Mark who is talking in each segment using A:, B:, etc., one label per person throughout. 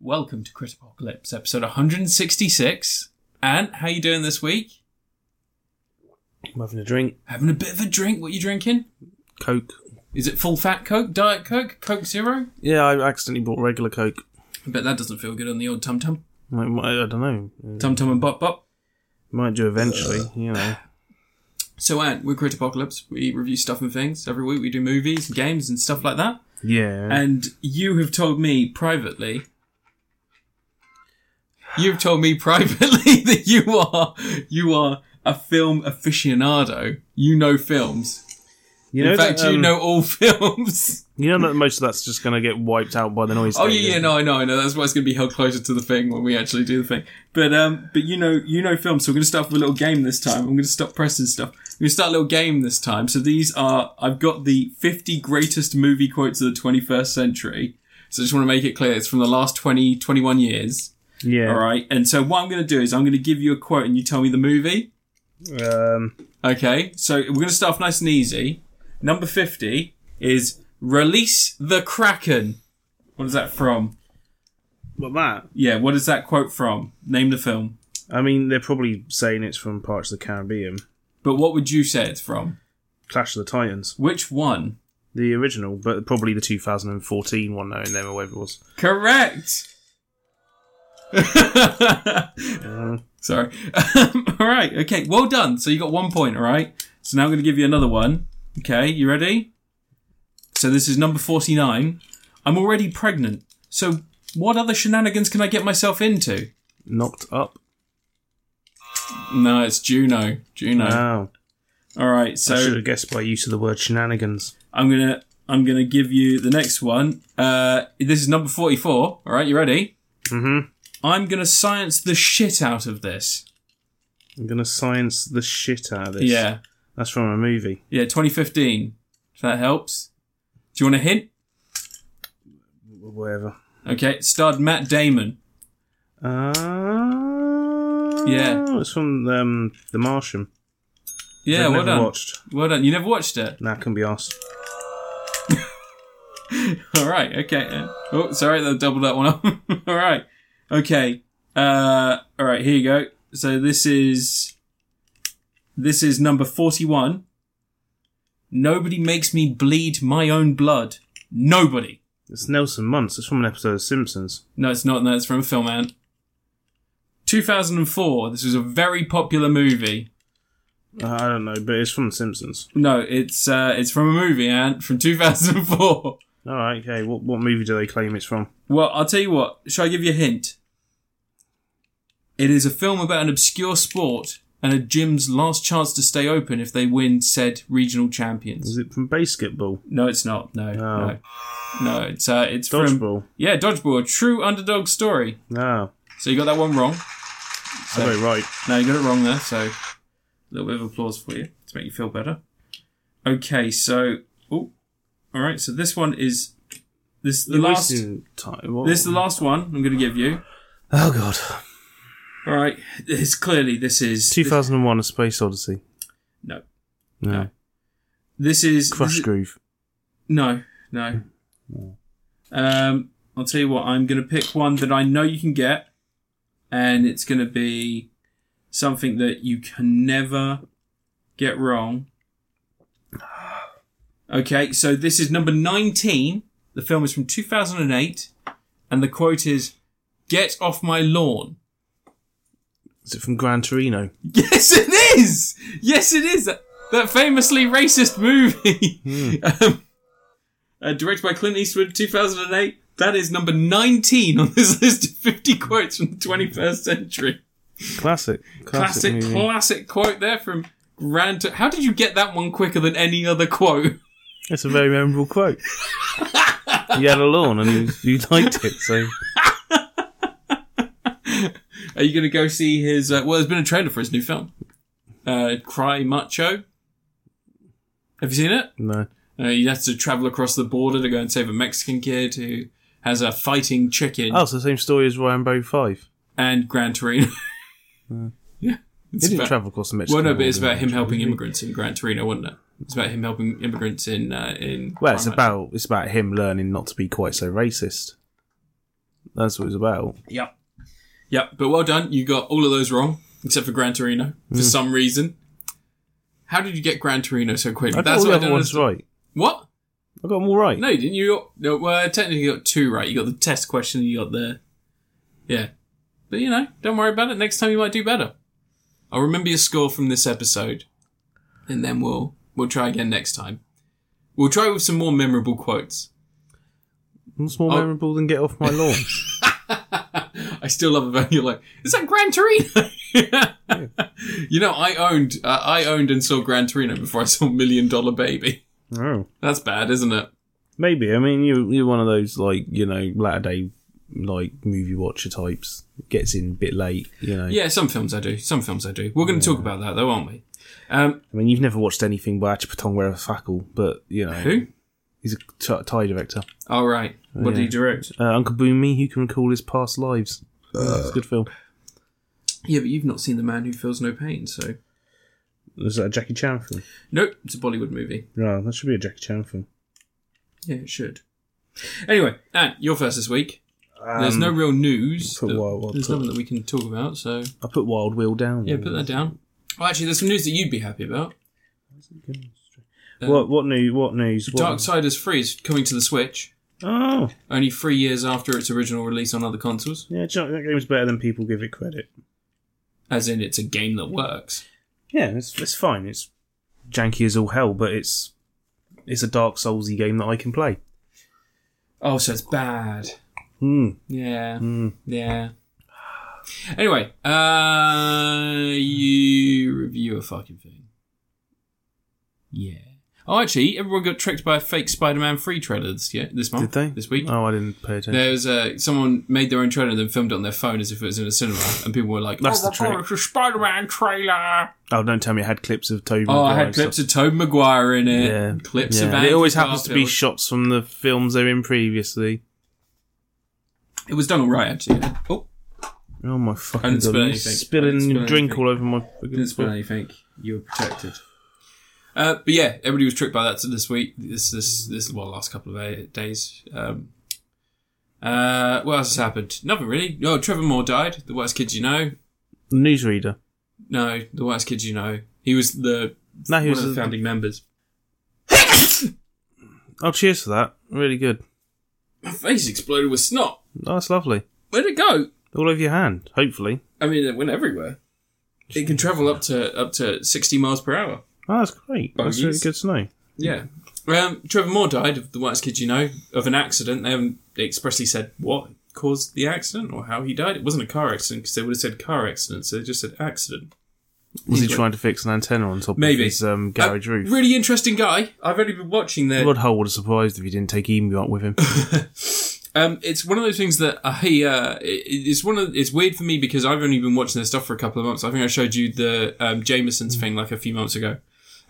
A: Welcome to Crit Apocalypse, episode 166. Ant, how you doing this week?
B: I'm having a drink.
A: Having a bit of a drink. What you drinking?
B: Coke.
A: Is it full fat Coke, Diet Coke, Coke Zero?
B: Yeah, I accidentally bought regular Coke.
A: I bet that doesn't feel good on the old tum tum.
B: I, I don't know.
A: Tum tum and bop bop.
B: Might do eventually, you know.
A: So, Ant, we're Crit Apocalypse. We review stuff and things every week. We do movies, and games, and stuff like that.
B: Yeah.
A: And you have told me privately. You've told me privately that you are you are a film aficionado. You know films.
B: you
A: In fact,
B: that,
A: you
B: um,
A: know all films.
B: you know that most of that's just going to get wiped out by the noise.
A: Oh
B: thing,
A: yeah, yeah,
B: isn't
A: no, I know, I know. That's why it's going to be held closer to the thing when we actually do the thing. But um, but you know, you know, film. So we're going to start with a little game this time. I'm going to stop pressing stuff. We're going to start a little game this time. So these are, I've got the 50 greatest movie quotes of the 21st century. So I just want to make it clear, it's from the last 20, 21 years.
B: it? Yeah.
A: All right. And so what I'm going to do is I'm going to give you a quote and you tell me the movie.
B: Um,
A: Okay. So we're going to start off nice and easy. Number 50 is release the Kraken. What is that from?
B: but that,
A: Yeah, what is that quote from? Name the film.
B: I mean, they're probably saying it's from Parts of the Caribbean,
A: But what would you say it's from?
B: Clash of the Titans,
A: Which one?
B: the original, but probably the 2014 one, though, in them or whatever it was.
A: Correct. Sorry. Um, all right. Okay. Well done. So you got one point. All right. So now I'm going to give you another one. Okay. You ready? So this is number 49. I'm already pregnant. So what other shenanigans can I get myself into?
B: Knocked up.
A: No, it's Juno. Juno.
B: Wow.
A: all right. So
B: I should have guessed by use of the word shenanigans.
A: I'm gonna I'm gonna give you the next one. Uh, this is number forty four. All right, you ready?
B: Mm-hmm.
A: I'm gonna science the shit out of this.
B: I'm going to science the shit out of this.
A: Yeah,
B: That's from a movie.
A: yeah. 2015. If that helps. Do you want a hint?
B: Whatever.
A: Okay, it starred Matt Damon.
B: Uh,
A: Yeah.
B: Ah, It's from um, The Martian.
A: Yeah, well
B: I've never
A: done.
B: watched.
A: Well done. You never watched it.
B: Nah, can be asked.
A: All right. Okay. uh, Oh, sorry, that doubled that one up. all right. Okay. Uh, all right. Here you go. So this is this is number forty-one. Nobody makes me bleed my own blood. Nobody.
B: It's Nelson Muntz. It's from an episode of Simpsons.
A: No, it's not. No, it's from a film, man. 2004. This was a very popular movie.
B: Uh, I don't know, but it's from The Simpsons.
A: No, it's uh, it's from a movie, and from 2004.
B: All right, okay. What what movie do they claim it's from?
A: Well, I'll tell you what. Shall I give you a hint? It is a film about an obscure sport and a gym's last chance to stay open if they win said regional champions.
B: Is it from Basketball,
A: No, it's not. No,
B: No.
A: no, no. It's uh, it's from
B: Dodgeball?
A: yeah, dodgeball. A true underdog story.
B: No,
A: So you got that one wrong.
B: I got it right.
A: No, you got it wrong there. So a little bit of applause for you to make you feel better. Okay, so oh, all right. So this one is this the
B: You're
A: last. This
B: wasting time. What-
A: is the last one I'm going to give you.
B: Oh god,
A: All right, it's clearly this is
B: 2001: A Space Odyssey.
A: no,
B: No,
A: No. this is
B: Crush
A: this is-
B: Groove.
A: no, no. Um, I'll tell you what, I'm going to pick one that I know you can get, and it's going to be something that you can never get wrong. Okay, so this is number 19. The film is from 2008, and the quote is, "Get off my lawn."
B: Is it from Gran Torino?
A: Yes, it is. Yes, it is. That, that famously racist movie, um, uh, directed by Clint Eastwood, 2008. That is number 19 on this list of 50 quotes from the 21st century.
B: Classic. Classic.
A: Classic,
B: movie.
A: classic quote there from Grant. How did you get that one quicker than any other quote?
B: It's a very memorable quote. you had a lawn and you, you liked it, so
A: Are you going to go see his? Uh, well, there's been a trailer for his new film, uh, Cry Macho. Have you seen it?
B: no.
A: Uh, you have to travel across the border to go and save a Mexican kid who has a fighting chicken
B: Oh, it's the same story as Rambo Five.
A: and Gran Torino. yeah. It's
B: He Hmm. didn't
A: about-
B: travel across the Mexican.
A: well, no, but
B: border,
A: it's about him
B: actually.
A: helping immigrants in Gran Torino, wasn't it? It's about him helping immigrants in uh, in.
B: Well, it's
A: Parma.
B: about it's about him learning not to be quite so racist. That's what it's about.
A: Yep. Yep. But well done. You got all of those wrong, except for Gran Torino
B: Hmm.
A: for some reason. How did you get Gran Torino so quickly?
B: I got all the other ones
A: understand.
B: right.
A: What?
B: I got them all right.
A: No, you didn't. You got, no, well, technically you got two right. You got the test question and you got the. Yeah. But you know, don't worry about it. Next time you might do better. I'll remember your score from this episode and then we'll we'll try again next time. We'll try with some more memorable quotes.
B: What's more
A: Oh.
B: memorable than get off my lawn?
A: I still love about you're like, is that Gran Torino? You know, I owned uh, I owned and saw Gran Torino before I saw Million Dollar Baby.
B: oh.
A: That's bad, isn't it?
B: Maybe. I mean, you you're one of those like you know latter day like movie watcher types. Gets in a bit late. You know.
A: Yeah, some films I do. Some films I do. We're going to talk about that though, aren't we? Um,
B: I mean, you've never watched anything by Achapatong Werefakul, but you know
A: who?
B: he's a Thai- Thai director.
A: All Oh, right. What did he direct?
B: Uh, Uncle Boomy, who can recall his past lives. it's a good film.
A: Yeah, but you've not seen The Man Who Feels No Pain, so.
B: Is that a Jackie Chan film?
A: Nope, it's a Bollywood movie.
B: No, that should be a Jackie Chan film.
A: Yeah, it should. Anyway, Ant, you're first this week. There's no real news.
B: put
A: that-
B: Wild Wild
A: there's
B: Thoughts.
A: nothing that we can talk about, so.
B: I put Wild Wheel down.
A: Yeah, put that down. Well, actually, there's some news that you'd be happy about.
B: What what news? What news? What-
A: Darksiders 3 is coming to the Switch,
B: Oh,
A: only three years after its original release on other consoles.
B: yeah. do you know what? that game's better than people give it credit.
A: As in, it's a game that works.
B: Yeah, it's it's fine. It's janky as all hell, but it's it's a Dark Soulsy game that I can play.
A: Oh, so it's bad.
B: Hmm.
A: Yeah.
B: Hmm.
A: Yeah. Anyway, uh, you review a fucking thing. Yeah. Oh, actually, everyone got tricked by a fake Spider-Man free trailer this year, this month.
B: Did they
A: This week.
B: Oh, I didn't pay attention.
A: There was uh, someone made their own trailer and then filmed it on their phone as if it was in a cinema, and people were like,
B: That's
A: "Oh
B: the
A: my god,
B: trick.
A: it's a Spider-Man trailer!"
B: Oh, don't tell me I had clips of Toby.
A: Oh, I had clips of Tobey Maguire in it.
B: Yeah,
A: Clips
B: yeah.
A: of.
B: And it
A: Andrew
B: always happens to be
A: Garfield.
B: shots from the films they're in previously.
A: it was done all right, actually. Oh,
B: Oh my fucking
A: I didn't
B: god!
A: spill
B: you
A: anything. I
B: Spilling
A: didn't spill
B: drink
A: anything.
B: all over my. fucking
A: didn't spill
B: book.
A: anything. You were protected. Uh, but yeah, everybody was tricked by that. So this week, this this this well, last couple of a- days. Um, uh, what else has happened? Nothing really. No, Trevor Moore died. The worst kid you know.
B: Newsreader.
A: No, the worst kid you know. He was the
B: No, he
A: one
B: was.
A: of the
B: a-
A: founding members.
B: oh, cheers for that. Really good.
A: My face exploded with snot.
B: Oh, that's lovely.
A: Where'd it go?
B: All over your hand, hopefully.
A: I mean, it went everywhere. It can travel up to up to sixty miles per hour.
B: Oh, that's great. That's really
A: Bogies.
B: good to know.
A: Yeah. Um, Trevor Moore died of the worst kid you know of an accident. They haven't expressly said what caused the accident or how he died. It wasn't a car accident because they would have said car accident, so they just said accident.
B: Was he
A: He's
B: trying to fix an antenna on top
A: Maybe.
B: of his um, garage
A: Uh,
B: roof?
A: Really interesting guy. I've only been watching their
B: Rod Hull would have surprised if he didn't take Emu up with him.
A: Um, it's one of those things that I uh, it, it's one of it's weird for me because I've only been watching their stuff for a couple of months. I think I showed you the um,
B: Mm.
A: Jameson's thing like a few months ago,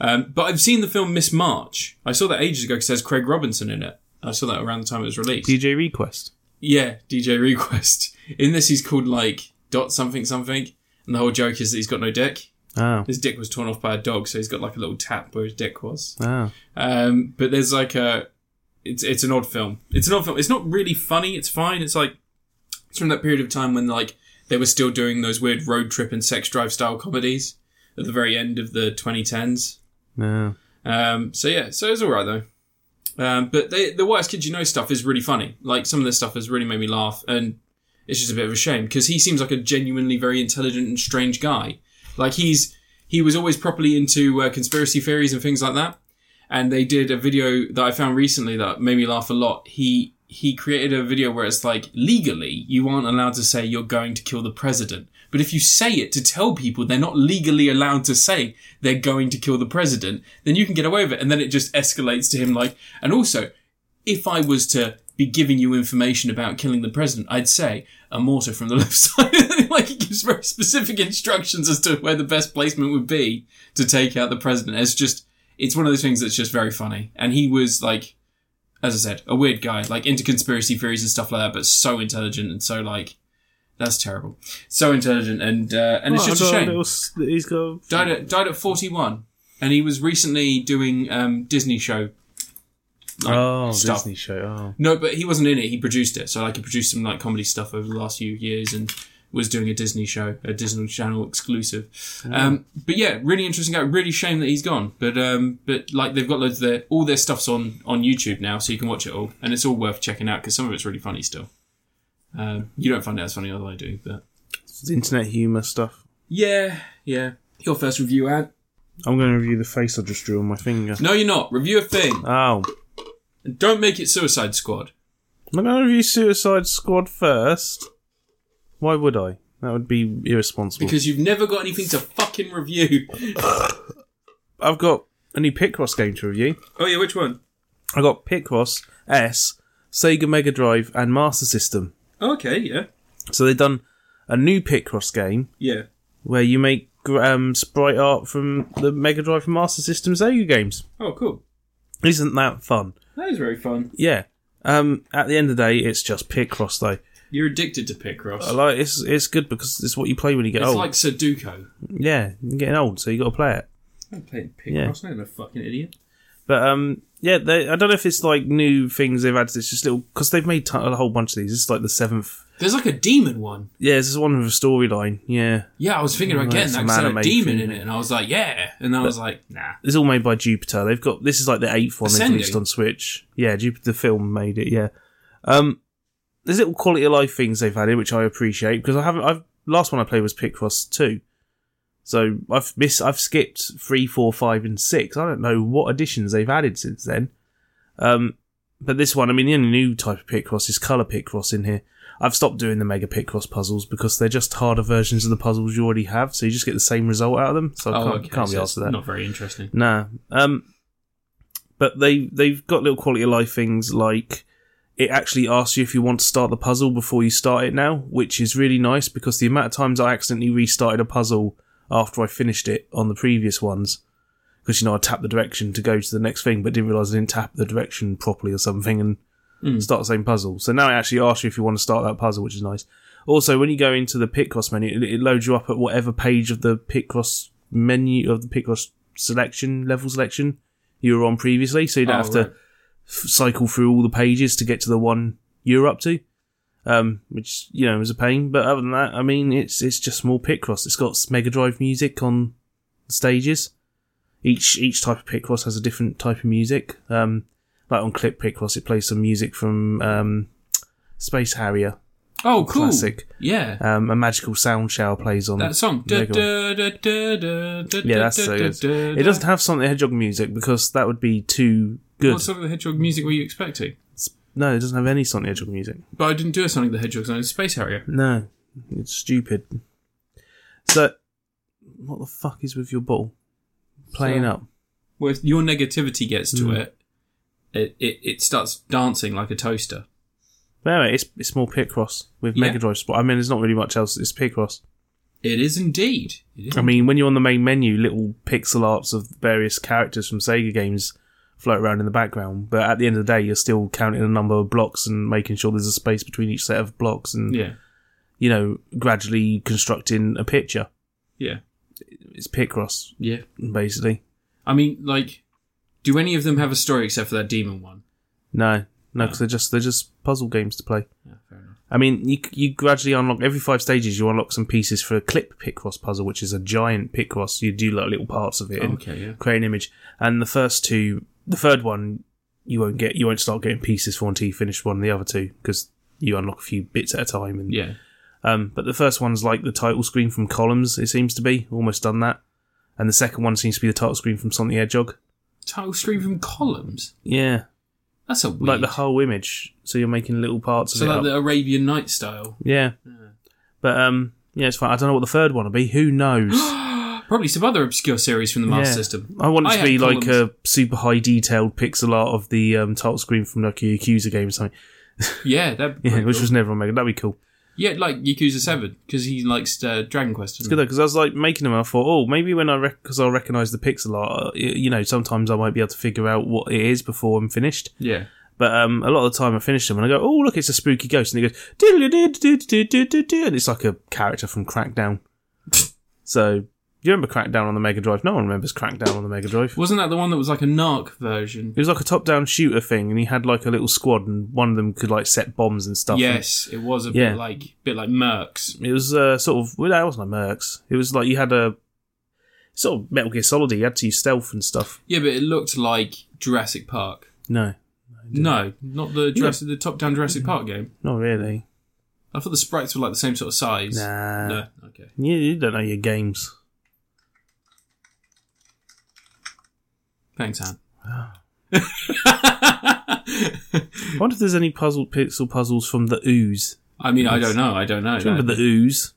A: um, but I've seen the film Miss March. I saw that ages ago because there's Craig Robinson in it. I saw that around the time it was released.
B: DJ Request.
A: Yeah, DJ Request. In this, he's called like dot something something, and the whole joke is that he's got no dick.
B: Oh.
A: His dick was torn off by a dog, so he's got like a little tap where his dick was.
B: Oh.
A: Um, but there's like a, it's it's an odd film. It's an odd film. It's not really funny. It's fine. It's like it's from that period of time when like they were still doing those weird road trip and sex drive style comedies at the very end of the 2010s.
B: No.
A: Um, so yeah, so it's all right though. Um, but they, the worst kid you know stuff is really funny. Like some of their stuff has really made me laugh, and it's just a bit of a shame because he seems like a genuinely very intelligent and strange guy. Like he's he was always properly into uh, conspiracy theories and things like that. And they did a video that I found recently that made me laugh a lot. He he created a video where it's like legally you aren't allowed to say you're going to kill the president, but if you say it to tell people they're not legally allowed to say they're going to kill the president, then you can get away with it. And then it just escalates to him like, and also if I was to be giving you information about killing the president, I'd say a mortar from the left side. like he gives very specific instructions as to where the best placement would be to take out the president. It's just, it's one of those things that's just very funny. And he was like, as I said, a weird guy, like into conspiracy theories and stuff like that, but so intelligent and so like, that's terrible. So intelligent and uh, and it's
B: Oh,
A: just a
B: I've got
A: shame.
B: little s- he's got.
A: Died at died at forty one, and he was recently doing um, Disney show like,
B: Oh,
A: stuff.
B: Disney show. Oh,
A: No, but he wasn't in it. He produced it. So like he produced some like comedy stuff over the last few years and was doing a Disney show, a Disney Channel exclusive. Um, but yeah, really interesting guy. Really shame that he's gone. But um, but like they've got loads of their all their stuff's on on YouTube now, so you can watch it all, and it's all worth checking out because some of it's really funny still. Um, you don't find it as funny as I do, but
B: it's Oh. internet humor stuff.
A: yeah, yeah. Your first review ad?
B: I'm going to review the face I just drew on my finger.
A: No, you're not. Review a thing.
B: Oh,
A: And don't make it Suicide Squad.
B: I'm going to review Suicide Squad first. Why would I? That would be irresponsible.
A: Because you've never got anything to fucking review.
B: I've got a new Picross game to review.
A: Oh yeah, which one?
B: I got Picross S, Sega Mega Drive, and Master System.
A: Oh, Okay, yeah.
B: So they've done a new Picross game
A: Yeah.
B: where you make gr- um, sprite art from the Mega Drive and Master System Sega games.
A: Oh, cool.
B: Isn't that fun?
A: That is very fun.
B: Yeah. Um, at the end of the day, it's just Picross though.
A: You're addicted to Picross.
B: I like Oh. it's it's good because it's what you play when you get
A: it's
B: old.
A: like Sudoku.
B: yeah, you're getting old, so you got to play it.
A: I'm playing
B: Yeah.
A: Picross. I'm a fucking idiot.
B: But um, yeah, they, I don't know if it's like new things they've added. It's just little because they've made ton- a whole bunch of these. It's like the seventh.
A: There's like a demon one.
B: Yeah, this is one with a storyline. Yeah,
A: Yeah, I was thinking about
B: Well,
A: getting
B: Oh, it's
A: that
B: some
A: because it had a
B: anime
A: demon
B: thing.
A: in it, and I was like, yeah. And then I was like, nah.
B: it's all made by Jupiter. They've got this is like the eighth one they've
A: Ascending.
B: released on Switch. Yeah, Jupiter the film made it. Yeah, um, there's little quality of life things they've added, which I appreciate because I haven't. I've last one I played was Picross two, so I've missed. I've skipped three, four, five, and six. I don't know what additions they've added since then. Um, but this one, I mean, the only new type of Picross is color Picross in here. I've stopped doing the Mega Picross puzzles because they're just harder versions of the puzzles you already have, so you just get the same result out of them. So I can't, can't be
A: Oh, so
B: asked for
A: it's
B: that.
A: Not very interesting.
B: Nah. Um, but they they've got little quality of life things like it actually asks you if you want to start the puzzle before you start it now, which is really nice because the amount of times I accidentally restarted a puzzle after I finished it on the previous ones. Because you know I tapped the direction to go to the next thing, but didn't realise I didn't tap the direction properly or something, and
A: Hmm.
B: start the same puzzle. So now it actually asks you if you want to start that puzzle, which is nice. Also, when you go into the Picross menu, it, it loads you up at whatever page of the Picross menu of the Picross selection level selection you were on previously, so you don't
A: Oh,
B: have to
A: right.
B: f- cycle through all the pages to get to the one you're up to. Um, which you know is a pain, but other than that, I mean, it's it's just more Picross. It's got Mega Drive music on stages. Each each type of Picross has a different type of music. Um, like on Clip Picross, it plays some music from um, Space Harrier.
A: Oh, cool.
B: Classic.
A: Yeah.
B: Um, a magical sound shower plays on
A: That song.
B: Mega Man. Yeah,
A: Yeah,
B: that's so good. It doesn't have Sonic the Hedgehog music because that would be too good.
A: What Sonic the Hedgehog music were you expecting?
B: No, it doesn't have any Sonic the Hedgehog music.
A: But I didn't do a Sonic the Hedgehog song. It's Space Harrier.
B: No, it's stupid. So, what the fuck is with your ball? Playing
A: So-
B: up.
A: Where your negativity gets to
B: Mm.
A: it, it, it, it starts dancing like a toaster.
B: But anyway, it's it's more Picross with
A: Yeah.
B: Mega Drive Sport. I mean, there's not really much else. It's Picross.
A: It is indeed. It is
B: I mean, when you're on the main menu, little pixel arts of various characters from Sega games float around in the background. But at the end of the day, you're still counting the number of blocks and making sure there's a space between each set of blocks, and
A: Yeah.
B: you know, gradually constructing a picture.
A: Yeah.
B: It's Picross
A: Yeah.
B: basically.
A: I mean, like, do any of them have a story except for that demon one?
B: No, no, because they're just they're just puzzle games to play.
A: Yeah, fair enough.
B: I mean, you you gradually unlock every five stages. You unlock some pieces for a clip Picross puzzle, which is a giant Picross. You do like little parts of it and
A: okay, yeah.
B: create an image. And the first two, the third one, you won't get. You won't start getting pieces for until you finish one of the other two because you unlock a few bits at a time. And
A: Yeah.
B: um, but the first one's like the title screen from Columns. It seems to be almost done that. And the second one seems to be the title screen from Sonic the Hedgehog.
A: Title screen from columns.
B: Yeah,
A: That's a weird.
B: like the whole image. So you're making little parts of
A: so
B: it.
A: like
B: up.
A: the Arabian Night style.
B: Yeah. But um yeah, it's fine. I don't know what the third one will be. Who knows?
A: Probably some other obscure series from the Master
B: Yeah.
A: System.
B: I want it to
A: had
B: be like
A: columns.
B: a super high detailed pixel art of the um, title screen from like a Yakuza game or something.
A: yeah, that
B: Yeah, which was never on Mega. That'd be cool.
A: yeah, like Yakuza Seven because he likes uh, Dragon Quest.
B: It's
A: doesn't
B: good though because I was like making them. and I thought, oh, maybe when I because I'll recognise the pixel art. uh, y- You know, sometimes I might be able to figure out what it is before I'm finished.
A: he? Yeah,
B: But um, a lot of the time I finish them and I go, oh, look, it's a spooky ghost. And it goes, "Diddle-diddle-diddle-diddle-diddle-diddle," and it's like a character from Crackdown. so, You remember Crackdown on the Mega Drive? No one remembers Crackdown on the Mega Drive.
A: Wasn't that the one that was like a narc version?
B: It was like a top-down shooter thing, and he had like a little squad, and one of them could like set bombs and stuff. and
A: Yes, it was a
B: Yeah.
A: bit like bit like Mercs.
B: It was uh, sort of well, that wasn't a Mercs. It was like you had a sort of Metal Gear Solid. You had to use stealth and stuff.
A: Yeah, but it looked like Jurassic Park.
B: No,
A: No, not the Jurassic, the top-down Jurassic Park game.
B: not really.
A: I thought the sprites were like the same sort of size.
B: Nah,
A: No. Okay.
B: You, you don't know your games.
A: Thanks, Han.
B: I wonder if there's any puzzle pixel puzzles from the Ooze.
A: I mean, I don't know. I don't know.
B: Do you remember the Ooze?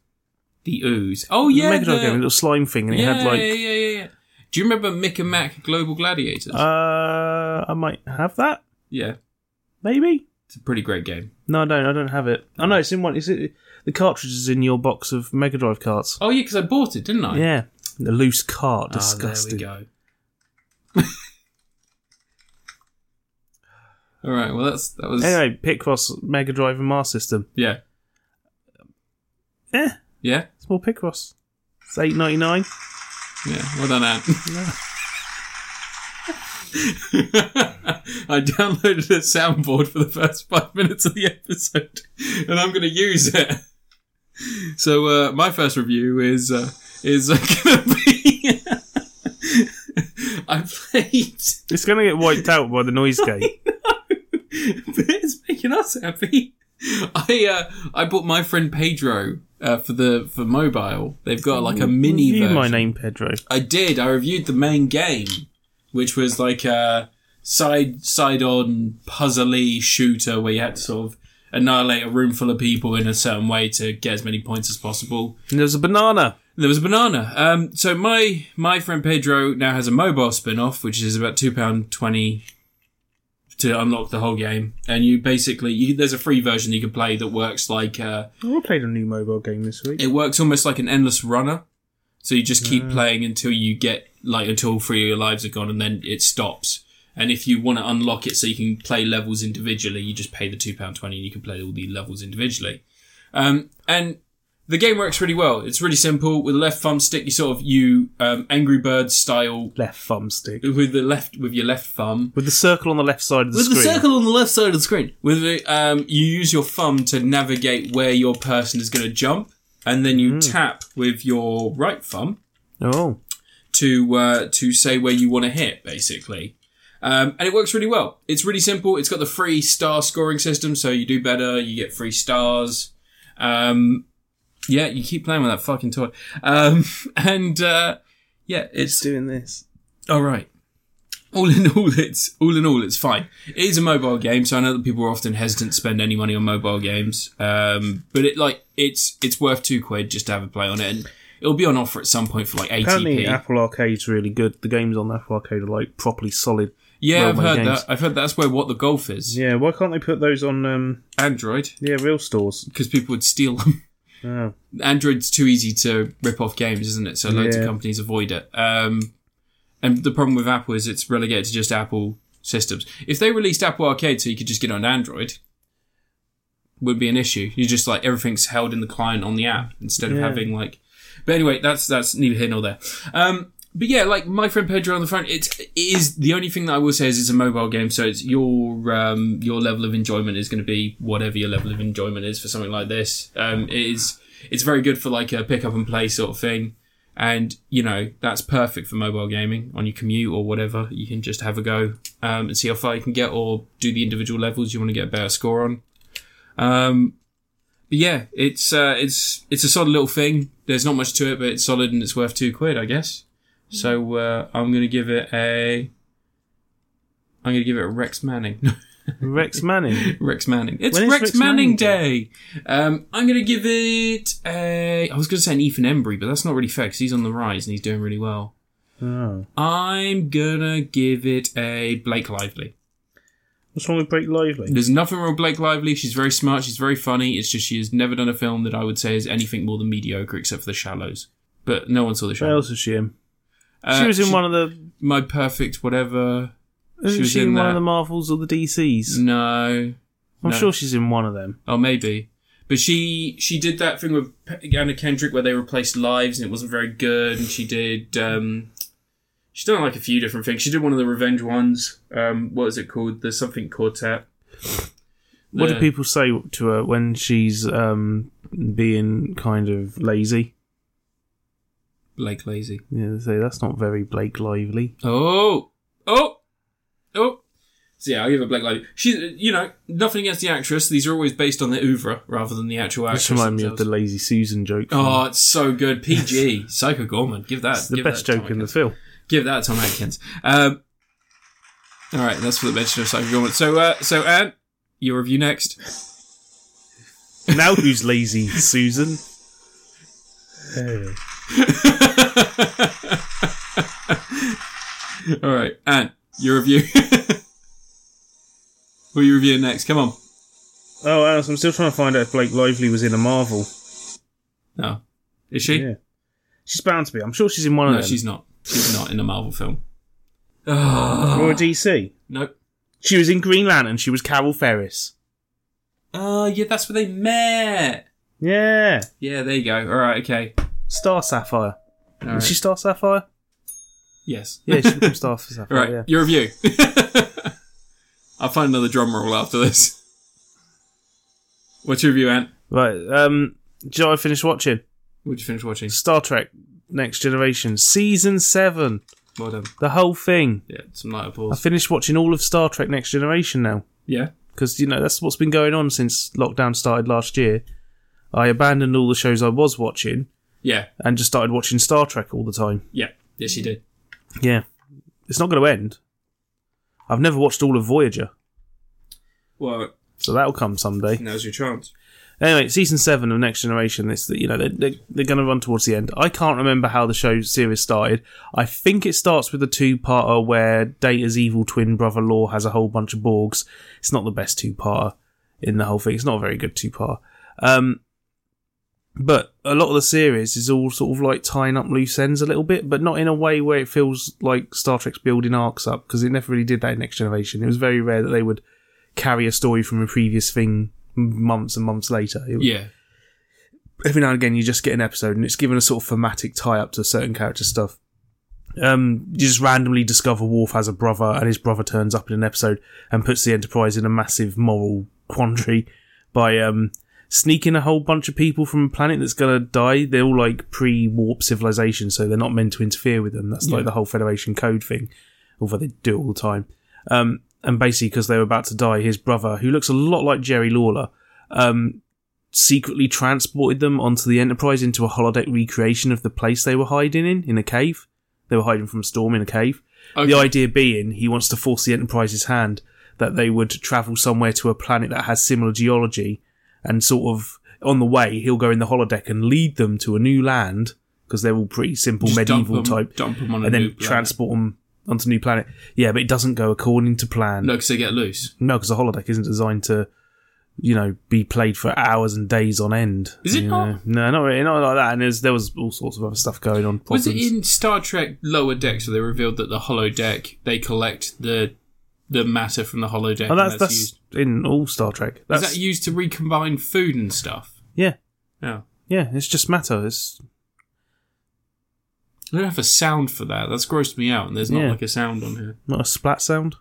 A: The ooze. Oh
B: the
A: yeah,
B: Mega Drive
A: the-
B: game, a little slime thing, and
A: yeah,
B: it had like
A: yeah, yeah, yeah, yeah. Do you remember Mick and Mac Global Gladiators?
B: uh, I might have that
A: yeah,
B: maybe.
A: it's a pretty great game.
B: No, I don't. I don't have it. Oh no, it's in one. Is it the cartridge is in your box of Mega Drive carts?
A: Oh yeah, because I bought it, didn't I?
B: Yeah, the loose cart.
A: Ah,
B: Disgusting.
A: there we go. All right. Well, that's that was
B: Anyway, Picross, Mega Drive, and Mars System.
A: yeah,
B: Eh,
A: yeah,
B: it's more Picross. It's eight ninety nine.
A: yeah. Well done, Ant.
B: Yeah.
A: I downloaded a soundboard for the first five minutes of the episode, and I'm going to use it. So uh, my first review is uh, is going to be. I played.
B: It's gonna get wiped out by the noise gate.
A: it's making us happy. I uh, I bought my friend Pedro uh, for the for mobile. They've got like a mini
B: Review
A: version.
B: my name, Pedro.
A: I did. I reviewed the main game, which was like a side side on puzzly shooter where you had to sort of annihilate a room full of people in a certain way to get as many points as possible.
B: And there's a banana.
A: There was a banana. Um, so my my friend Pedro now has a mobile spin off, which is about two pound twenty to unlock the whole game. And you basically you, there's a free version you can play that works like. Uh,
B: I played a new mobile game this week.
A: it works almost like an endless runner. So you just keep playing until you get like until all three of your lives are gone, and then it stops. And if you want to unlock it so you can play levels individually, you just pay the two pound twenty, and you can play all the levels individually. Um, and the game works really well. It's really simple. With the left thumb stick, you sort of you um, Angry Birds style
B: Left thumbstick
A: with the left with your left thumb
B: with the circle on the left side of the
A: with
B: screen.
A: the circle on the left side of the screen. With the, um, you use your thumb to navigate where your person is going to jump, and then you tap with your right thumb
B: Oh,
A: to uh, to say where you want to hit, basically. Um, and it works really well. It's really simple. It's got the free star scoring system, so you do better, you get free stars. Um, yeah, you keep playing with that fucking toy. Um, and uh, yeah, it's
B: doing this.
A: all Oh, right. All in all, it's all in all, it's fine. It is a mobile game, so I know that people are often hesitant to spend any money on mobile games. Um, but it like it's it's worth two quid just to have a play on it, and it'll be on offer at some point for like
B: Apparently,
A: eighty p.
B: Apple Arcade's really good. The games on Apple Arcade are like properly solid.
A: Yeah, I've
B: mobile
A: heard
B: games.
A: that. I've heard that's where what the golf is.
B: Yeah, why can't they put those on um
A: Android,
B: yeah real stores?
A: because people would steal them.
B: Oh.
A: Android's too easy to rip off games, isn't it? So loads
B: Yeah.
A: of companies avoid it. Um, and the problem with Apple is it's relegated to just Apple systems. If they released Apple Arcade so you could just get it on Android, would be an issue. You just like everything's held in the client on the app instead of
B: Yeah.
A: having like. But anyway, that's that's neither here nor there. Um, but yeah, like my friend Pedro on the phone, it's it is the only thing that I will say is it's a mobile game, so it's your um, your level of enjoyment is going to be whatever your level of enjoyment is for something like this. Um, it is it's very good for like a pick up and play sort of thing, and you know that's perfect for mobile gaming on your commute or whatever. You can just have a go um, and see how far you can get, or do the individual levels you want to get a better score on. Um, but yeah, it's uh, it's it's a solid little thing. There's not much to it, but it's solid and it's worth two quid, I guess. So uh, I'm gonna give it a. I'm gonna give it a Rex Manning.
B: Rex Manning.
A: Rex Manning. It's
B: When is
A: Rex,
B: Rex
A: Manning,
B: Manning
A: Day. Um, I'm gonna give it a. I was gonna say an Ethan Embry, but that's not really fair because he's on the rise and he's doing really well.
B: Oh.
A: I'm gonna give it a Blake Lively.
B: What's wrong with Blake Lively?
A: There's nothing wrong with Blake Lively. She's very smart. She's very funny. It's just she has never done a film that I would say is anything more than mediocre, except for The Shallows. But no one saw The
B: What
A: Shallows.
B: else is she in?
A: Uh,
B: she was in one of the.
A: My Perfect Whatever.
B: Isn't
A: she
B: she,
A: was in
B: in, one
A: that.
B: of the Marvels or the DCs?
A: No. no.
B: I'm sure she's in one of them.
A: Oh, maybe. But she she did that thing with P- Anna Kendrick where they replaced lives and it wasn't very good. And she did um, she's done like a few different things. She did one of the revenge ones. Um, what is it called? The something quartet.
B: What do
A: The-
B: people say to her when she's um, being kind of lazy?
A: Blake Lazy?
B: Yeah, they say that's not very Blake Lively.
A: Oh, oh, oh. So yeah, I'll give it Blake Lively. She's you know nothing against the actress. These are always based on the oeuvre rather than the actual actress.
B: This reminds me of the
A: themselves.
B: lazy Susan joke. from-
A: Oh, it's so good. PG. Psycho Gorman. Give that.
B: it's the
A: give
B: best
A: that
B: joke
A: Tom
B: in the
A: Atkins.
B: film.
A: Give that Tom Atkins. Um, all right, that's for the mention of Psycho Gorman. So, uh, so Anne, your review next.
B: Now who's lazy, Susan?
A: All right, Anne, your review. what are you reviewing next? Come on.
B: Oh, Alice, I'm still trying to find out if Blake Lively was in a Marvel.
A: No, is she?
B: Yeah. She's bound to be. I'm sure she's in one
A: No,
B: of them.
A: she's not. She's not in a Marvel film.
B: or a
A: Oh,
B: DC.
A: nope.
B: She was in Green Lantern. She was Carol Ferris.
A: Oh, yeah, that's where they met.
B: Yeah.
A: Yeah, there you go. All right, okay.
B: Star Sapphire.
A: All
B: Is
A: right.
B: she Star Sapphire?
A: Yes.
B: Yeah, she became Star Sapphire.
A: All right,
B: Yeah.
A: your review. I'll find another drum roll after this. What's your review, Ant?
B: Right. Um, do you know what I finished watching?
A: What'd you finish watching?
B: Star Trek Next Generation, Season 7.
A: Well done.
B: The whole thing.
A: Yeah, some light
B: I
A: applause.
B: finished watching all of Star Trek Next Generation now.
A: Yeah.
B: Because, you know, that's what's been going on since lockdown started last year. I abandoned all the shows I was watching
A: Yeah.
B: and just started watching Star Trek all the time.
A: Yeah. Yes, you did.
B: Yeah. It's not going to end. I've never watched all of Voyager,
A: Well,
B: so that'll come someday.
A: now's your chance.
B: Anyway, season seven of Next Generation. This, you know, they're, they're, they're going to run towards the end. I can't remember how the show series started. I think it starts with a two-parter where Data's evil twin brother Law has a whole bunch of Borgs. It's not the best two-parter in the whole thing. It's not a very good two-parter. Um, but a lot of the series is all sort of like tying up loose ends a little bit, but not in a way where it feels like Star Trek's building arcs up because it never really did that in Next Generation. It was very rare that they would carry a story from a previous thing months and months later. It-
A: Yeah.
B: every now and again you just get an episode and it's given a sort of thematic tie up to certain character stuff. Um, you just randomly discover Worf has a brother and his brother turns up in an episode and puts the Enterprise in a massive moral quandary by um, sneaking a whole bunch of people from a planet that's going to die. They're all like pre warp civilization, so they're not meant to interfere with them. That's
A: Yeah.
B: like the whole Federation code thing, although they do it all the time. Um, and basically, because they were about to die, his brother, who looks a lot like Jerry Lawler, um, secretly transported them onto the Enterprise into a holodeck recreation of the place they were hiding in, in a cave. They were hiding from a storm in a cave.
A: Okay.
B: The idea being, he wants to force the Enterprise's hand that they would travel somewhere to a planet that has similar geology, and sort of on the way, he'll go in the holodeck and lead them to a new land because they're all pretty simple
A: Just dump
B: medieval
A: them-
B: type,
A: Dump them on a
B: and
A: new
B: then
A: planet.
B: transport them onto a new planet. Yeah, but it doesn't go according to plan.
A: No, because they get loose.
B: No, because the holodeck isn't designed to, you know, be played for hours and days on end.
A: Is it
B: you
A: not?
B: Know? No, not really, not like that. And there's, there was all sorts of other stuff going on. Problems.
A: Was it in Star Trek Lower Decks where they revealed that the hollow deck they collect the the matter from the hollow deck?
B: Oh, that's
A: and
B: that's
A: used,
B: in all Star Trek. That's
A: is that used to recombine food and stuff?
B: yeah,
A: No,
B: yeah. It's just matter. It's
A: I don't have a sound for that. That's grossed me out, and there's not
B: Yeah.
A: like a sound on here.
B: not a splat sound.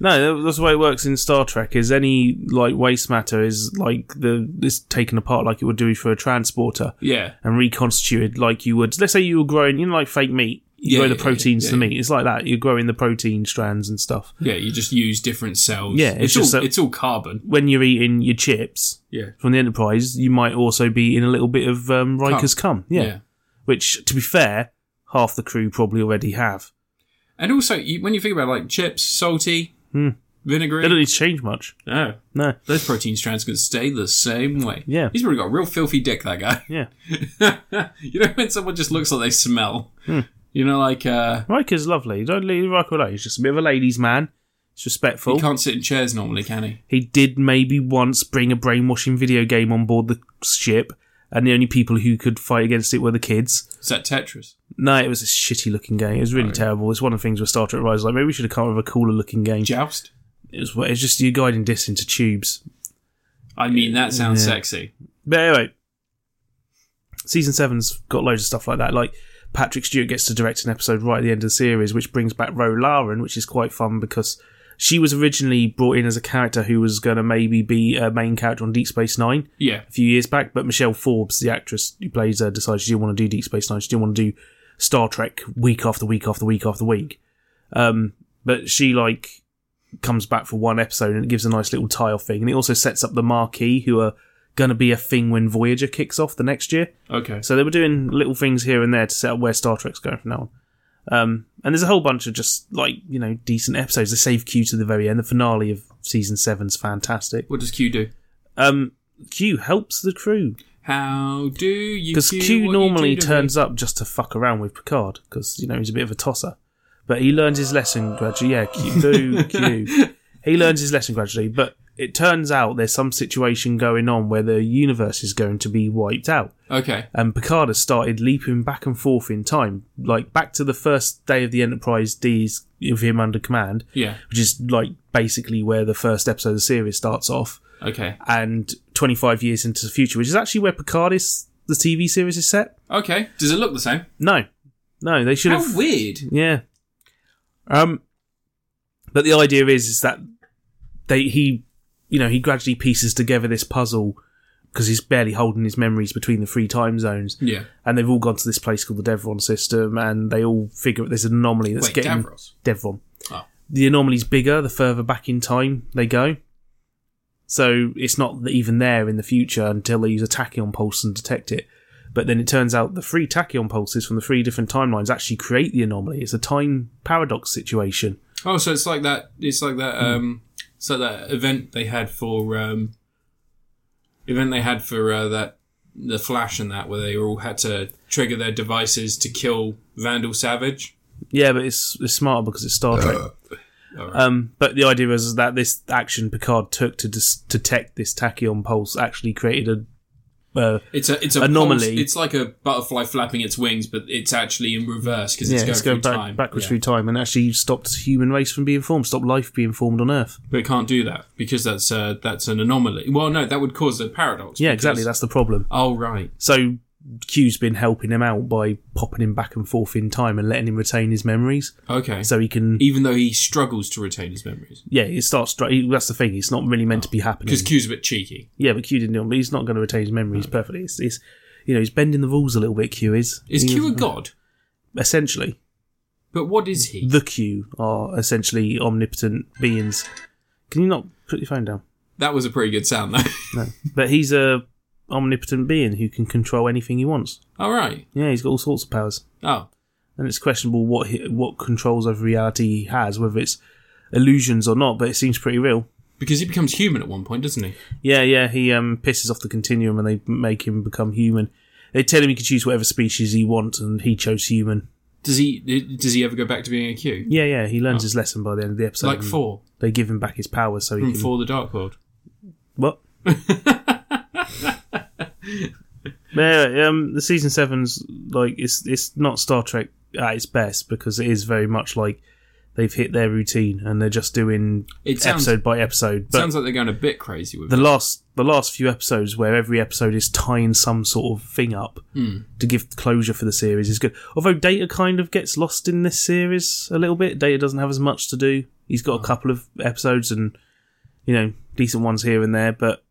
B: no, that's the way it works in Star Trek. Is any like waste matter is like the it's taken apart like it would do for a transporter.
A: Yeah,
B: and reconstituted like you would. Let's say you were growing, you know, like fake meat. You
A: Yeah,
B: grow the
A: yeah, yeah,
B: proteins
A: yeah,
B: to
A: yeah.
B: meat. It's like that. You're growing the protein strands and stuff.
A: yeah. You just use different cells.
B: Yeah,
A: it's,
B: it's just
A: all
B: that-
A: it's all carbon.
B: When you're eating your chips
A: Yeah,
B: from the Enterprise, you might also be eating a little bit of um, Riker's cum. Yeah. Which, to be fair, half the crew probably already have.
A: And also, you, when you think about like chips, salty,
B: Hmm. They don't
A: vinegary,
B: need to change much.
A: no,
B: No.
A: those protein strands can stay the same way.
B: Yeah.
A: he's probably got a real filthy dick. That guy.
B: Yeah.
A: you know when someone just looks like they smell.
B: Hmm.
A: You know, like uh,
B: Riker's lovely. Don't leave Riker alone. He's just a bit of a ladies' man. He's
A: he
B: respectful.
A: can't sit in chairs normally, can he?
B: He did maybe once bring a brainwashing video game on board the ship, and the only people who could fight against it were the kids.
A: Is that Tetris?
B: No, it was a shitty looking game. It was really terrible. It's one of the things with Star Trek Rise. Like maybe we should have come up with a cooler looking game.
A: Joust?
B: It was, it's just you guiding discs into tubes.
A: I mean, that sounds
B: Yeah.
A: sexy.
B: But anyway, season seven's got loads of stuff like that. Like Patrick Stewart gets to direct an episode right at the end of the series, which brings back Ro Laren, which is quite fun because she was originally brought in as a character who was going to maybe be a main character on Deep Space Nine
A: Yeah.
B: a few years back. But Michelle Forbes, the actress who plays her, decided she didn't want to do Deep Space Nine. She didn't want to do Star Trek week after week after week after week. Um, but she like comes back for one episode and it gives a nice little tie-off thing, and it also sets up the marquee who are going to be a thing when Voyager kicks off the next year.
A: Okay.
B: So they were doing little things here and there to set up where Star Trek's going from now on. Um, and there's a whole bunch of just like you know decent episodes. They save Q to the very end. The finale of season seven's fantastic.
A: What does Q do?
B: Um, Q helps the crew
A: How do you?
B: because Q
A: what you
B: normally
A: do to
B: turns up just to fuck around with Picard because you know he's a bit of a tosser, but he learns his lesson gradually. Yeah, Q, do Q. He learns his lesson gradually, but it turns out there's some situation going on where the universe is going to be wiped out,
A: me? Okay.
B: and Picard has started leaping back and forth in time, like back to the first day of the Enterprise D's of him under command,
A: Yeah.
B: which is like basically where the first episode of the series starts off
A: Okay.
B: and 25 years into the future, which is actually where Picard is, the TV series is set.
A: Okay. Does it look the same?
B: No, no, they should
A: How
B: have.
A: weird.
B: Yeah. Um, but the idea is is that they he, you know, he gradually pieces together this puzzle because he's barely holding his memories between the three time zones,
A: Yeah.
B: and they've all gone to this place called the Devron system, and they all figure there's an anomaly that's
A: Wait,
B: getting
A: Davros.
B: Devron.
A: Oh.
B: The anomaly's bigger the further back in time they go. So it's not even there in the future until they use a tachyon pulse and detect it. But then it turns out the three tachyon pulses from the three different timelines actually create the anomaly. It's a time paradox situation.
A: Oh, so it's like that. It's like that.
B: Hmm.
A: Um, it's like that event they had for um, event they had for uh, that the Flash and that where they all had to trigger their devices to kill Vandal Savage.
B: Yeah, but it's, it's smarter because it's Star Trek.
A: Alright.
B: Um, but the idea is that this action Picard took to dis- detect this tachyon pulse actually created a. Uh,
A: It's a it's a
B: Anomaly.
A: pulse- it's like a butterfly flapping its wings, but it's actually in reverse because
B: yeah,
A: it's going,
B: it's going
A: through
B: back,
A: time.
B: backwards
A: Yeah.
B: through time and actually stopped human race from being formed, stopped life being formed on Earth.
A: But it can't do that because that's uh, that's an anomaly. Well, no, that would cause a paradox.
B: Yeah,
A: because-
B: exactly. That's the problem.
A: Oh right.
B: So Q's been helping him out by popping him back and forth in time and letting him retain his memories,
A: Okay. E-
B: so he can.
A: Even though he struggles to retain his memories
B: Yeah, it starts. stri- he- That's the thing. It's not really meant to be happening.
A: because Q's a bit cheeky.
B: Yeah, but Q didn't. know, But he's not going to retain his
A: Oh.
B: memories perfectly. It's, it's you know he's bending the rules a little bit. Q is
A: Is
B: He
A: Q a
B: was-
A: god?
B: Essentially,
A: But what is he?
B: the Q are essentially omnipotent beings. Can you not put your phone down?
A: That was a pretty good sound, though.
B: No, but he's a omnipotent being who can control anything he wants.
A: All right.
B: Yeah, he's got all sorts of powers.
A: Oh,
B: and it's questionable what he, what controls over reality he has, whether it's illusions or not. But it seems pretty real.
A: because he becomes human at one point, doesn't he?
B: Yeah, yeah. He um pisses off the continuum, and they make him become human. They tell him he can choose whatever species he wants, and he chose human.
A: Does he? Does he ever go back to being a Q?
B: Yeah, yeah. He learns his lesson by the end of the episode.
A: like Hmm.
B: and
A: four
B: They give him back his powers, so he
A: from
B: can.
A: Four: The Dark World.
B: What? yeah, um, the season seven's like it's it's not Star Trek at its best because it is very much like they've hit their routine and they're just doing
A: It sounds-
B: episode by episode. But
A: Sounds like they're going a bit crazy with
B: the
A: it.
B: last the last few episodes where every episode is tying some sort of thing up to give closure for the series is good. Although Data kind of gets lost in this series a little bit. Data doesn't have as much to do. He's got a couple of episodes and you know decent ones here and there, but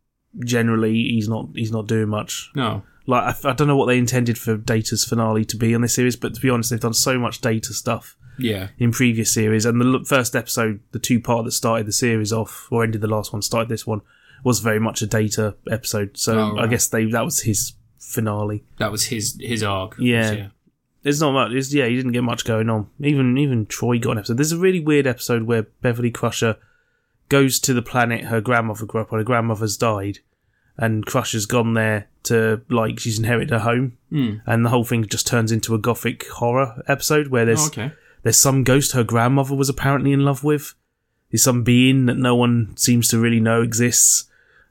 B: generally he's not he's not doing much.
A: No.
B: Like I, f- I don't know what they intended for Data's finale to be on this series, but to be honest, they've done so much Data stuff
A: Yeah.
B: in previous series, and the l- first episode, the two part that started the series off or ended the last one, started this one, was very much a data episode. So
A: Oh, right.
B: I guess they that was his finale.
A: That was his his arc.
B: Yeah. There's not much. It's, yeah, he didn't get much going on. Even even Troy got an episode. There's a really weird episode where Beverly Crusher goes to the planet her grandmother grew up on. Her grandmother's died, and Crusher's gone there to like she's inherited her home,
A: Mm.
B: and the whole thing just turns into a gothic horror episode where there's
A: Oh, okay.
B: there's some ghost her grandmother was apparently in love with. There's some being that no one seems to really know exists.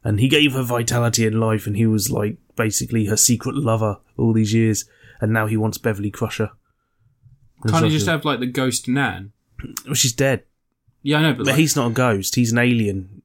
B: And he gave her vitality and life, and he was like basically her secret lover all these years. And now he wants Beverly Crusher.
A: Can't he
B: Crusher-
A: just have like the ghost Nan?
B: Well, she's dead.
A: Yeah, I know, but,
B: But
A: like,
B: he's not a ghost. He's an alien.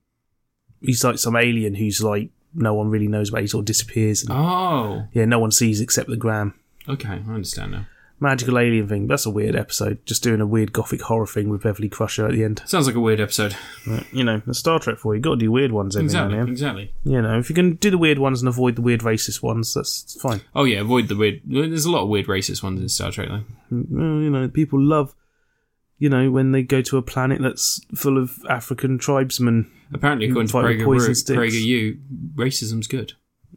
B: He's like some alien who's like no one really knows about. He sort of disappears. And,
A: oh,
B: Yeah, no one sees except the Gram.
A: okay, I understand now.
B: Magical alien thing. That's a weird episode. Just doing a weird gothic horror thing with Beverly Crusher at the end.
A: Sounds like a weird episode.
B: But, you know, the Star Trek for you. Got to do weird ones every
A: Exactly,
B: now and then.
A: exactly.
B: You know, if you can do the weird ones and avoid the weird racist ones, that's fine.
A: Oh yeah, avoid the weird. There's a lot of weird racist ones in Star Trek, though.
B: Mm, Well, you know, people love. You know, when they go to a planet that's full of African tribesmen,
A: Apparently, according to
B: Fight with
A: Prager,
B: poison
A: Ru-
B: sticks.
A: Prager U, racism's good.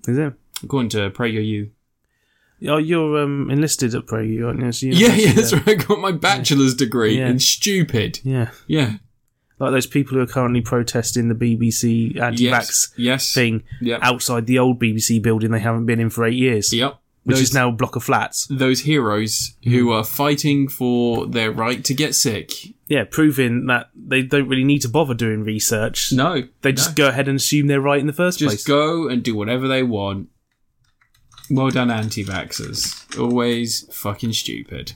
B: is it?
A: According to Prager U.
B: Oh, you're um, enlisted at Pro U, aren't you? So you
A: Yeah, yeah, that's right. I got my bachelor's degree
B: Yeah.
A: in stupid.
B: Yeah.
A: Yeah.
B: Like those people who are currently protesting the BBC anti
A: Yes.
B: vax
A: Yes.
B: thing
A: Yep.
B: outside the old BBC building they haven't been in for eight years,
A: Yep.
B: which
A: Those,
B: is now a block of flats.
A: those heroes who are fighting for their right to get sick.
B: Yeah, proving that they don't really need to bother doing research.
A: No.
B: They just go ahead and assume they're right in the first
A: Just
B: place.
A: go and do whatever they want. Well done, anti vaxxers. Always fucking stupid.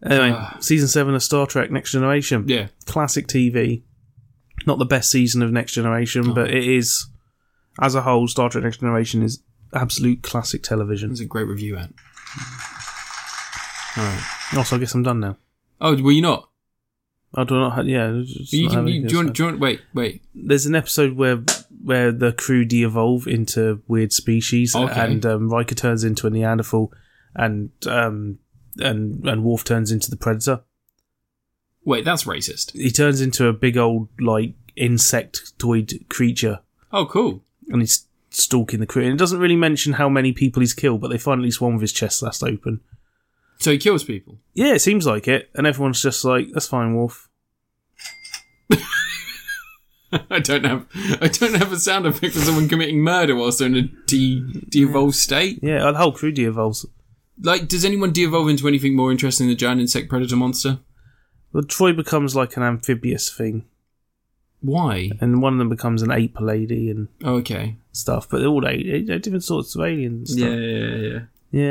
B: anyway, season seven of Star Trek Next Generation.
A: Ah. Yeah.
B: Classic TV. Not the best season of Next
A: Oh.
B: Generation, but it is, as a whole, Star Trek Next Generation is absolute classic television.
A: That's a great review, Ant. All right.
B: Also, I guess I'm done now.
A: Oh, were you not?
B: I do not. Ha- yeah, just
A: You
B: not
A: can,
B: having
A: you,
B: it,
A: do, you
B: so.
A: want, do you want? Wait, wait.
B: There's an episode where where the crew de-evolve into weird species,
A: Okay.
B: and um, Riker turns into a Neanderthal, and um, and and Worf turns into the Predator.
A: Wait, that's racist.
B: He turns into a big old like insectoid creature,
A: Oh, cool.
B: and he's stalking the crew. And it doesn't really mention how many people he's killed, but they find at least one with his chest last open.
A: So he kills people.
B: Yeah, it seems like it, and everyone's just like, "That's fine, Worf."
A: I don't have. I don't have a sound effect for someone committing murder whilst they're in a de de-evolved state.
B: Yeah, the whole crew de-evolves.
A: Like, does anyone de-evolve into anything more interesting than a giant insect predator monster?
B: Well, Troy becomes like an amphibious thing.
A: Why?
B: and one of them becomes an ape lady and
A: Oh, okay.
B: stuff. But they're all eight, eight, eight different sorts of aliens. and
A: Yeah,
B: stuff.
A: yeah, yeah.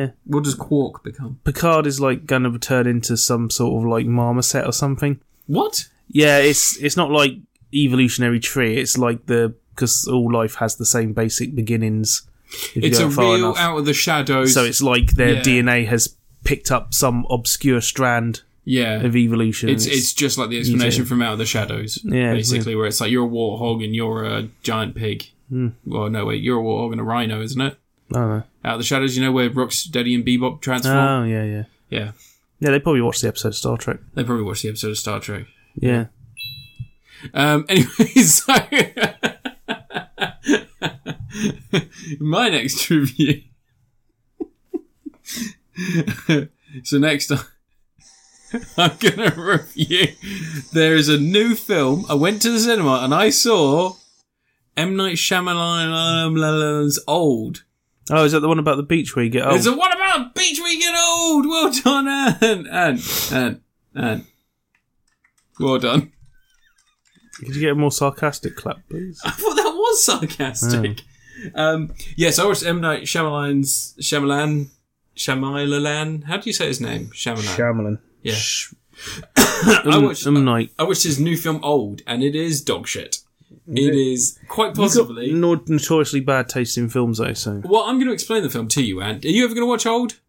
B: yeah.
A: What does Quark become?
B: Picard is like going to turn into some sort of like marmoset or something.
A: What?
B: Yeah, it's it's not like evolutionary tree. It's like the because all life has the same basic beginnings. If
A: it's
B: you
A: a
B: go far
A: real
B: enough.
A: out of the shadows.
B: so it's like their
A: Yeah.
B: DNA has picked up some obscure strand
A: yeah.
B: of evolution.
A: It's it's just like the explanation
B: do.
A: from Out of the Shadows,
B: Yeah,
A: basically, where it's like you're a warthog and you're a giant pig. Well, no, wait, you're a warthog and a rhino, isn't it?
B: I don't know.
A: Out of the Shadows, you know where Rocksteady and Bebop transform.
B: Oh yeah, yeah,
A: yeah,
B: yeah. They probably watched the episode of Star Trek.
A: they probably watched the episode of Star Trek.
B: Yeah,
A: Um, anyway, so my next review. so next time. I'm gonna review. There is a new film. I went to the cinema and I saw M Night Shyamalan's Old.
B: Oh, is that the one about the beach where you get oh, old?
A: It's a what about beach we get old? Well done, Anne, Anne, Anne, Anne. Well done.
B: Could you get a more sarcastic clap, please?
A: I thought that was sarcastic. Um, yes, I watched M Night Shyamalan's Shyamalan Shyamalan. How do you say his name? Shyamalan.
B: Shyamalan.
A: Yeah.
B: Sh-
A: I watched.
B: Um, night.
A: I watched his new film Old, and it is dog shit. It is quite possibly.
B: No- notoriously bad taste in films, though, so.
A: Well, I'm going to explain the film to you, Ant. Are you ever going to watch Old?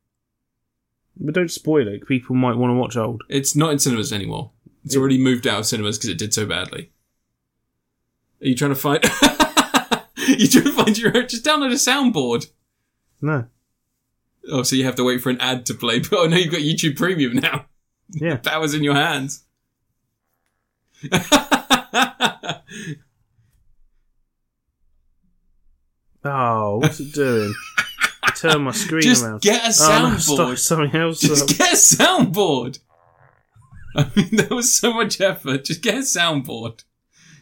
B: But don't spoil it. People might want to watch old.
A: It's not in cinemas anymore. It's already moved out of cinemas because it did so badly. Are you trying to find? you trying to find your own? Just download a soundboard.
B: No.
A: Oh, so you have to wait for an ad to play. But oh no, you've got YouTube Premium now.
B: Yeah.
A: That was in your hands.
B: Oh, what's it doing? Turn my screen
A: Just
B: around.
A: get a
B: Oh, no,
A: soundboard.
B: start something else. Uh,
A: Just
B: up.
A: get a soundboard. I mean, that was so much effort. Just get a soundboard.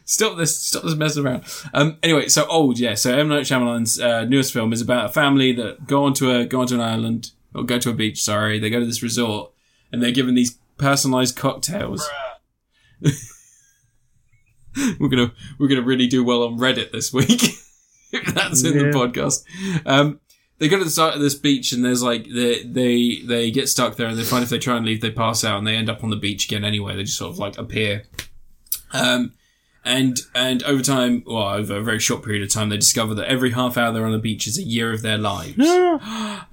A: Stop this. Stop this messing around. Um. Anyway, so old. Yeah. So M Night Shyamalan's uh, newest film is about a family that go onto a go onto an island or go to a beach. Sorry, they go to this resort and they're given these personalized cocktails. we're gonna we're gonna really do well on Reddit this week. if that's in the
B: Yeah.
A: podcast. Um, they go to the side of this beach and there's like they they they get stuck there and they find if they try and leave they pass out and they end up on the beach again anyway. They just sort of like appear Um, and and over time, well, over a very short period of time, they discover that every half hour they're on the beach is a year of their lives,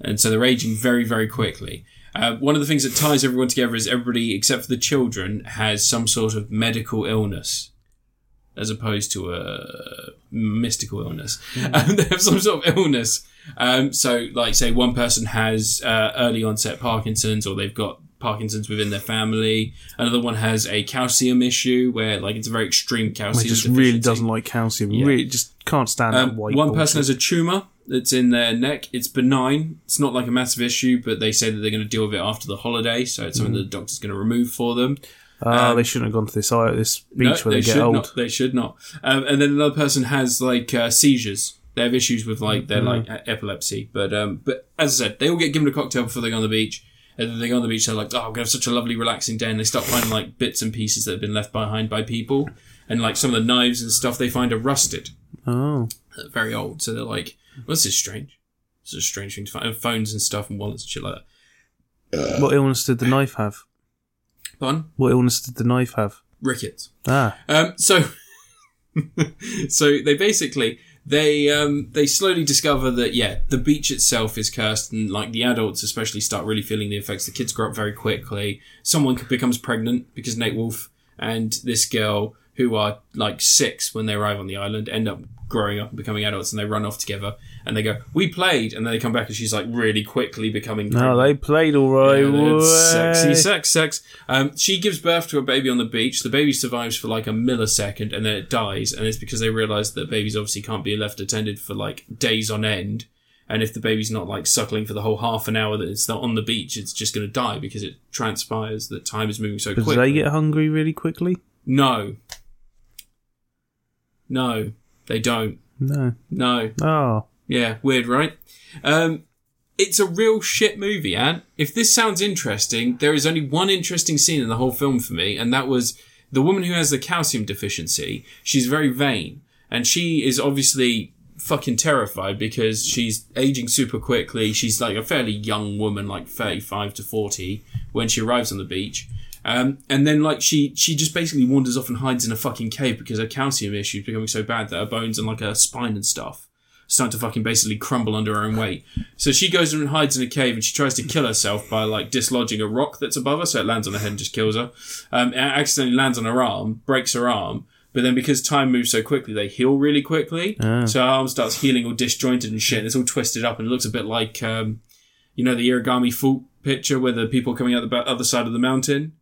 A: and so they're aging very very quickly. Uh, one of the things that ties everyone together is everybody except for the children has some sort of medical illness. As opposed to a mystical illness,
B: Mm.
A: um, they have some sort of illness. Um, so, like, say one person has uh, early onset Parkinson's, or they've got Parkinson's within their family. Another one has a calcium issue where, like, it's a very extreme calcium.
B: It just
A: deficiency.
B: really doesn't like calcium. Really, just can't stand
A: Um,
B: that
A: one
B: white.
A: person has a tumor that's in their neck. It's benign. It's not like a massive issue, but they say that they're going to deal with it after the holiday. So it's
B: Mm.
A: something that the doctor's going to remove for them.
B: Ah, they shouldn't have gone to this isle- this beach
A: um, No,
B: where they, get
A: should
B: old.
A: Not, they should not. Um, and then another person has like uh, seizures. They have issues with like their
B: Mm-hmm.
A: like e- epilepsy. But um, but as I said, they all get given a cocktail before they go on the beach. And then they go on the beach. They're like, oh, I'm gonna have such a lovely, relaxing day. And they start finding like bits and pieces that have been left behind by people. And like some of the knives and stuff they find are rusted,
B: Oh,
A: uh, very old. So they're like, well, this is strange. This is a strange thing to find. And phones and stuff and wallets and shit like that.
B: what illness did the knife have?
A: Fun
B: What illness did the knife have?
A: um, rickets.
B: Ah,
A: Um, so, so they basically they um, they slowly discover that yeah, the beach itself is cursed, and like the adults especially start really feeling the effects. The kids grow up very quickly. Someone becomes pregnant because Nate Wolf and this girl who are like six when they arrive on the island end up growing up and becoming adults and they run off together and they go we played and then they come back and she's like really quickly becoming
B: no,
A: pregnant.
B: they played all right.
A: Yeah, it's
B: way.
A: sexy sex, sex. Um, she gives birth to a baby on the beach. The baby survives for like a millisecond and then it dies. And it's because they realize that babies obviously can't be left attended for like days on end. And if the baby's not like suckling for the whole half an hour that it's not on the beach, it's just going to die because it transpires that time is moving so
B: But
A: quickly.
B: did they get hungry really quickly?
A: no. No, they don't.
B: No.
A: No.
B: Oh,
A: Yeah, weird, right? Um, it's a real shit movie, Ant. If this sounds interesting, there is only one interesting scene in the whole film for me, and that was the woman who has the calcium deficiency. She's very vain, and she is obviously fucking terrified because she's aging super quickly. She's like a fairly young woman, like 35 to 40, when she arrives on the beach. Um, and then like she she just basically wanders off and hides in a fucking cave because her calcium issue is becoming so bad that her bones and like her spine and stuff starting to fucking basically crumble under her own weight. So she goes and hides in a cave and she tries to kill herself by like dislodging a rock that's above her, so it lands on her head and just kills her. Um, it accidentally lands on her arm, breaks her arm, but then because time moves so quickly, they heal really quickly. So her arm starts healing all disjointed and shit, and it's all twisted up and it looks a bit like, um, you know, the origami fault picture where the people coming out the ba- other side of the mountain.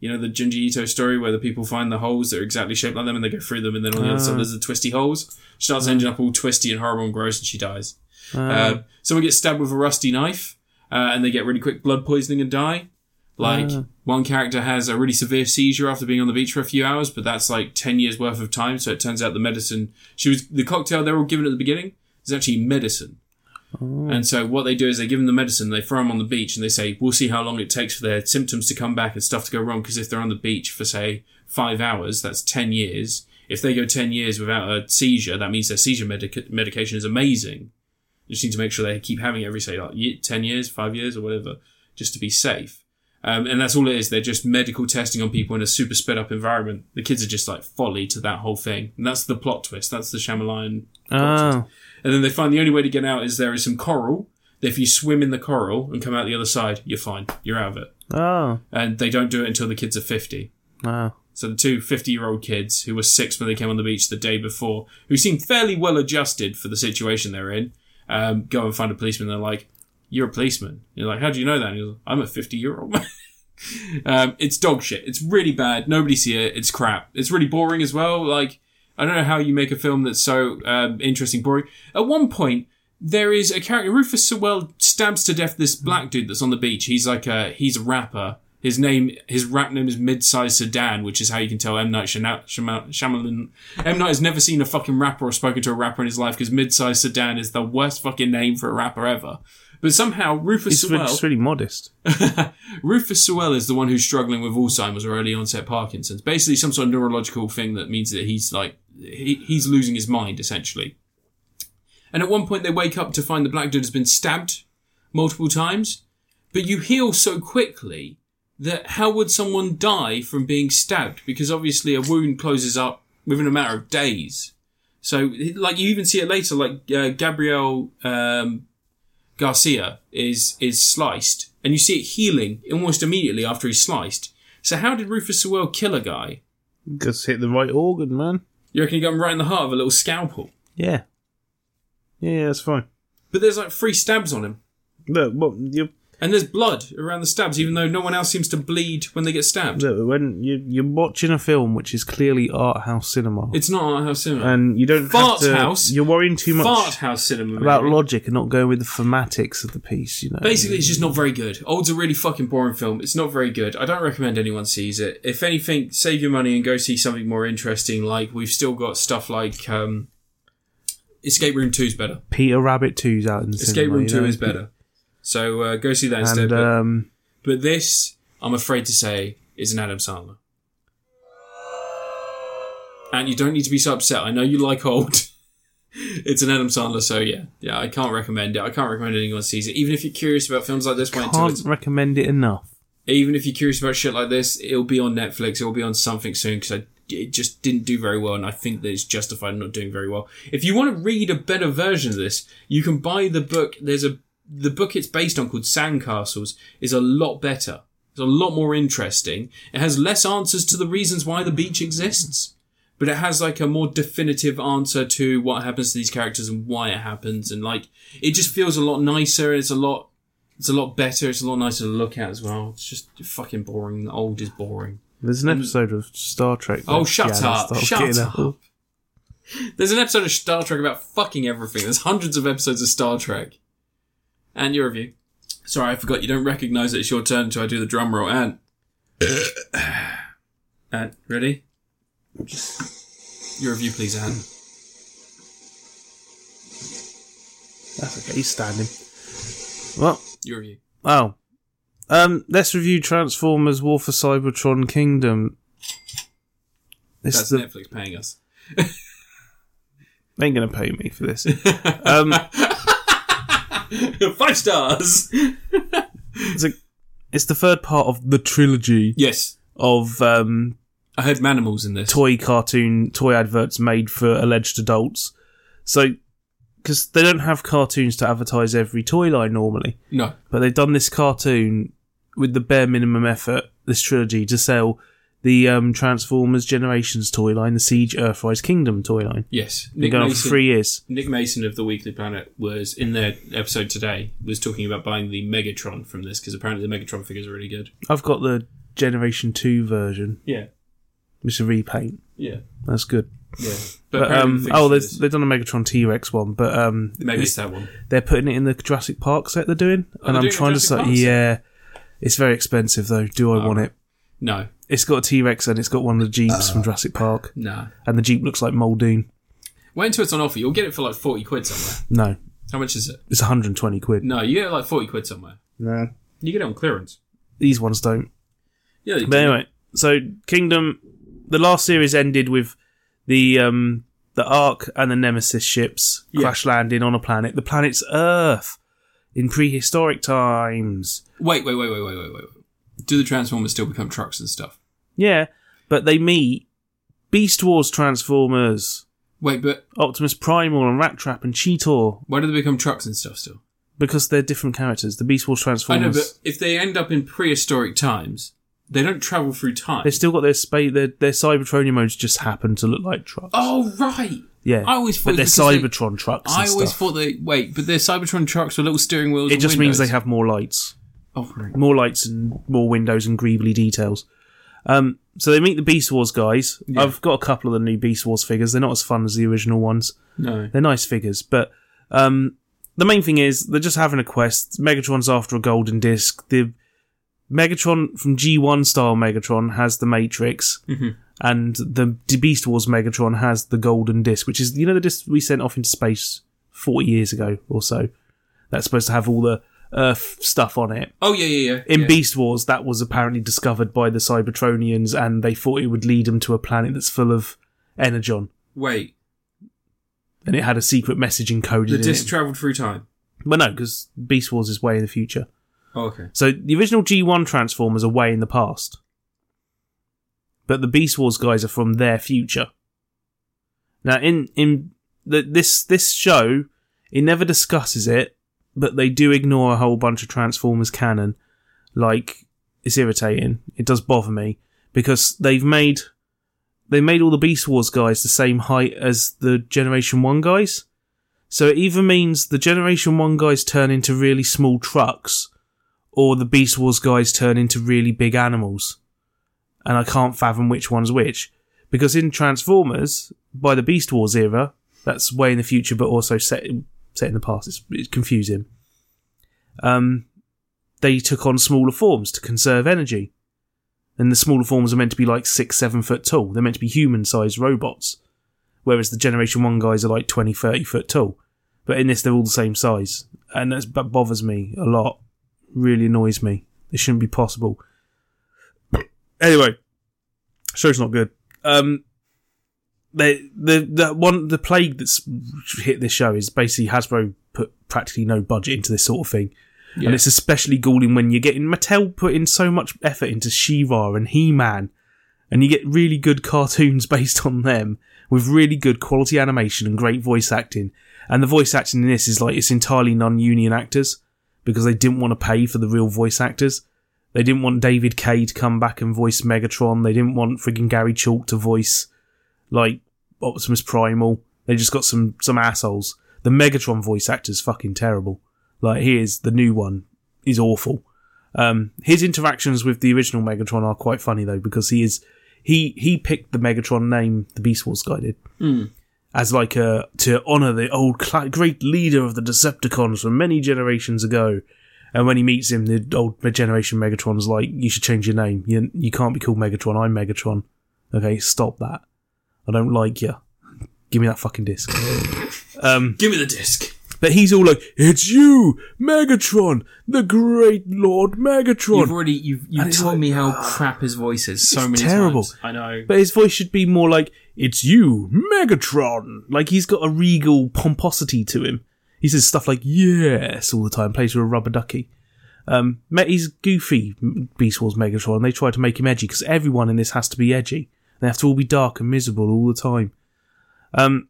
A: You know, the Junji Ito story where the people find the holes that are exactly shaped like them and they go through them and then on the other side there's the twisty holes. She starts ending up all twisty and horrible and gross and she dies.
B: Ah.
A: Uh, someone gets stabbed with a rusty knife uh, and they get really quick blood poisoning and die. Like, one character has a really severe seizure after being on the beach for a few hours, but that's like 10 years worth of time. So it turns out the medicine, she was, the cocktail they were all given at the beginning is actually medicine. And so what they do is they give them the medicine, they throw them on the beach, and they say, "We'll see how long it takes for their symptoms to come back and stuff to go wrong." Because if they're on the beach for say five hours, that's ten years. If they go ten years without a seizure, that means their seizure medic- medication is amazing. You just need to make sure they keep having it every say like ye- ten years, five years, or whatever, just to be safe. Um, and that's all it is. They're just medical testing on people in a super sped up environment. The kids are just like folly to that whole thing. And that's the plot twist. That's the Shyamalan
B: oh,
A: and then they find the only way to get out is there is some coral. That if you swim in the coral and come out the other side, you're fine. You're out of it.
B: oh,
A: And they don't do it until the kids are 50.
B: oh.
A: So the two 50 year old kids who were six when they came on the beach the day before, who seem fairly well adjusted for the situation they're in, um, go and find a policeman. they're like, You're a policeman. And you're like, How do you know that? And he's like, I'm a 50 year old man. um, it's dog shit. It's really bad. Nobody see it. It's crap. It's really boring as well. Like, I don't know how you make a film that's so um, interesting, boring. At one point, there is a character Rufus Sewell stabs to death this black dude that's on the beach. He's like a he's a rapper. His name his rap name is Midsize Sedan, which is how you can tell M Night Shana- Shama- Shyamalan. M Night has never seen a fucking rapper or spoken to a rapper in his life because Midsize Sedan is the worst fucking name for a rapper ever. But somehow Rufus
B: It's, re-
A: Sewell
B: it's really modest.
A: Rufus Sewell is the one who's struggling with Alzheimer's or early onset Parkinson's. Basically, some sort of neurological thing that means that he's like he, he's losing his mind essentially. And at one point, they wake up to find the black dude has been stabbed multiple times, but you heal so quickly that how would someone die from being stabbed? Because obviously a wound closes up within a matter of days. So like you even see it later, like uh, Gabriel um, Garcia is is sliced, and you see it healing almost immediately after he's sliced. So how did Rufus Sewell kill a guy?
B: Just hit the right organ, man.
A: You reckon he got him right in the heart with a little scalpel?
B: Yeah. Yeah, yeah, that's fine.
A: But there's like three stabs on him,
B: Look, what you
A: and there's blood around the stabs, even though no one else seems to bleed when they get stabbed.
B: look, when you you're watching a film which is clearly art house cinema,
A: It's not our house cinema.
B: and you don't
A: Fart
B: have to,
A: house.
B: You're worrying too much
A: Fart house cinema.
B: about
A: maybe.
B: logic and not going with the thematics of the piece. You know,
A: Basically, it's just not very good. Old's a really fucking boring film. It's not very good. I don't recommend anyone sees it. If anything, save your money and go see something more interesting. Like we've still got stuff like um, Escape Room Two is better.
B: Peter Rabbit 2's out in the
A: Escape
B: cinema,
A: Room
B: you
A: Two
B: know?
A: is better. So uh, go see that instead.
B: And
A: But,
B: um,
A: but this, I'm afraid to say, is an Adam Sandler. And you don't need to be so upset. I know you like old. It's an Adam Sandler, so yeah, yeah. I can't recommend it. I can't recommend anyone sees it. Even if you're curious about films like this, wait until
B: can't
A: it's
B: recommend it enough.
A: even if you're curious about shit like this, it'll be on Netflix. It'll be on something soon because it just didn't do very well, and I think that it's justified not doing very well. If you want to read a better version of this, you can buy the book. There's a the book it's based on called Sandcastles is a lot better. It's a lot more interesting. It has less answers to the reasons why the beach exists, but it has like a more definitive answer to what happens to these characters and why it happens, and like it just feels a lot nicer. It's a lot it's a lot better. It's a lot nicer to look at as well. It's just fucking boring. The old is boring.
B: There's an episode of Star Trek.
A: Mm. Oh,
B: where
A: shut
B: Deanna
A: up.
B: starts
A: Shut
B: getting
A: up.
B: old.
A: There's an episode of Star Trek about fucking everything. There's hundreds of episodes of Star Trek. And your review. Sorry, I forgot. You don't recognise it. It's your turn until I do the drum roll. And. Ant, ready? Your review, please, Ant.
B: That's okay. He's standing. Well,
A: Your review.
B: oh, um, let's review Transformers: War for Cybertron Kingdom. This
A: That's
B: is the,
A: Netflix paying us.
B: they ain't gonna pay me for this. um,
A: Five stars!
B: it's, a, it's the third part of the trilogy
A: Yes.
B: of um,
A: I heard Manimals in this.
B: toy cartoon toy adverts made for alleged adults. So, because they don't have cartoons to advertise every toy line normally,
A: No.
B: but they've done this cartoon with the bare minimum effort, this trilogy, to sell the um, Transformers Generations toy line, the Siege Earthrise Kingdom toy line.
A: Yes.
B: They're
A: Nick
B: going on for
A: Mason-
B: three years.
A: Nick Mason of the Weekly Planet was in their episode today was talking about buying the Megatron from this because apparently the Megatron figures are really good.
B: I've got the Generation 2 version,
A: Yeah,
B: which is a repaint.
A: yeah,
B: That's good.
A: yeah. But,
B: But,
A: apparently
B: um,
A: the
B: oh,
A: figures for
B: they've,
A: this-
B: they've done a Megatron T Rex one, but um,
A: maybe it's that one.
B: they're putting it in the Jurassic Park set they're doing,
A: Oh, they're
B: and I'm
A: doing a
B: trying to
A: Jurassic Oh.
B: say,
A: Park set?
B: yeah, it's very expensive though. Do I want it?
A: No,
B: It's got a T Rex and it's got one of the jeeps from Jurassic Park,
A: no.
B: and the jeep looks like Muldoon.
A: Wait until it's on offer. You'll get it for like forty quid somewhere.
B: No,
A: How much is it?
B: it's 120 quid.
A: No, you get it like forty quid somewhere.
B: No,
A: You get it on clearance.
B: these ones don't.
A: Yeah, you
B: But
A: can-
B: anyway, so Kingdom, the last series ended with the um the Ark and the Nemesis ships
A: Yeah.
B: crash landing on a planet. The planet's Earth in prehistoric times.
A: wait, wait, wait, wait, wait, wait, wait. Do the Transformers still become trucks and stuff?
B: Yeah, but they meet Beast Wars Transformers.
A: Wait, but
B: Optimus Primal and Rat Trap and Cheetor
A: why do they become trucks and stuff still?
B: because they're different characters. The Beast Wars
A: I
B: Transformers.
A: know, but if they end up in prehistoric times, they don't travel through time.
B: They've still got their space. Their, their Cybertronian modes just happen to look like trucks.
A: Oh right.
B: yeah.
A: I always
B: but
A: thought
B: they're
A: it was because they-
B: Cybertron trucks. And
A: I always
B: stuff.
A: thought they wait, but their Cybertron trucks with little steering wheels.
B: it
A: and
B: just
A: windows.
B: means they have more lights,
A: Oh, right.
B: more lights, and more windows and greebly details. Um, so they meet the Beast Wars guys. I've got a couple of the new Beast Wars figures. They're not as fun as the original ones.
A: No.
B: They're nice figures, but um, the main thing is they're just having a quest. Megatron's after a golden disc. The Megatron from G1 style Megatron has the Matrix, and the D- Beast Wars Megatron has the golden disc, which is you know the disc we sent off into space forty years ago or so. That's supposed to have all the Earth stuff on it.
A: Oh yeah, yeah, yeah.
B: In
A: yeah.
B: Beast Wars, that was apparently discovered by the Cybertronians, and they thought it would lead them to a planet that's full of energon,
A: wait,
B: and it had a secret message encoded
A: the
B: in it.
A: disc travelled through time.
B: Well, no, because Beast Wars is way in the future.
A: Oh, okay.
B: So the original G1 Transformers are way in the past. But the Beast Wars guys are from their future. Now in in the, this this show, it never discusses it, but they do ignore a whole bunch of Transformers canon. Like it's irritating. It does bother me because they've made they made all the Beast Wars guys the same height as the Generation 1 guys. So it either means the Generation 1 guys turn into really small trucks or the Beast Wars guys turn into really big animals. And I can't fathom which one's which. Because in Transformers, by the Beast Wars era, that's way in the future but also set, set in the past. It's, it's confusing. Um, they took on smaller forms to conserve energy. And the smaller forms are meant to be like six, seven foot tall. They're meant to be human sized robots. Whereas the Generation 1 guys are like 20, 30 foot tall. But in this, they're all the same size. And that's, that bothers me a lot. Really annoys me. It shouldn't be possible. anyway, show's not good. Um, the, the, the one, the plague that's hit this show is basically Hasbro put practically no budget into this sort of thing.
A: Yeah.
B: And it's especially galling when you're getting Mattel put in so much effort into She-Ra and He-Man, and you get really good cartoons based on them with really good quality animation and great voice acting. And the voice acting in this is like it's entirely non-union actors because they didn't want to pay for the real voice actors. They didn't want David Kay to come back and voice Megatron. They didn't want frigging Gary Chalk to voice like Optimus Primal. They just got some some assholes. The Megatron voice actor's fucking terrible. Like he is the new one. He's awful. Um, his interactions with the original Megatron are quite funny though because he is he he picked the Megatron name the Beast Wars guy did as like a to honor the old cla great leader of the Decepticons from many generations ago. And when he meets him, the old generation Megatron's like, "You should change your name. You you can't be called Megatron. I'm Megatron. Okay, stop that. I don't like you. Give me that fucking disc." um,
A: Mm. Give me the disc.
B: but he's all like, "It's you, Megatron, the great Lord Megatron."
A: You've already you've you
B: And
A: have
B: it's
A: told
B: like, ah,
A: me how crap his voice is so
B: it's
A: many
B: terrible.
A: times. I know.
B: But his voice should be more like, It's you, Megatron! Like he's got a regal pomposity to him. He says stuff like, Yes, all the time, plays with a rubber ducky. Um, Me- he's goofy, M- Beast Wars Megatron, and they try to make him edgy because everyone in this has to be edgy. They have to all be dark and miserable all the time. Um,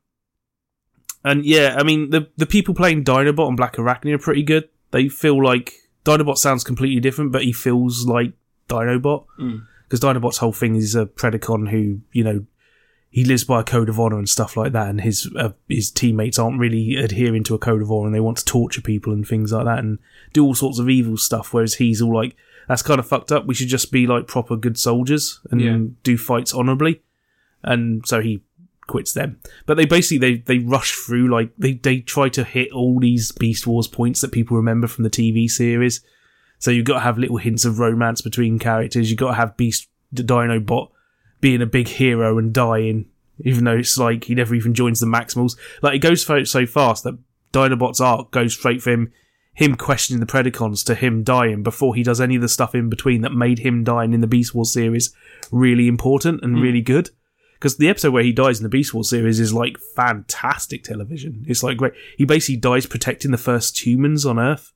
B: and yeah, I mean, the, the people playing Dinobot and Black Arachne are pretty good. They feel like Dinobot sounds completely different, but he feels like Dinobot because Dinobot's whole thing is a Predacon who, you know, he lives by a code of honor and stuff like that, and his uh, his teammates aren't really adhering to a code of honor, and they want to torture people and things like that, and do all sorts of evil stuff. Whereas he's all like, "That's kind of fucked up. We should just be like proper good soldiers and
A: Yeah.
B: do fights honorably." And so he quits them. But they basically they they rush through like they they try to hit all these Beast Wars points that people remember from the TV series. So you've got to have little hints of romance between characters. You've got to have Beast the Dinobot being a big hero and dying, even though it's like he never even joins the Maximals. Like it goes so, so fast that Dinobot's arc goes straight from him questioning the Predacons to him dying before he does any of the stuff in between that made him dying in the Beast Wars series really important
A: Hmm.
B: and really good. Because the episode where he dies in the Beast Wars series is like fantastic television. It's like great. He basically dies protecting the first humans on Earth.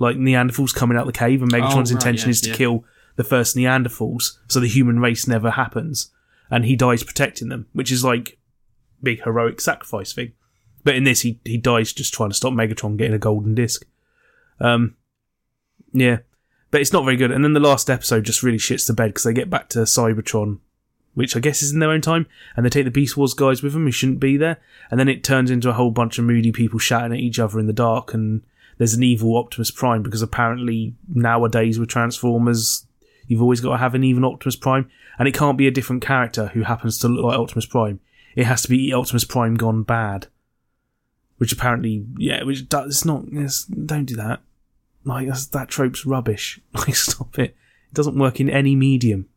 B: Like Neanderthals coming out the cave, and Megatron's
A: Oh, right,
B: intention
A: yeah,
B: is to
A: yeah.
B: kill the first Neanderthals, so the human race never happens. And he dies protecting them, which is like big heroic sacrifice thing. But in this, he he dies just trying to stop Megatron getting a golden disc. Um, yeah, but it's not very good. And then the last episode just really shits the bed because they get back to Cybertron, which I guess is in their own time, and they take the Beast Wars guys with them who shouldn't be there. And then it turns into a whole bunch of moody people shouting at each other in the dark. And there's an evil Optimus Prime because apparently nowadays with Transformers, you've always got to have an even Optimus Prime, and it can't be a different character who happens to look like Optimus Prime. It has to be Optimus Prime gone bad, which apparently, yeah, which does, it's not. It's, don't do that. Like that's, that trope's rubbish. Like stop it. It doesn't work in any medium.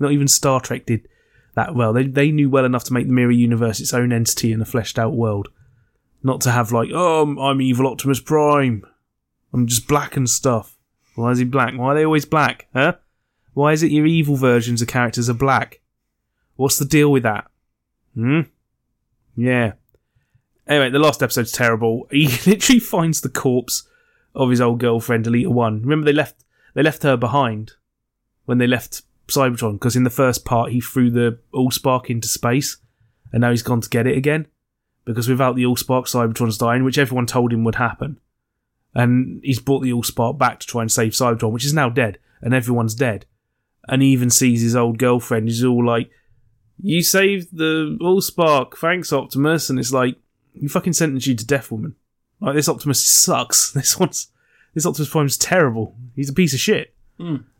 B: Not even Star Trek did that well. They they knew well enough to make the mirror universe its own entity in a fleshed out world, not to have like, oh, I'm, I'm evil Optimus Prime. I'm just black and stuff. Why is he black? Why are they always black? Huh? Why is it your evil versions of characters are black? What's the deal with that? Hmm? Yeah. Anyway, the last episode's terrible. He literally finds the corpse of his old girlfriend, Alita One. Remember they left they left her behind when they left Cybertron because in the first part he threw the Allspark into space, and now he's gone to get it again because without the Allspark, Cybertron's dying, which everyone told him would happen. And he's brought the Allspark back to try and save Cybertron, which is now dead, and everyone's dead. And he even sees his old girlfriend, who's all like, "You saved the Allspark, thanks Optimus," and it's like, "You fucking sentenced you to death, woman." Like this Optimus sucks. This one's this Optimus Prime's terrible. He's a piece of shit.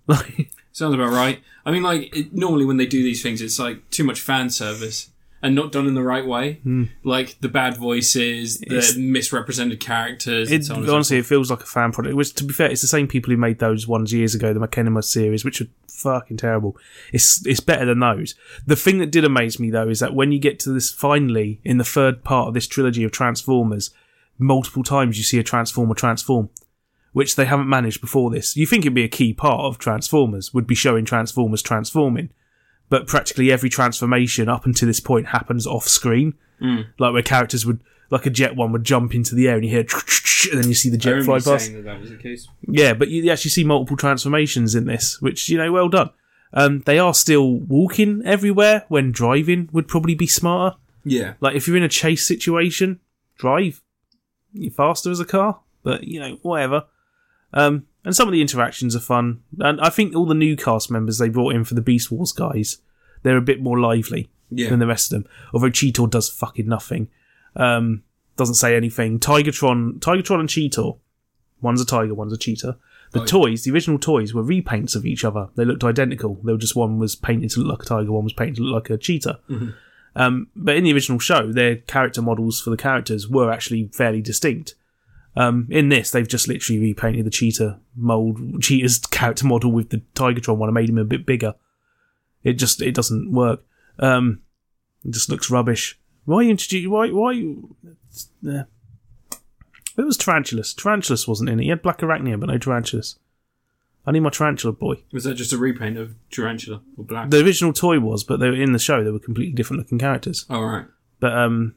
B: Like
A: Sounds about right. I mean, like it, normally when they do these things, it's like too much fan service and not done in the right way. Like the bad voices, the
B: Hmm. It's-
A: misrepresented characters, and
B: it,
A: so on. and so
B: honestly, it feels like a fan product. Which, to be fair, it's the same people who made those ones years ago, the Machinima series, which are fucking terrible. It's it's better than those. The thing that did amaze me though is that when you get to this finally in the third part of this trilogy of Transformers, multiple times you see a Transformer transform, which they haven't managed before this. You think it'd be a key part of Transformers would be showing Transformers transforming, but practically every transformation up until this point happens off screen like where characters would like a jet one would jump into the air and you hear and then you see the
A: I
B: jet
A: remember
B: fly
A: you
B: past
A: saying that that was the case.
B: yeah but you actually see multiple transformations in this which you know well done um, they are still walking everywhere when driving would probably be smarter
A: Yeah,
B: like if you're in a chase situation drive you're faster as a car but you know whatever um, and some of the interactions are fun and i think all the new cast members they brought in for the beast wars guys they're a bit more lively
A: yeah.
B: than the rest of them. Although Cheetor does fucking nothing. Um, doesn't say anything. Tigertron, Tigertron and Cheetor. One's a tiger, one's a cheetah. The
A: Oh, yeah.
B: toys, the original toys, were repaints of each other. They looked identical. They were just one was painted to look like a tiger, one was painted to look like a cheetah. Um, but in the original show, their character models for the characters were actually fairly distinct. Um, in this, they've just literally repainted the cheetah mold, cheetah's character model with the Tigertron one and made him a bit bigger. It just it doesn't work. Um, it just looks rubbish. Why introduce? Why why? you- Yeah. It was Tarantulas. Tarantulas wasn't in it. He had Black Arachnia, but no Tarantulas. I need my Tarantula boy.
A: Was that just a repaint of Tarantula or Black?
B: The original toy was, but they were in the show. They were completely different looking characters.
A: All Oh, right.
B: But um,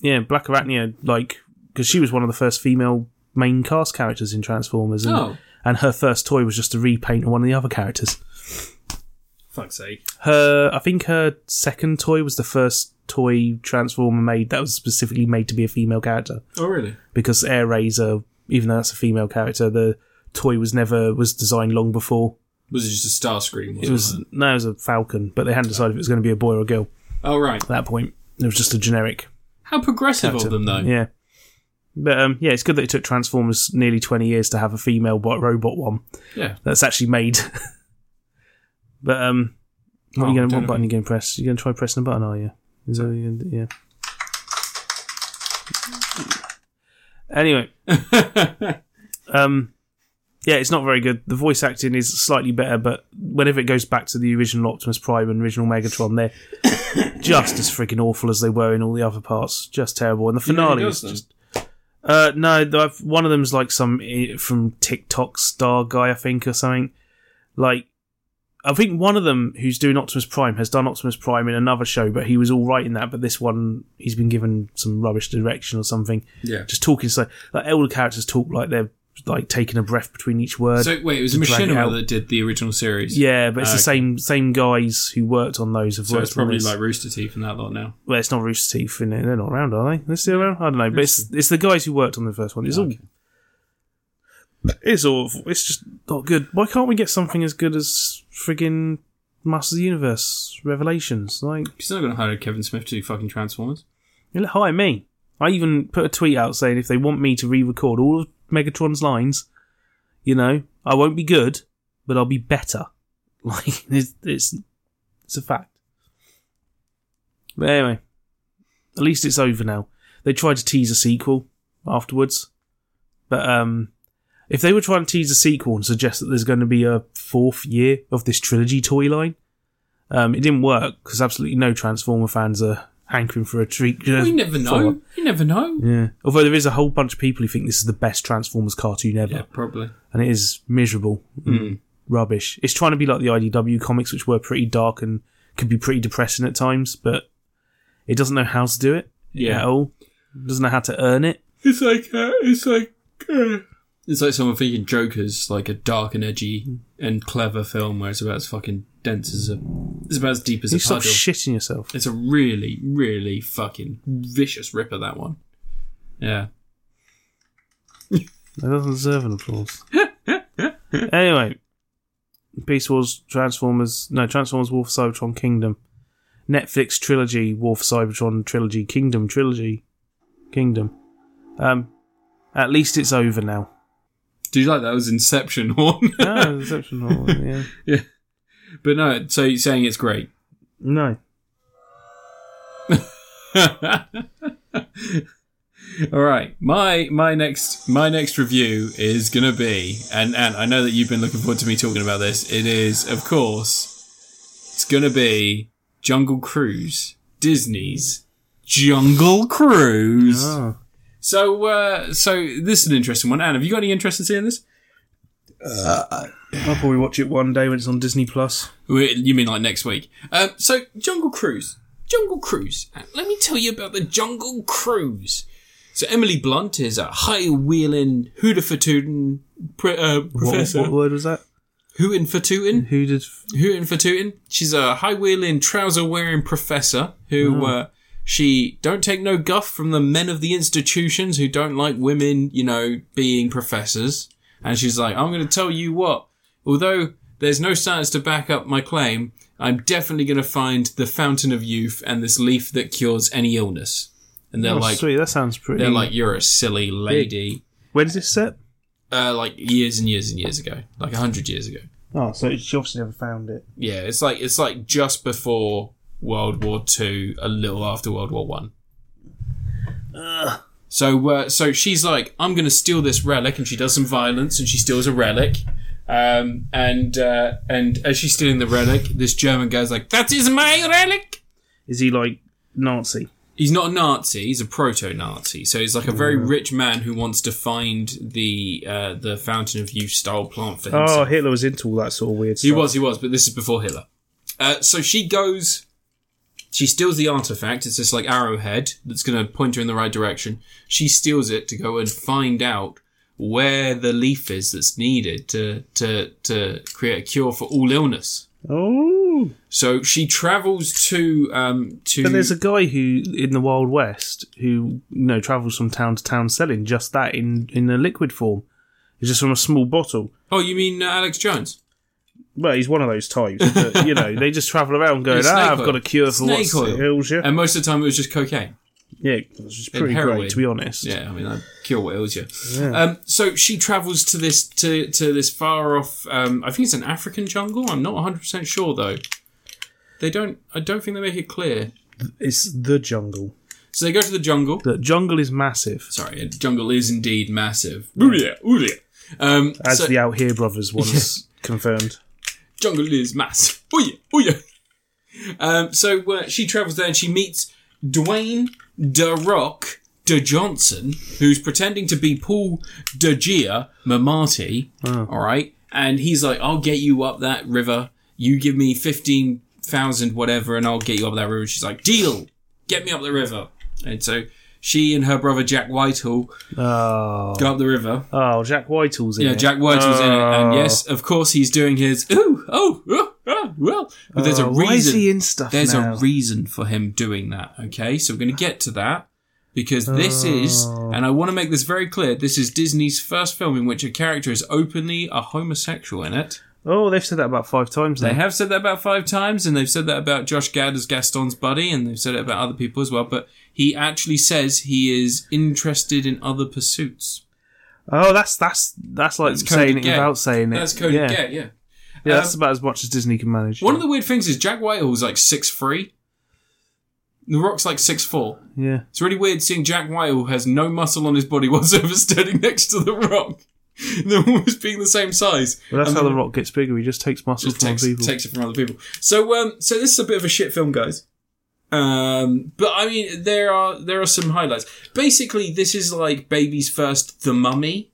B: yeah, Black Arachnia, like, because she was one of the first female main cast characters in Transformers, and,
A: Oh.
B: and her first toy was just a repaint of one of the other characters.
A: Fuck's sake.
B: Her, I think her second toy was the first toy Transformer made that was specifically made to be a female character
A: Oh, really?
B: because Air Razor, even though that's a female character, the toy was never was designed long before.
A: Was it just a star screen?
B: It was no, it was a Falcon, but they hadn't decided if it was going to be a boy or a girl
A: Oh, right.
B: at that point. It was just a generic
A: How progressive of them, though.
B: Yeah. But um, yeah, it's good that it took Transformers nearly 20 years to have a female bo- robot one
A: Yeah.
B: that's actually made. but um, what, are
A: Oh,
B: you gonna,
A: don't
B: what button are you going to press? You're going to try pressing a button, are you? Is that what you're gonna do? Yeah. Anyway, um, yeah, it's not very good. The voice acting is slightly better, but whenever it goes back to the original Optimus Prime and original Megatron, they're just as freaking awful as they were in all the other parts. Just terrible. And the
A: You know who
B: finale
A: does
B: is
A: them?
B: just. Uh, no, th- I've, one of them's like some i- from TikTok star guy, I think, or something. Like, I think one of them who's doing Optimus Prime has done Optimus Prime in another show, but he was all right in that. But this one, he's been given some rubbish direction or something.
A: Yeah.
B: Just talking so like elder characters talk like they're like taking a breath between each word.
A: So wait, it was
B: to drag it out.
A: Machinima that did the original series.
B: yeah, but it's
A: Ah,
B: the same same guys who worked on those have
A: So
B: worked
A: it's probably
B: on this.
A: like Rooster Teeth and that lot now.
B: well, it's not Rooster Teeth, and they're not around, are they? They're still around. I don't know, but it's it's the guys who worked on the first
A: Ah,
B: one. It's all it's awful. It's just not good. Why can't we get something as good as friggin' Masters of the Universe Revelations? Like,
A: He's not going to hire Kevin Smith to do fucking Transformers.
B: you know, hire me. I even put a tweet out saying if they want me to re-record all of Megatron's lines, you know, I won't be good, but I'll be better. Like it's it's, it's a fact. But anyway, at least it's over now. They tried to tease a sequel afterwards, but um, if they were trying to tease a sequel and suggest that there's going to be a fourth year of this trilogy toy line, um, it didn't work because absolutely no Transformer fans are hankering for a treat.
A: Well, you never know. You never know.
B: Yeah. Although there is a whole bunch of people who think this is the best Transformers cartoon ever,
A: Yeah, Mm. probably. Hmm.
B: and it is miserable, and rubbish. It's trying to be like the IDW comics, which were pretty dark and could be pretty depressing at times, but it doesn't know how to do it
A: Yeah.
B: at all. It doesn't know how to earn it.
A: It's like uh, it's like uh, It's like someone thinking Joker's like a dark and edgy and clever film where it's about as fucking dense as a, it's about as deep as
B: You
A: a
B: stop
A: puddle.
B: shitting yourself.
A: it's a really, really fucking vicious ripper that one. Yeah.
B: That doesn't deserve an applause. anyway, Beast Wars, Transformers, no, Transformers, War for Cybertron, Kingdom, Netflix trilogy, War for Cybertron trilogy, Kingdom trilogy, Kingdom. Um, at least it's over now.
A: Do you like that? It was Inception horn.
B: Ah, Inception, all right, yeah.
A: but no, so you're saying it's great.
B: No,
A: All right, my my next my next review is gonna be, and and I know that you've been looking forward to me talking about this. It is, of course, it's gonna be Jungle Cruise, Disney's Jungle Cruise.
B: Ah.
A: So uh, so this is an interesting one. Anne, have you got any interest in seeing this?
B: I'll probably watch it one day when it's on Disney Plus.
A: Wait, You mean like next week? Um, so Jungle Cruise, Jungle Cruise. Uh, Let me tell you about the Jungle Cruise. So Emily Blunt is a high wheeling hoodafatootin pre- uh,
B: What,
A: professor.
B: what word was that?
A: Hootin
B: Who did?
A: Hootin fatootin. She's a high wheeling trouser wearing professor who uh, she don't take no guff from the men of the institutions who don't like women, you know, being professors. And she's like, I'm going to tell you what. Although there's no science to back up my claim, I'm definitely going to find the fountain of youth and this leaf that cures any illness. And they're
B: Oh,
A: like,
B: sweet. That sounds pretty.
A: they're like, you're a silly lady.
B: When's this set?
A: Uh, like years and years and years ago, like a hundred years ago.
B: Oh, so she obviously never found it.
A: Yeah, it's like it's like just before World War Two, a little after World War One. So uh, so she's like, I'm gonna steal this relic, and she does some violence, and she steals a relic. Um, and uh, and as she's stealing the relic, this German guy's like, "That is my relic."
B: Is he like Nazi?
A: He's not a Nazi; he's a proto-Nazi. So he's like a very rich man who wants to find the uh, the Fountain of Youth style plant for himself.
B: Oh, Hitler was into all that sort of weird stuff.
A: He was, he was, but this is before Hitler. Uh, so she goes, she steals the artifact. It's this like arrowhead that's going to point her in the right direction. She steals it to go and find out where the leaf is that's needed to to to create a cure for all illness.
B: Oh,
A: So she travels to um to
B: but there's a guy who in the Wild West who you know travels from town to town selling just that in in a liquid form. It's just from a small bottle.
A: oh you mean uh, Alex Jones?
B: Well, he's one of those types. But, you know, they just travel around going,
A: Yeah, snake
B: "Ah, I've
A: oil.
B: got a cure for
A: Snake
B: what's
A: oil.
B: it ails you."
A: And most of the time it was just cocaine.
B: yeah, which is pretty
A: heroin.
B: great to be honest.
A: Yeah, I mean, I cure what ails you. Um, so she travels to this to to this far off. Um, I think it's an African jungle. I'm not 100 percent sure though. They don't. I don't think they make it clear.
B: It's the jungle.
A: So they go to the jungle.
B: The jungle is massive,
A: Sorry, jungle is indeed massive. Ooh, yeah, ooh, yeah. Um,
B: as
A: so
B: the Out Here Brothers once confirmed.
A: jungle is massive. Oh yeah, oh yeah. Um, so uh, she travels there and she meets Dwayne De Rock De Johnson, who's pretending to be Paul De Gia Mamati. All right, and he's like, "I'll get you up that river. You give me fifteen thousand, whatever, and I'll get you up that river." And she's like, "Deal, get me up the river." And so she and her brother Jack Whitehall
B: Oh,
A: go up the river.
B: oh, Jack Whitehall's in
A: Yeah,
B: it.
A: Jack Whitehall's in it, and
B: Oh.
A: yes, of course, he's doing his ooh, oh, oh, oh, well. But there's a
B: Oh,
A: reason.
B: Why is he in stuff
A: There's
B: now?
A: a reason for him doing that, okay? So we're going to get to that because this is,
B: Oh.
A: and I want to make this very clear, this is Disney's first film in which a character is openly a homosexual in it.
B: Oh, they've said that about five times now.
A: They have said that about five times, and they've said that about Josh Gad as Gaston's buddy, and they've said it about other people as well, but he actually says he is interested in other pursuits.
B: Oh, that's that's that's like
A: That's
B: saying
A: coded
B: it
A: gay.
B: without saying it.
A: That's Cody
B: yeah.
A: Gay, yeah.
B: Yeah,
A: Um,
B: that's about as much as Disney can manage.
A: One of the weird things is Jack Whitehall's like six three. The Rock's like six four.
B: yeah,
A: It's really weird seeing Jack Whitehall has no muscle on his body whatsoever, standing next to The Rock. They're almost being the same size.
B: well, that's
A: And
B: how the Rock gets bigger. He just takes muscle
A: just
B: from
A: takes,
B: people.
A: takes it from other people. So, um, so this is a bit of a shit film, guys. Um, but I mean, there are there are some highlights. Basically, this is like baby's first The Mummy.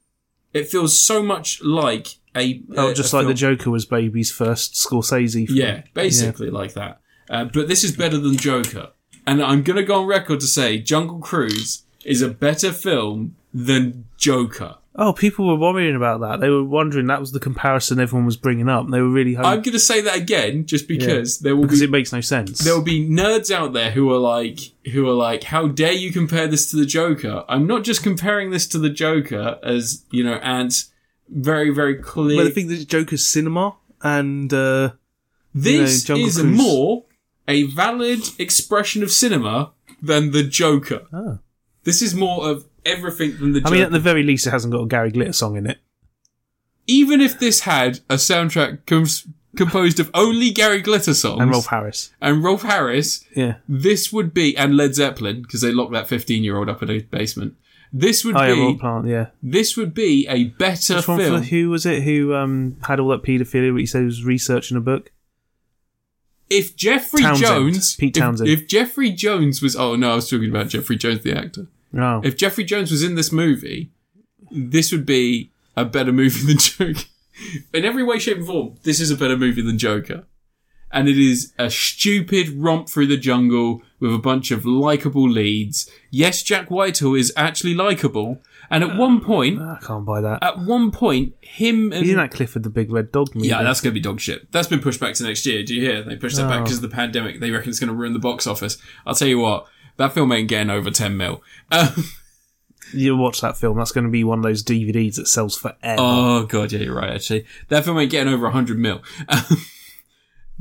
A: It feels so much like a
B: oh,
A: a-
B: just
A: a
B: like
A: film-
B: the Joker was baby's first Scorsese. Film.
A: yeah, basically like that. Uh, but this is better than Joker. And I'm going to go on record to say Jungle Cruise is a better film than Joker.
B: Oh, people were worrying about that. They were wondering that was the comparison everyone was bringing up. They were really hoping
A: I'm going to say that again, just because there will
B: Um, because
A: be
B: it makes no sense.
A: there will be nerds out there who are like who are like how dare you compare this to the joker i'm not just comparing this to the joker as you know ants very very clear
B: But I think that Joker's cinema and uh,
A: this
B: you know, Jungle
A: is
B: Cruise.
A: more a valid expression of cinema than the joker
B: Oh.
A: this is more of everything than the
B: I
A: joker
B: mean, at the very least, it hasn't got a Gary Glitter song in it.
A: even if this had a soundtrack cons- composed of only gary glitter songs
B: And Rolf Harris.
A: and Rolf harris
B: Yeah.
A: this would be and led zeppelin because they locked that 15 year old up in a basement this would
B: Oh yeah,
A: be
B: Rob Plant. Yeah.
A: this would be a better
B: Which one for,
A: film
B: who was it who um, had all that paedophilia? But he said he was researching a book.
A: if Jeffrey
B: Townsend.
A: Jones,
B: Pete
A: if-
B: Townsend.
A: If, Jeffrey Jones was, oh no, I was talking about Jeffrey Jones, the actor.
B: Oh,
A: If Jeffrey Jones was in this movie, this would be a better movie than Joker. In every way, shape, and form, this is a better movie than Joker. And it is a stupid romp through the jungle with a bunch of likable leads. Yes, Jack Whitehall is actually likable. And at one point,
B: I can't buy that.
A: at one point, him and
B: He's in that Clifford the Big Red Dog movie.
A: Yeah, that's going to be dog shit. That's been pushed back to next year. Do you hear? They pushed that back
B: Oh.
A: because of the pandemic. They reckon it's going to ruin the box office. I'll tell you what, that film ain't getting over 10 mil. Um,
B: you watch that film. That's going to be one of those DVDs that sells forever.
A: oh, God, yeah, you're right, actually. That film ain't getting over 100 mil. Um,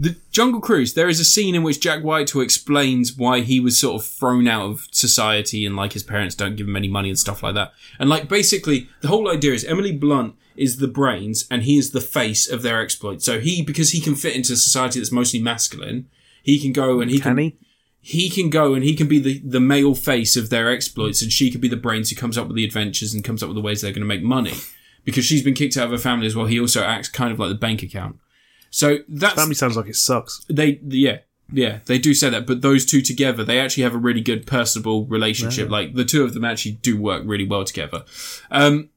A: the Jungle Cruise, there is a scene in which Jack Whitehall explains why he was sort of thrown out of society and like his parents don't give him any money and stuff like that. And like basically, the whole idea is Emily Blunt is the brains and he is the face of their exploit. So he, because he can fit into a society that's mostly masculine, he can go and he
B: Can he?
A: he can go and he can be the, the male face of their exploits and she could be the brains who comes up with the adventures and comes up with the ways they're going to make money because she's been kicked out of her family as well he also acts kind of like the bank account so that's
B: Family sounds like it sucks.
A: they yeah yeah they do say that but those two together they actually have a really good personable relationship like the two of them actually do work really well together um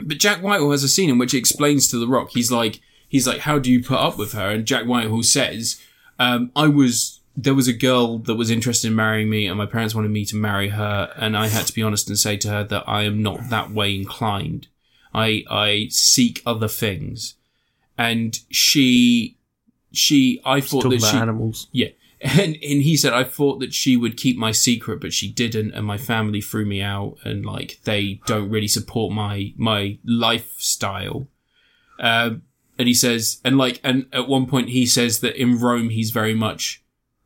A: but jack whitehall has a scene in which he explains to the rock he's like he's like how do you put up with her and jack whitehall says um i was there was a girl that was interested in marrying me and my parents wanted me to marry her and i had to be honest and say to her that i am not that way inclined i i seek other things and she she i thought
B: Talking
A: that
B: about
A: she
B: animals.
A: yeah. And, and he said, I thought that she would keep my secret, but she didn't. And my family threw me out and like, they don't really support my, my lifestyle. Um, and he says, and like, and at one point he says that in Rome, he's very much,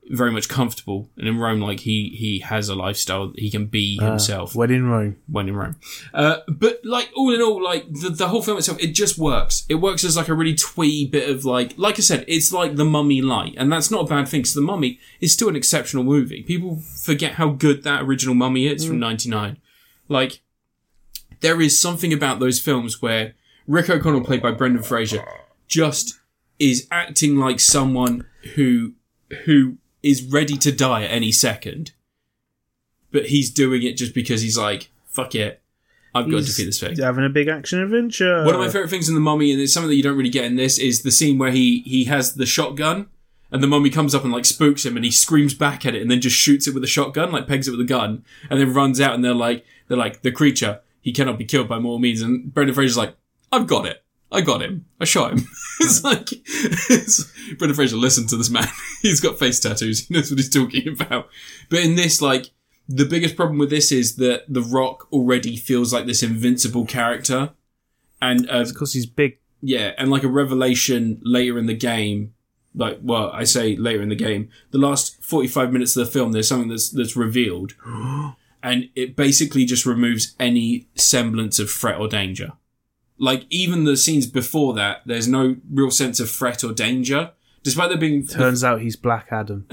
A: very much comfortable. And in Rome, like he, he has a lifestyle that he can be
B: Ah,
A: himself
B: when in Rome.
A: when in Rome. Uh, but like all in all, like the, the whole film itself, it just works. It works as like a really twee bit of like, like I said, it's like the Mummy light, and that's not a bad thing because the Mummy is still an exceptional movie. People forget how good that original Mummy is from '99. Like there is something about those films where Rick O'Connell, played by Brendan Fraser, just is acting like someone who who is ready to die at any second, but he's doing it just because he's like, "Fuck it, I've got to
B: He's
A: defeat this thing."
B: Having a big action adventure.
A: One of my favorite things in the Mummy, and it's something that you don't really get in this, is the scene where he he has the shotgun. And the mummy comes up and like spooks him, and he screams back at it, and then just shoots it with a shotgun, like pegs it with a gun, and then runs out. And they're like, they're like, the creature, he cannot be killed by mortal means. And Brendan Fraser's like, I've got it, I got him, I shot him. it's like, it's, Brendan Fraser, listen to this man. he's got face tattoos. He knows what he's talking about. But in this, like, the biggest problem with this is that The Rock already feels like this invincible character, and uh,
B: Because he's big.
A: yeah, and like a revelation later in the game, like well, I say later in the game, the last forty-five minutes of the film, there's something that's that's revealed, and it basically just removes any semblance of threat or danger. Like even the scenes before that, there's no real sense of threat or danger, despite there being
B: Turns out he's Black Adam.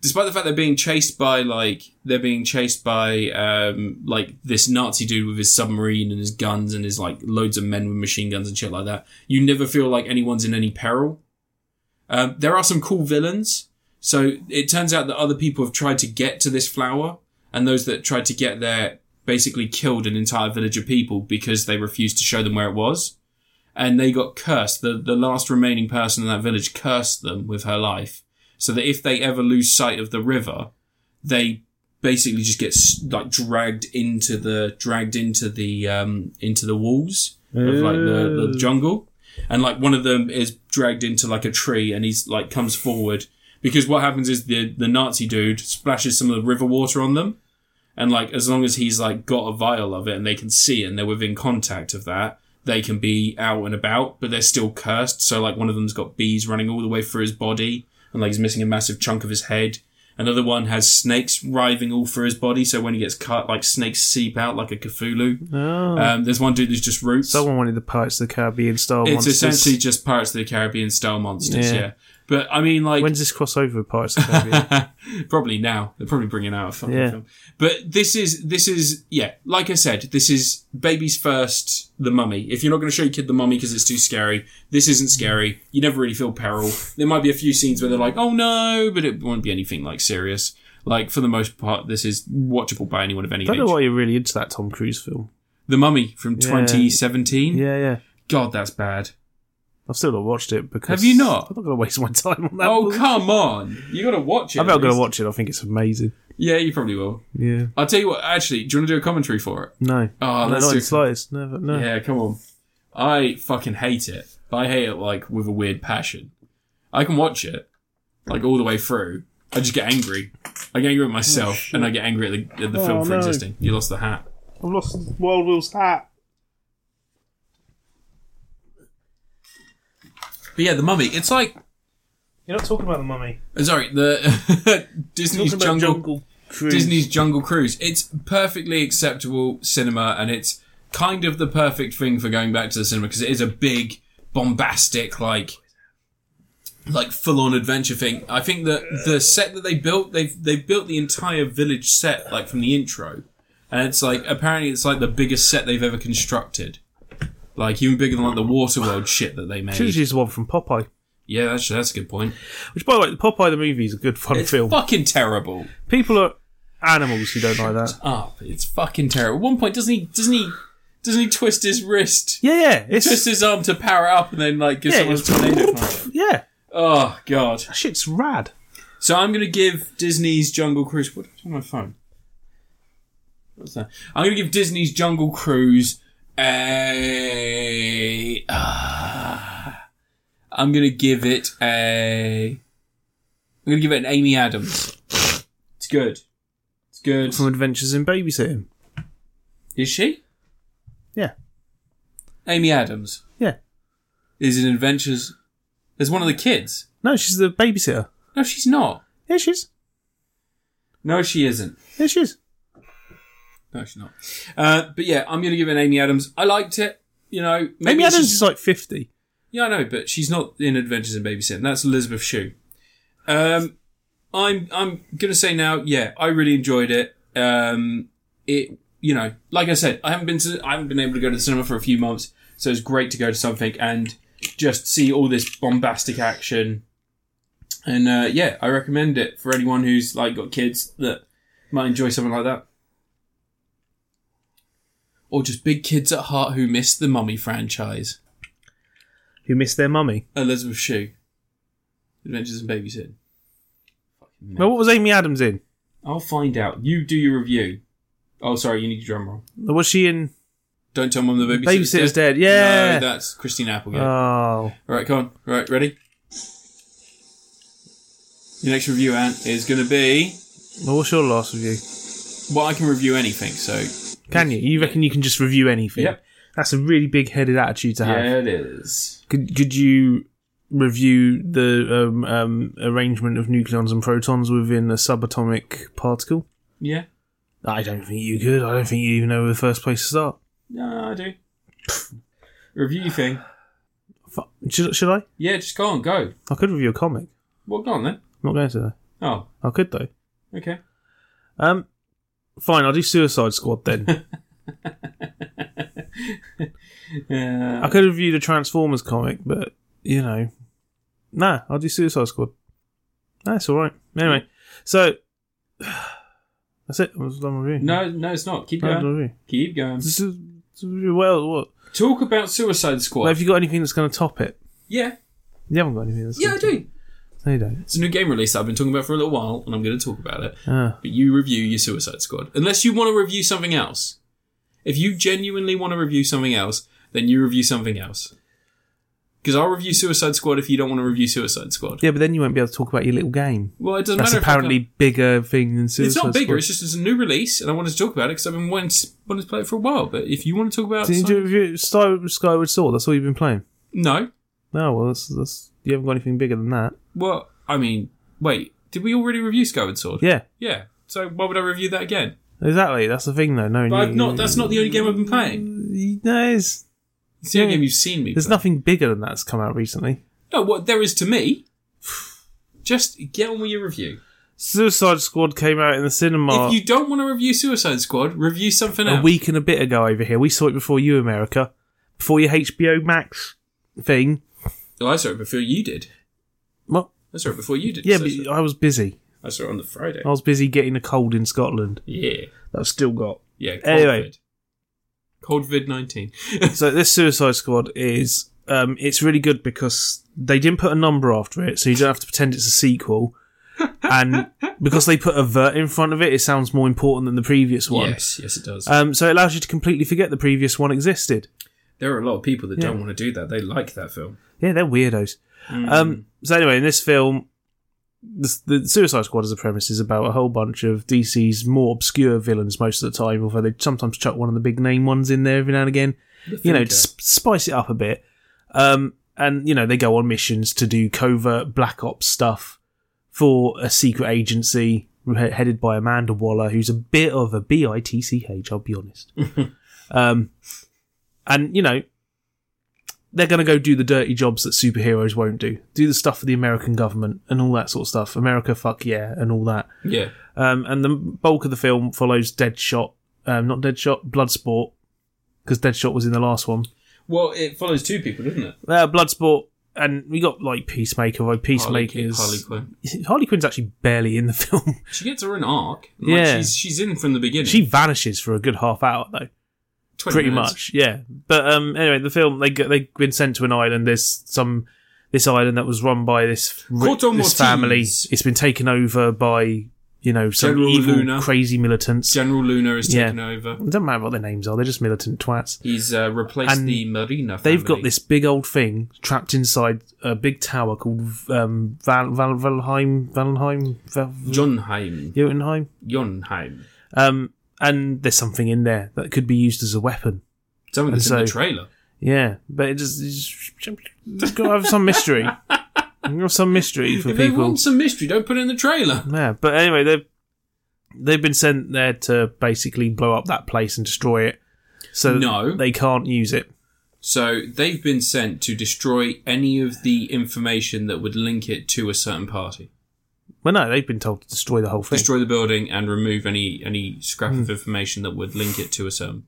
A: despite the fact they're being chased by like they're being chased by um like this Nazi dude with his submarine and his guns and his like loads of men with machine guns and shit like that. You never feel like anyone's in any peril. Um, there are some cool villains. So it turns out that other people have tried to get to this flower, and those that tried to get there basically killed an entire village of people because they refused to show them where it was. And they got cursed. The the last remaining person in that village cursed them with her life so that if they ever lose sight of the river, they basically just gets like dragged into the dragged into the um into the walls of like the, the jungle and like one of them is dragged into like a tree and he's like comes forward because what happens is the the Nazi dude splashes some of the river water on them and like as long as he's like got a vial of it and they can see and they're within contact of that they can be out and about but they're still cursed so like one of them's got bees running all the way through his body and like he's missing a massive chunk of his head another one has snakes writhing all through his body so when he gets cut like snakes seep out like a cthulhu
B: Oh.
A: um, there's one dude who's just roots
B: Someone wanted the Pirates of the Caribbean style
A: it's
B: monsters.
A: essentially just Pirates of the Caribbean style monsters,
B: Yeah.
A: yeah. But I mean, like,
B: When's this crossover with Pirates of the Caribbean?
A: probably now they're probably bringing out a fucking
B: Yeah.
A: film. But this is this is yeah, like I said, this is baby's first The Mummy. If you're not going to show your kid The Mummy because it's too scary, this isn't scary. You never really feel peril. There might be a few scenes where they're like, "Oh no," but it won't be anything like serious. Like for the most part, this is watchable by anyone of any
B: I don't know
A: age.
B: why you're really into that Tom Cruise film.
A: The Mummy from 2017.
B: Yeah, yeah.
A: God, that's bad.
B: I've still not watched it because
A: Have you not?
B: I'm not going to waste my time on that.
A: Oh
B: bull-
A: come on! You got to watch it.
B: I'm not
A: at
B: going
A: least.
B: to watch it. I think it's amazing.
A: Yeah, you probably will.
B: Yeah.
A: I'll tell you what. Actually, do you want to do a commentary for it?
B: No.
A: Oh,
B: no,
A: let's
B: not
A: do
B: in slightest. No, no.
A: Yeah, come on. I fucking hate it. But I hate it like with a weird passion. I can watch it like all the way through. I just get angry. I get angry at myself, and I get angry at the, at the film
B: Oh,
A: for
B: no.
A: existing. You lost the hat.
B: I've lost Wild Will's hat.
A: But yeah, the Mummy. It's like
B: You're not talking about the mummy.
A: sorry, the Disney's jungle,
B: Cruise.
A: Disney's Jungle Cruise. It's perfectly acceptable cinema, and it's kind of the perfect thing for going back to the cinema because it is a big, bombastic, like, like full-on adventure thing. I think that the set that they built, they've they've built the entire village set like from the intro, and it's like apparently it's like the biggest set they've ever constructed, like even bigger than like the Waterworld shit that they
B: Should have
A: made.
B: used the one from Popeye.
A: Yeah, that's that's a good point.
B: Which, by the way, Popeye the movie is a good fun
A: It's
B: film.
A: fucking terrible.
B: People are animals who don't like that.
A: up. It's fucking terrible. At one point, doesn't he? Doesn't he? Doesn't he twist his wrist?
B: Yeah, yeah. It's
A: Twist his arm to power it up, and then like give
B: yeah,
A: someone a
B: it's-
A: tornado. punch.
B: yeah.
A: Oh god!
B: That shit's rad.
A: So I'm gonna give Disney's Jungle Cruise. What on my phone? What's that? I'm gonna give Disney's Jungle Cruise a. ah. I'm gonna give it a. I'm gonna give it an Amy Adams. It's good. It's good.
B: From Adventures in Babysitting.
A: Is she?
B: Yeah.
A: Amy Adams.
B: Yeah.
A: is in Adventures as one of the kids.
B: No, she's the babysitter.
A: No, she's not.
B: Yeah, she is.
A: No, she isn't.
B: Yeah, she is.
A: No, she's not. Uh, but yeah, I'm going to give it Amy Adams. I liked it. You know, maybe
B: Amy
A: it's
B: Adams
A: just-
B: is like 50.
A: yeah, I know, but she's not in Adventures in Babysitting. That's Elizabeth Shue. Um, I'm I'm gonna say now, yeah, I really enjoyed it. Um, it you know, like I said, I haven't been to I haven't been able to go to the cinema for a few months, so it's great to go to something and just see all this bombastic action. And uh, yeah, I recommend it for anyone who's like got kids that might enjoy something like that. Or just big kids at heart who miss the mummy franchise.
B: Who missed their mummy.
A: Elizabeth Shue. Adventures in Babysitting. Fucking
B: Well, what was Amy Adams in?
A: I'll find out. You do your review. Oh, sorry, you need your drum roll.
B: Was she in?
A: Don't tell mum the babysitter's,
B: Babysitter's dead, yeah.
A: No, that's Christine Applegate.
B: Oh,
A: All right, come on. All right, ready? Your next review, Ant, is going to be...
B: well, what's your last review?
A: Well, I can review anything, so...
B: Can you? You reckon you can just review anything?
A: Yep.
B: That's a really big-headed attitude to have.
A: Yeah, it is.
B: Could could you review the um, um, arrangement of nucleons and protons within a subatomic particle?
A: Yeah.
B: I don't think you could. I don't think you even know the first place to start.
A: No, I do. review thing.
B: Fu- Should, should I?
A: Yeah, just go on, go.
B: I could review a comic.
A: Well, go on then.
B: I'm not going to that.
A: Oh,
B: I could though.
A: okay.
B: Um, fine. I'll do Suicide Squad then.
A: Uh,
B: I could review the Transformers comic, but you know, nah. I'll do Suicide Squad. That's all right. Anyway, so that's it. I was done reviewing.
A: no, no, it's not. Keep
B: I
A: going.
B: review.
A: Keep going.
B: This is, this is- well, what?
A: Talk about Suicide Squad.
B: Like, have you got anything that's going to top it?
A: yeah,
B: You haven't got anything. That's
A: yeah, I
B: gonna-
A: do.
B: They don't.
A: It's a new game release that I've been talking about for a little while, and I'm going to talk about it.
B: Ah.
A: But you review your Suicide Squad, unless you want to review something else. If you genuinely want to review something else, then you review something else. Because I'll review Suicide Squad if you don't want to review Suicide Squad.
B: Yeah, but then you won't be able to talk about your little game.
A: Well, it doesn't
B: That's
A: matter. if I
B: apparently bigger thing than
A: can't-
B: Suicide
A: it's not bigger.
B: Squad.
A: It's just it's a new release, and I wanted to talk about it because I've been wanting to, wanting to play it for a while. But if you want to talk about,
B: Did you
A: some-
B: do review Skyward, Skyward Sword? That's all you've been playing.
A: no,
B: No, well, that's, that's you haven't got anything bigger than that.
A: well, I mean, wait, did we already review Skyward Sword?
B: Yeah,
A: Yeah. So why would I review that again?
B: exactly. That's the thing, though. No,
A: But
B: you,
A: I've not. That's not the only game I've been playing.
B: Mm, No, it's,
A: It's the only
B: Yeah.
A: game you've seen me.
B: there's
A: play.
B: nothing bigger than that's come out recently.
A: No, what there is to me. Just get on with your review.
B: Suicide Squad came out in the cinema
A: If you don't want to review Suicide Squad, review something
B: a
A: else.
B: week and a bit ago over here. We saw it before you, America, before your HBO Max thing.
A: Oh, I saw it before you did.
B: Well,
A: I saw it before you did.
B: yeah,
A: So I saw-
B: but Oh. I was busy.
A: I saw it on the Friday.
B: I was busy getting a cold in Scotland
A: Yeah,
B: that I've still got.
A: yeah. Cold
B: Anyway.
A: vid. cold vid nineteen.
B: so this Suicide Squad is um, it's really good because they didn't put a number after it, so you don't have to pretend it's a sequel. and because they put a vert in front of it, it sounds more important than the previous one.
A: yes, yes, it does.
B: Um, so it allows you to completely forget the previous one existed.
A: there are a lot of people that
B: yeah.
A: don't want to do that. They like that film.
B: Yeah, they're weirdos. Um, so anyway, in this film, the, the Suicide Squad as a premise is about a whole bunch of DC's more obscure villains most of the time, although they sometimes chuck one of the big name ones in there every now and again. You know,
A: Thinker.
B: to sp- spice it up a bit. Um, and you know, they go on missions to do covert black ops stuff for a secret agency he- headed by Amanda Waller, who's a bit of a bitch. I'll be honest. um, and you know, they're going to go do the dirty jobs that superheroes won't do. Do the stuff for the American government and all that sort of stuff. America, fuck yeah, and all that.
A: Yeah,
B: Um, and the bulk of the film follows Deadshot, um, not Deadshot, Bloodsport, because Deadshot was in the last one.
A: Well, it follows two people, doesn't it?
B: Uh, Bloodsport, and we got like Peacemaker. Like
A: Harley,
B: Peacemaker is
A: Harley Quinn.
B: Harley Quinn's actually barely in the film.
A: She gets her own arc. Like,
B: Yeah.
A: she's, she's in from the beginning.
B: she vanishes for a good half hour though.
A: 20
B: pretty
A: minutes.
B: much yeah but um anyway the film they go- they've been sent to an island there's some this island that was run by this ri-
A: Corto
B: this family
A: Maltese.
B: it's been taken over by you know some
A: General
B: evil
A: Luna.
B: crazy militants
A: General Luna is
B: Yeah.
A: taken over.
B: it doesn't matter what their names are they're just militant twats
A: He's uh, replaced
B: And
A: the Marina. Family.
B: they've got this big old thing trapped inside a big tower called um Val- Val- Valheim Valheim Val-
A: Jonheim.
B: Jotunheim
A: Jonheim.
B: um and there's something in there that could be used as a weapon
A: Something that's
B: And
A: in the
B: so-
A: trailer.
B: Yeah, but it just, it's, it's got to have some mystery. You have some mystery for
A: If they
B: people.
A: want some mystery, don't put it in the trailer.
B: Yeah, but anyway, they've they've been sent there to basically blow up that place and destroy it, so
A: No.
B: they can't use it.
A: So they've been sent to destroy any of the information that would link it to a certain party.
B: Well, no, they've been told to destroy the whole thing.
A: Destroy the building and remove any any scrap
B: Hmm.
A: of information that would link it to a certain.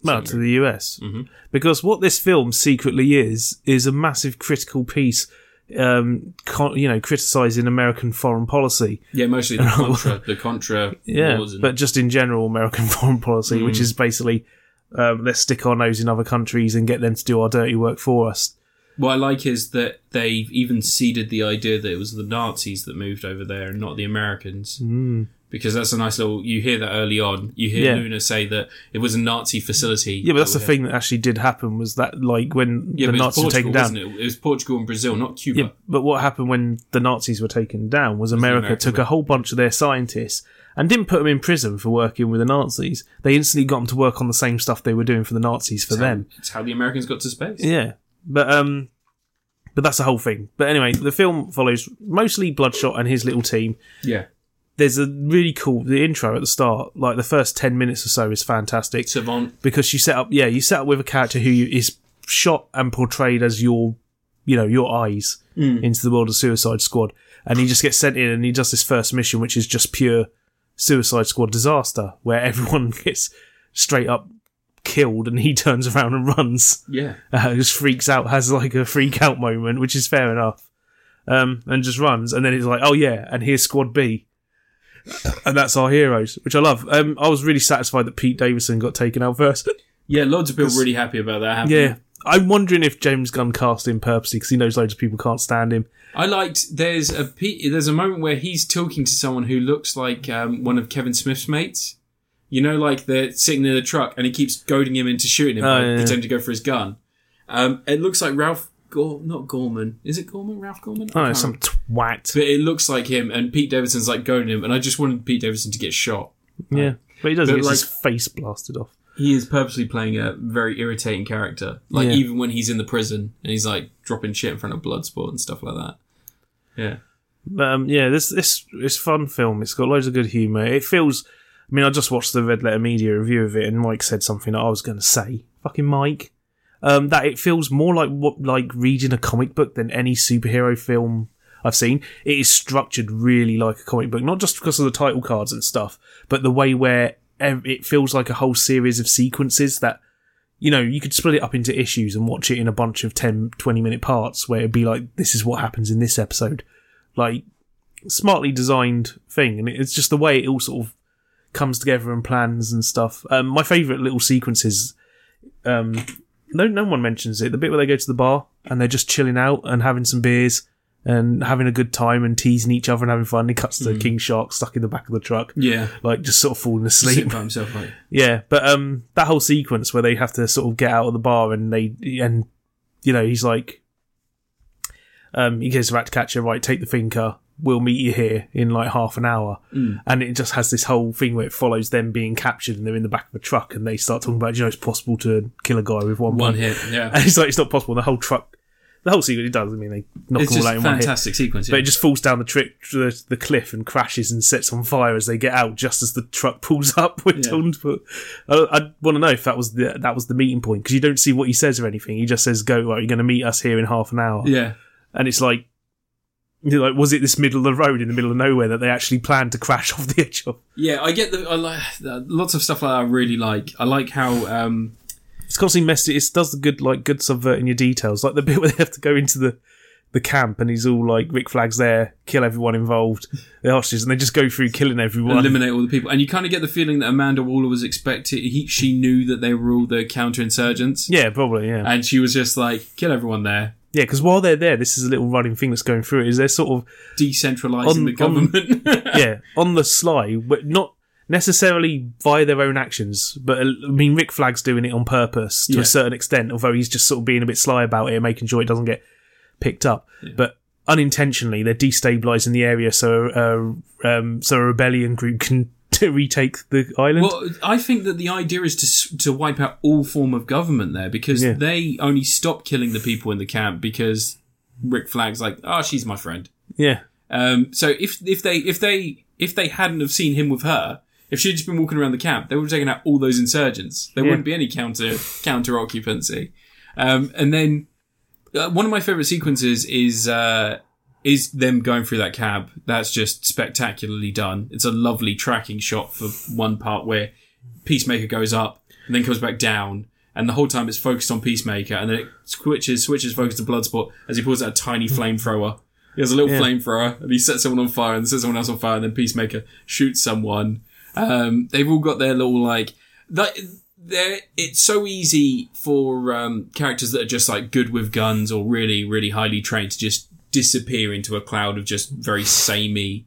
B: well, to the US,
A: Mm-hmm.
B: because what this film secretly is is a massive critical piece. Um, con- you know, criticizing American foreign policy,
A: Yeah, mostly the contra, the contra
B: yeah,
A: wars and Mm.
B: but just in general American foreign policy, which is basically um, let's stick our nose in other countries and get them to do our dirty work for us.
A: What I like is that they've even seeded the idea that it was the Nazis that moved over there and not the Americans. Because that's a nice little. You hear that early on. You hear
B: Hmm. Yeah.
A: Luna say that it was a Nazi facility.
B: Yeah, but that's the
A: that-
B: thing that actually did happen was that like when
A: Yeah, but it
B: the
A: was
B: Nazis
A: Portugal,
B: were taken down.
A: wasn't it? It was Portugal and Brazil, not Cuba.
B: Yeah, but what happened when the Nazis were taken down was America
A: American
B: took a whole bunch of their scientists and didn't put them in prison for working with the Nazis. They instantly got them to work on the same stuff they were doing for the Nazis for
A: It's how-
B: them.
A: it's how the Americans got to space.
B: Yeah, but um, but that's the whole thing. But anyway, the film follows mostly Bloodshot and his little team.
A: Yeah.
B: there's a really cool the intro at the start like the first 10 minutes or so is fantastic
A: Savant.
B: because you set up yeah you set up with a character who is shot and portrayed as your you know your eyes into the world of suicide squad and he just gets sent in and he does this first mission which is just pure suicide squad disaster where everyone gets straight up killed and he turns around and runs
A: Yeah.
B: uh, just freaks out, has like a freak out moment, which is fair enough, um, and just runs. And then it's like, oh yeah, and here's Squad B, and that's our heroes, which I love. Um, I was really satisfied that Pete Davidson got taken out first.
A: Yeah, loads of people really happy about that happening.
B: yeah, I'm wondering if James Gunn cast him purposely because he knows loads of people can't stand him.
A: I liked there's a pe- there's a moment where he's talking to someone who looks like um, one of Kevin Smith's mates. You know, like they're sitting in the truck and he keeps goading him into shooting him,
B: Oh,
A: by
B: yeah, yeah.
A: pretending to go for his gun. Um, it looks like Ralph, Gor- not Gorman, is it Gorman? Ralph Gorman?
B: I don't know,
A: can't
B: Oh, some
A: remember.
B: twat.
A: But it looks like him, and Pete Davidson's like goading him, and I just wanted Pete Davidson to get shot.
B: yeah, but he does
A: but
B: get
A: like-
B: his face blasted off.
A: He is purposely playing a very irritating character. Like
B: Yeah.
A: even when he's in the prison and he's like dropping shit in front of Bloodsport and stuff like that. Yeah.
B: But, um, yeah, this this it's a fun film. It's got loads of good humour. It feels. I mean, I just watched the Red Letter Media review of it, and Mike said something that I was going to say. Fucking Mike. Um, that it feels more like what like reading a comic book than any superhero film I've seen. It is structured really like a comic book, not just because of the title cards and stuff, but the way where ev- it feels like a whole series of sequences that you know, you could split it up into issues and watch it in a bunch of 10, 20 minute parts where it'd be like, this is what happens in this episode. Like, smartly designed thing. And it's just the way it all sort of comes together and plans and stuff. Um, my favourite little sequences, um, no, no one mentions it. The bit where they go to the bar and they're just chilling out and having some beers and having a good time and teasing each other and having fun. It cuts to King Shark stuck in the back of the truck,
A: Yeah.
B: like just sort of falling asleep.
A: Sitting by himself like
B: Yeah, but um, that whole sequence where they have to sort of get out of the bar and they and you know he's like, um, he goes back to catch her. Right, take the thinker. We'll meet you here in like half an hour,
A: Mm.
B: and it just has this whole thing where it follows them being captured and they're in the back of a truck and they start talking about you know it's possible to kill a guy with one,
A: one
B: punch.
A: hit. Yeah.
B: And it's like it's not possible. The whole truck, the whole sequence, it does. I mean, they knock
A: It's
B: them all
A: just
B: out in one hit.
A: fantastic sequence.
B: But
A: yeah.
B: it just falls down the, tri- the the cliff and crashes and sets on fire as they get out, just as the truck pulls up. We're done for- I, I want to know if that was the that was the meeting point because you don't see what he says or anything. He just says, "Go, right, you're going to meet us here in half an hour,"
A: yeah.
B: and it's like. You're like, was it this middle of the road in the middle of nowhere that they actually planned to crash off the edge of?
A: Yeah, I get the I like the- lots of stuff like that I really like. I like how um
B: It's constantly messy. It does the good, like good subverting your details, like the bit where they have to go into the the camp and he's all like, "Rick Flag's there, kill everyone involved, the hostages," and they just go through killing everyone.
A: eliminate all the people, and you kind of get the feeling that Amanda Waller was expected. He, she knew that they were all the counterinsurgents,
B: yeah, probably. Yeah,
A: and she was just like, "Kill everyone there,
B: Yeah, because while they're there, this is a little running thing that's going through it. Is they're sort of
A: decentralizing
B: On-
A: the government."
B: yeah on the sly, but not necessarily by their own actions. But uh, I mean, Rick Flag's doing it on purpose to
A: Yeah.
B: a certain extent, although he's just sort of being a bit sly about it, and making sure it doesn't get picked up. But unintentionally, they're destabilizing the area, so uh, um, so a rebellion group can retake the island.
A: well, I think that the idea is to s- to wipe out all form of government there because
B: Yeah.
A: they only stop killing the people in the camp because Rick Flag's like, "Ah, she's my friend."
B: Yeah,
A: Um, so if if they if they if they hadn't have seen him with her, if she'd just been walking around the camp, they would have taken out all those insurgents. There
B: Yeah.
A: wouldn't be any counter counter occupancy. Um, and then uh, one of my favorite sequences is uh, is them going through that cab. That's just spectacularly done. It's a lovely tracking shot for one part where Peacemaker goes up and then comes back down. And the whole time it's focused on Peacemaker, and then it switches switches focus to Bloodsport as he pulls out a tiny flamethrower. He has a little flamethrower, and he sets someone on fire, and sets someone else on fire, and then Peacemaker shoots someone. Um, they've all got their little like that. There, it's so easy for um, characters that are just like good with guns or really, really highly trained to just disappear into a cloud of just very samey,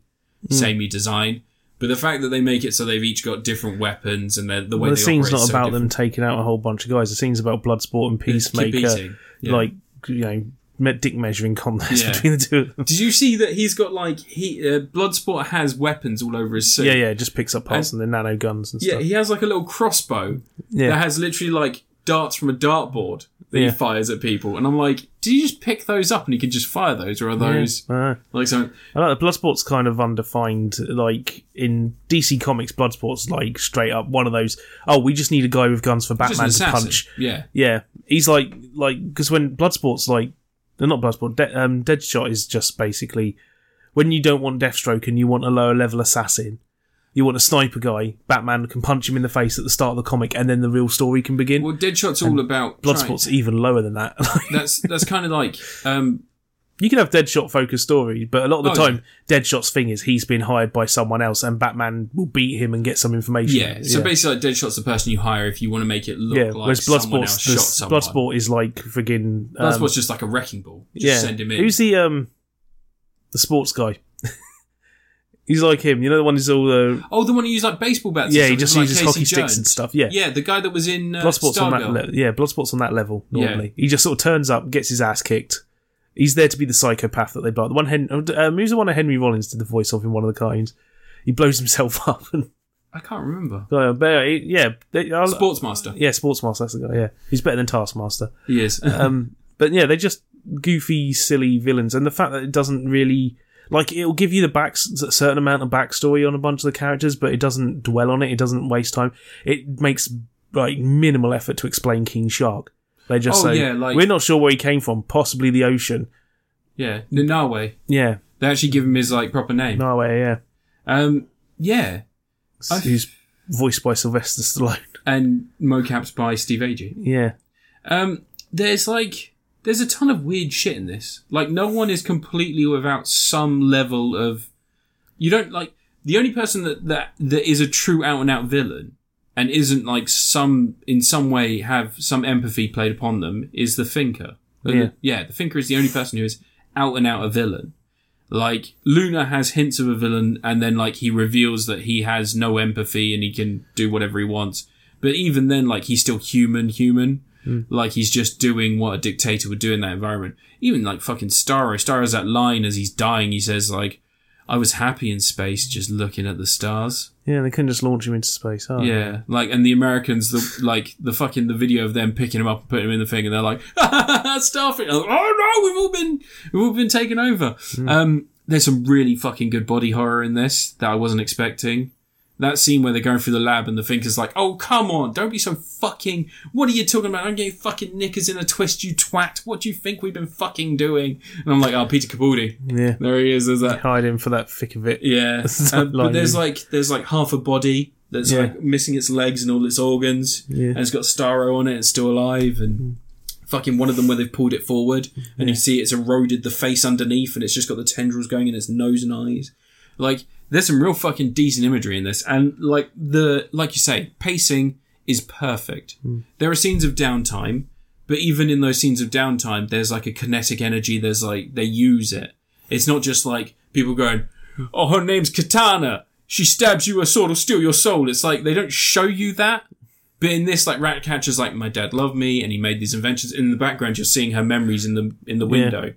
B: Hmm.
A: samey design. But the fact that they make it so they've each got different weapons and they're- the way
B: well, the
A: they
B: scene's
A: operate
B: not
A: is so
B: about them
A: different.
B: taking out a whole bunch of guys. The scene's about Bloodsport and
A: It's keep
B: Peacemaker,
A: eating. Yeah.
B: like you know, me- dick measuring contest
A: Yeah.
B: between the two of them.
A: Did you see that he's got like he uh, Bloodsport has weapons all over his suit?
B: Yeah, yeah, it just picks up parts and, the nano guns and
A: Yeah,
B: stuff.
A: he has like a little crossbow that
B: Yeah,
A: has literally like darts from a dartboard that
B: Yeah.
A: he fires at people, and I'm like, did you just pick those up and he can just fire those, or are those
B: Uh,
A: like something?
B: I like the Bloodsport's kind of undefined. Like in DC Comics, Bloodsport's like straight up one of those. Oh, we just need a guy with guns for
A: Just an
B: Batman to
A: assassin.
B: punch.
A: Yeah,
B: Yeah, he's like like because when Bloodsport's like, no, not Bloodsport. De- um, Deadshot is just basically when you don't want Deathstroke and you want a lower level assassin. You want a sniper guy. Batman can punch him in the face at the start of the comic, and then the real story can begin.
A: well, Deadshot's all about trying-
B: Bloodsport's even lower than that.
A: That's that's kind of like um,
B: You can have Deadshot focused story, but a lot of the
A: Oh,
B: time, Deadshot's thing is he's been hired by someone else, and Batman will beat him and get some information.
A: Yeah. So basically, like, Deadshot's the person you hire if you want to make it look
B: yeah.
A: like
B: Whereas
A: someone else
B: Bloodsport's
A: shot
B: this-
A: someone.
B: Bloodsport is like friggin' um,
A: Bloodsport's just like a wrecking ball. You
B: yeah.
A: Just send him in.
B: Who's the um the sports guy? he's like him. You know the one who's all the
A: oh, the one who used like baseball bats. and
B: yeah. He
A: stuff,
B: just
A: like
B: uses
A: Casey
B: hockey
A: Jones.
B: sticks and stuff. Yeah.
A: Yeah, the guy that was in uh,
B: Bloodsport's on that.
A: Stargirl.
B: Le- yeah, Bloodsport's on that level
A: Yeah.
B: normally. He just sort of turns up, gets his ass kicked. He's there to be the psychopath that they blow. The one Hen- um, who's the one that Henry Rollins did the voice of in one of the cartoons. He blows himself up and
A: I can't remember.
B: uh, but he- yeah, they, I'll-
A: Sportsmaster.
B: yeah, Sportsmaster. That's the guy. Yeah, he's better than Taskmaster.
A: He is.
B: Um, but yeah, they're just goofy, silly villains, and the fact that it doesn't really like it'll give you the back a certain amount of backstory on a bunch of the characters, but it doesn't dwell on it. It doesn't waste time. It makes like minimal effort to explain King Shark. They just
A: Oh,
B: say
A: yeah, like-
B: we're not sure where he came from, possibly the ocean.
A: yeah, Nanawe.
B: Yeah,
A: They actually give him his like proper name.
B: no way. Yeah,
A: Um, yeah, I-
B: who's voiced by Sylvester Stallone.
A: and mocaps by Steve Agee.
B: Yeah,
A: Um, there's like there's a ton of weird shit in this. Like no one is completely without some level of you don't like the only person that that that is a true out and out villain and isn't like some in some way have some empathy played upon them is the thinker. Uh,
B: Yeah.
A: yeah, the thinker is the only person who is out and out a villain. Like Luna has hints of a villain and then like he reveals that he has no empathy and he can do whatever he wants. But even then like he's still human human like he's just doing what a dictator would do in that environment. Even like fucking Starro. Starro's that line as he's dying. He says like, "I was happy in space, just looking at the stars."
B: yeah. They couldn't just launch him into space. Huh?
A: Yeah, like and the Americans, the like the fucking the video of them picking him up and putting him in the thing, and they're like, "Starfish!" Oh no, we've all been we've all been taken over. Um, there's some really fucking good body horror in this that I wasn't expecting. That scene where they're going through the lab and the thinker's like, "Oh come on, don't be so fucking. What are you talking about? Don't get your fucking knickers in a twist, you twat. What do you think we've been fucking doing?" And I'm like, "Oh, Peter Capaldi,
B: yeah.
A: there he is. There's that
B: Hide him for that thick of it.
A: yeah,
B: That's
A: Um, but
B: lining.
A: there's like there's like half a body that's
B: Yeah.
A: like missing its legs and all its organs,
B: Yeah. Hmm.
A: and it's got Starro on it. It's still alive, and fucking one of them where they've pulled it forward, and you see it's eroded the face underneath, and it's just got the tendrils going in its nose and eyes. Like there's some real fucking decent imagery in this, and like the like you say, pacing is perfect.
B: Hmm.
A: There are scenes of downtime, but even in those scenes of downtime, there's like a kinetic energy. There's like they use it. It's not just like people going, "Oh, her name's Katana. She stabs you a sword will steal your soul." It's like they don't show you that. But in this, like Ratcatcher's like, "My dad loved me, and he made these inventions." In the background, you're seeing her memories in the in the window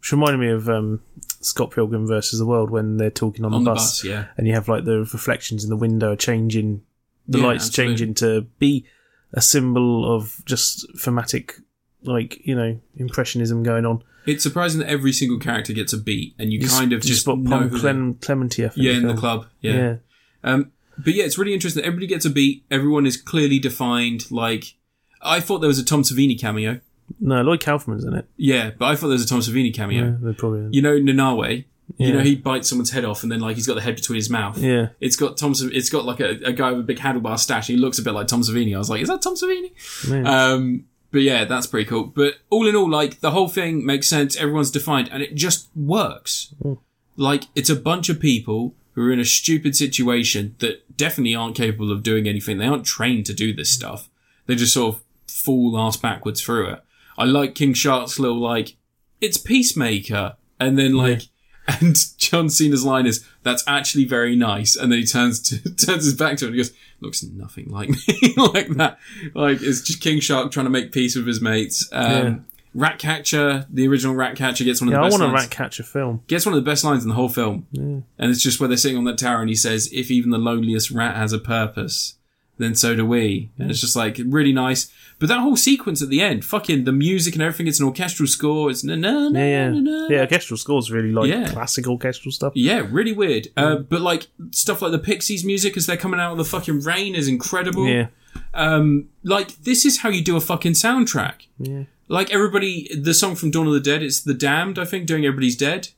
B: which reminded me of um, Scott Pilgrim versus the World when they're talking on,
A: on
B: the,
A: the
B: bus,
A: bus. Yeah,
B: and you have like the reflections in the window changing, the
A: Yeah,
B: lights
A: absolutely.
B: changing to be a symbol of just thematic, like you know, impressionism going on.
A: it's surprising that every single character gets a beat, and you, kind of just
B: spot
A: know
B: Pom
A: who
B: Clem- Clementi, I think,
A: they- yeah in the
B: um,
A: club.
B: yeah,
A: Um, but yeah, it's really interesting. Everybody gets a beat. Everyone is clearly defined. Like, I thought there was a Tom Savini cameo.
B: no, Lloyd Kaufman's in it.
A: Yeah, but I thought there was a Tom Savini cameo.
B: Yeah, they probably.
A: You know, Nanawe.
B: Yeah.
A: You know, he bites someone's head off, and then like he's got the head between his mouth.
B: yeah,
A: It's got Tom. Sav- It's got like a, a guy with a big handlebar stash. He looks a bit like Tom Savini. I was like, is that Tom Savini?
B: man.
A: Um, but yeah, that's pretty cool. But all in all, like the whole thing makes sense. Everyone's defined, and it just works.
B: Mm.
A: Like it's a bunch of people who are in a stupid situation that definitely aren't capable of doing anything. They aren't trained to do this stuff. They just sort of fall ass backwards through it. I like King Shark's little like, it's peacemaker, and then like. And John Cena's line is, "That's actually very nice." And then he turns to, turns his back to it and he goes, "Looks nothing like me, like that." Like it's just King Shark trying to make peace with his mates. Um, Ratcatcher, the original Ratcatcher, gets one of
B: yeah,
A: the
B: I
A: best
B: want a
A: lines.
B: rat catcher film.
A: gets one of the best lines in the whole film. And it's just where they're sitting on that tower, and he says, "If even the loneliest rat has a purpose, then so do we." And it's just like really nice. But that whole sequence at the end, fucking the music and everything, it's an orchestral score. It's na na na
B: Yeah,
A: na
B: yeah,
A: na.
B: yeah. Orchestral scores really like
A: Yeah.
B: classic orchestral stuff.
A: Yeah, really weird. Uh, but like stuff like the Pixies music as they're coming out of the fucking rain is incredible.
B: Yeah,
A: Um, like this is how you do a fucking soundtrack.
B: yeah,
A: Like everybody, the song from Dawn of the Dead, it's the Damned, I think, doing Everybody's Dead.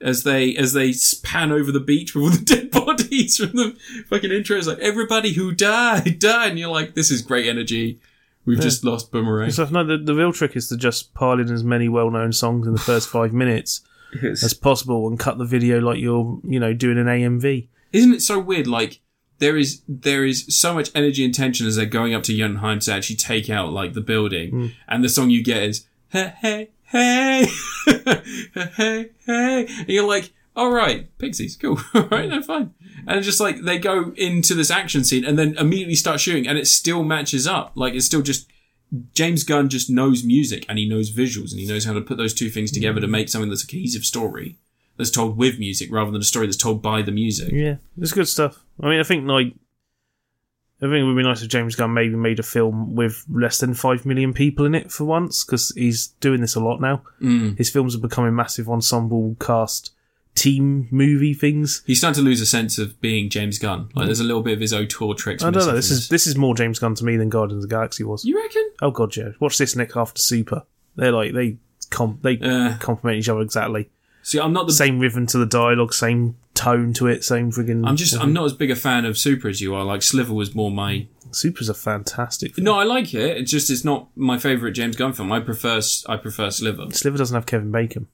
A: As they as they span over the beach with all the dead bodies from the fucking intro, it's like everybody who died died, and you're like, this is great energy,
C: We've just lost Boomerang.
B: So no, the, the real trick is to just pile in as many well-known songs in the first five minutes as possible and cut the video like you're, you know, doing an AMV.
A: Isn't it so weird? Like there is there is so much energy and tension as they're going up to Jotunheim to actually take out like the building, and the song you get is hey hey hey hey hey, and you're like. All right, pixies, cool. All right, no, fine. And it's just like they go into this action scene and then immediately start shooting, and it still matches up. Like it's still just James Gunn just knows music and he knows visuals and he knows how to put those two things together to make something that's a cohesive story that's told with music rather than a story that's told by the music.
B: Yeah, it's good stuff. I mean, I think like I think it would be nice if James Gunn maybe made a film with less than five million people in it for once because he's doing this a lot now. Mm. His films are becoming massive ensemble cast team movie things.
A: He's starting to lose a sense of being James Gunn. Like there's a little bit of his auteur tricks.
B: Mm. I don't
A: missing
B: know. This
A: from
B: is this is more James Gunn to me than Guardians of the Galaxy was.
A: you reckon?
B: Oh god, yeah. Watch this Nick after Super. They're like they com- they
A: Yeah.
B: complement each other exactly.
A: See, I'm not the
B: Same rhythm to the dialogue, same tone to it, same friggin'.
A: I'm just I'm not as big a fan of Super as you are. Like Sliver was more my
B: Super's a fantastic. Film.
A: No, I like it. It's just it's not my favorite James Gunn film. I prefer s- I prefer Sliver.
B: Sliver doesn't have Kevin Bacon.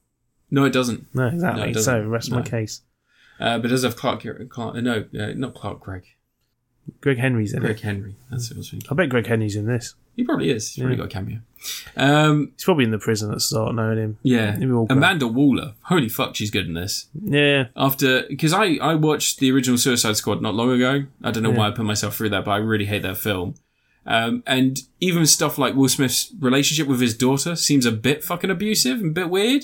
A: No, it doesn't.
B: No,
A: No,
B: exactly.
A: it doesn't.
B: so rest
A: No.
B: my case.
A: Uh, but it does have Clark Clark no, uh, not Clark Gregg.
B: Greg Henry's in
A: Greg
B: it.
A: Henry. That's what I was thinking.
B: I bet Greg Henry's in this.
A: He probably is. He's probably got a cameo. Um,
B: He's probably in the prison at the start, knowing him.
A: yeah.
B: Maybe we'll go.
A: Amanda Waller. Holy fuck, she's good in this.
B: Yeah,
A: After, because I, I watched the original Suicide Squad not long ago. I don't know why I put myself through that, but I really hate that film. Um, and even stuff like Will Smith's relationship with his daughter seems a bit fucking abusive and a bit weird.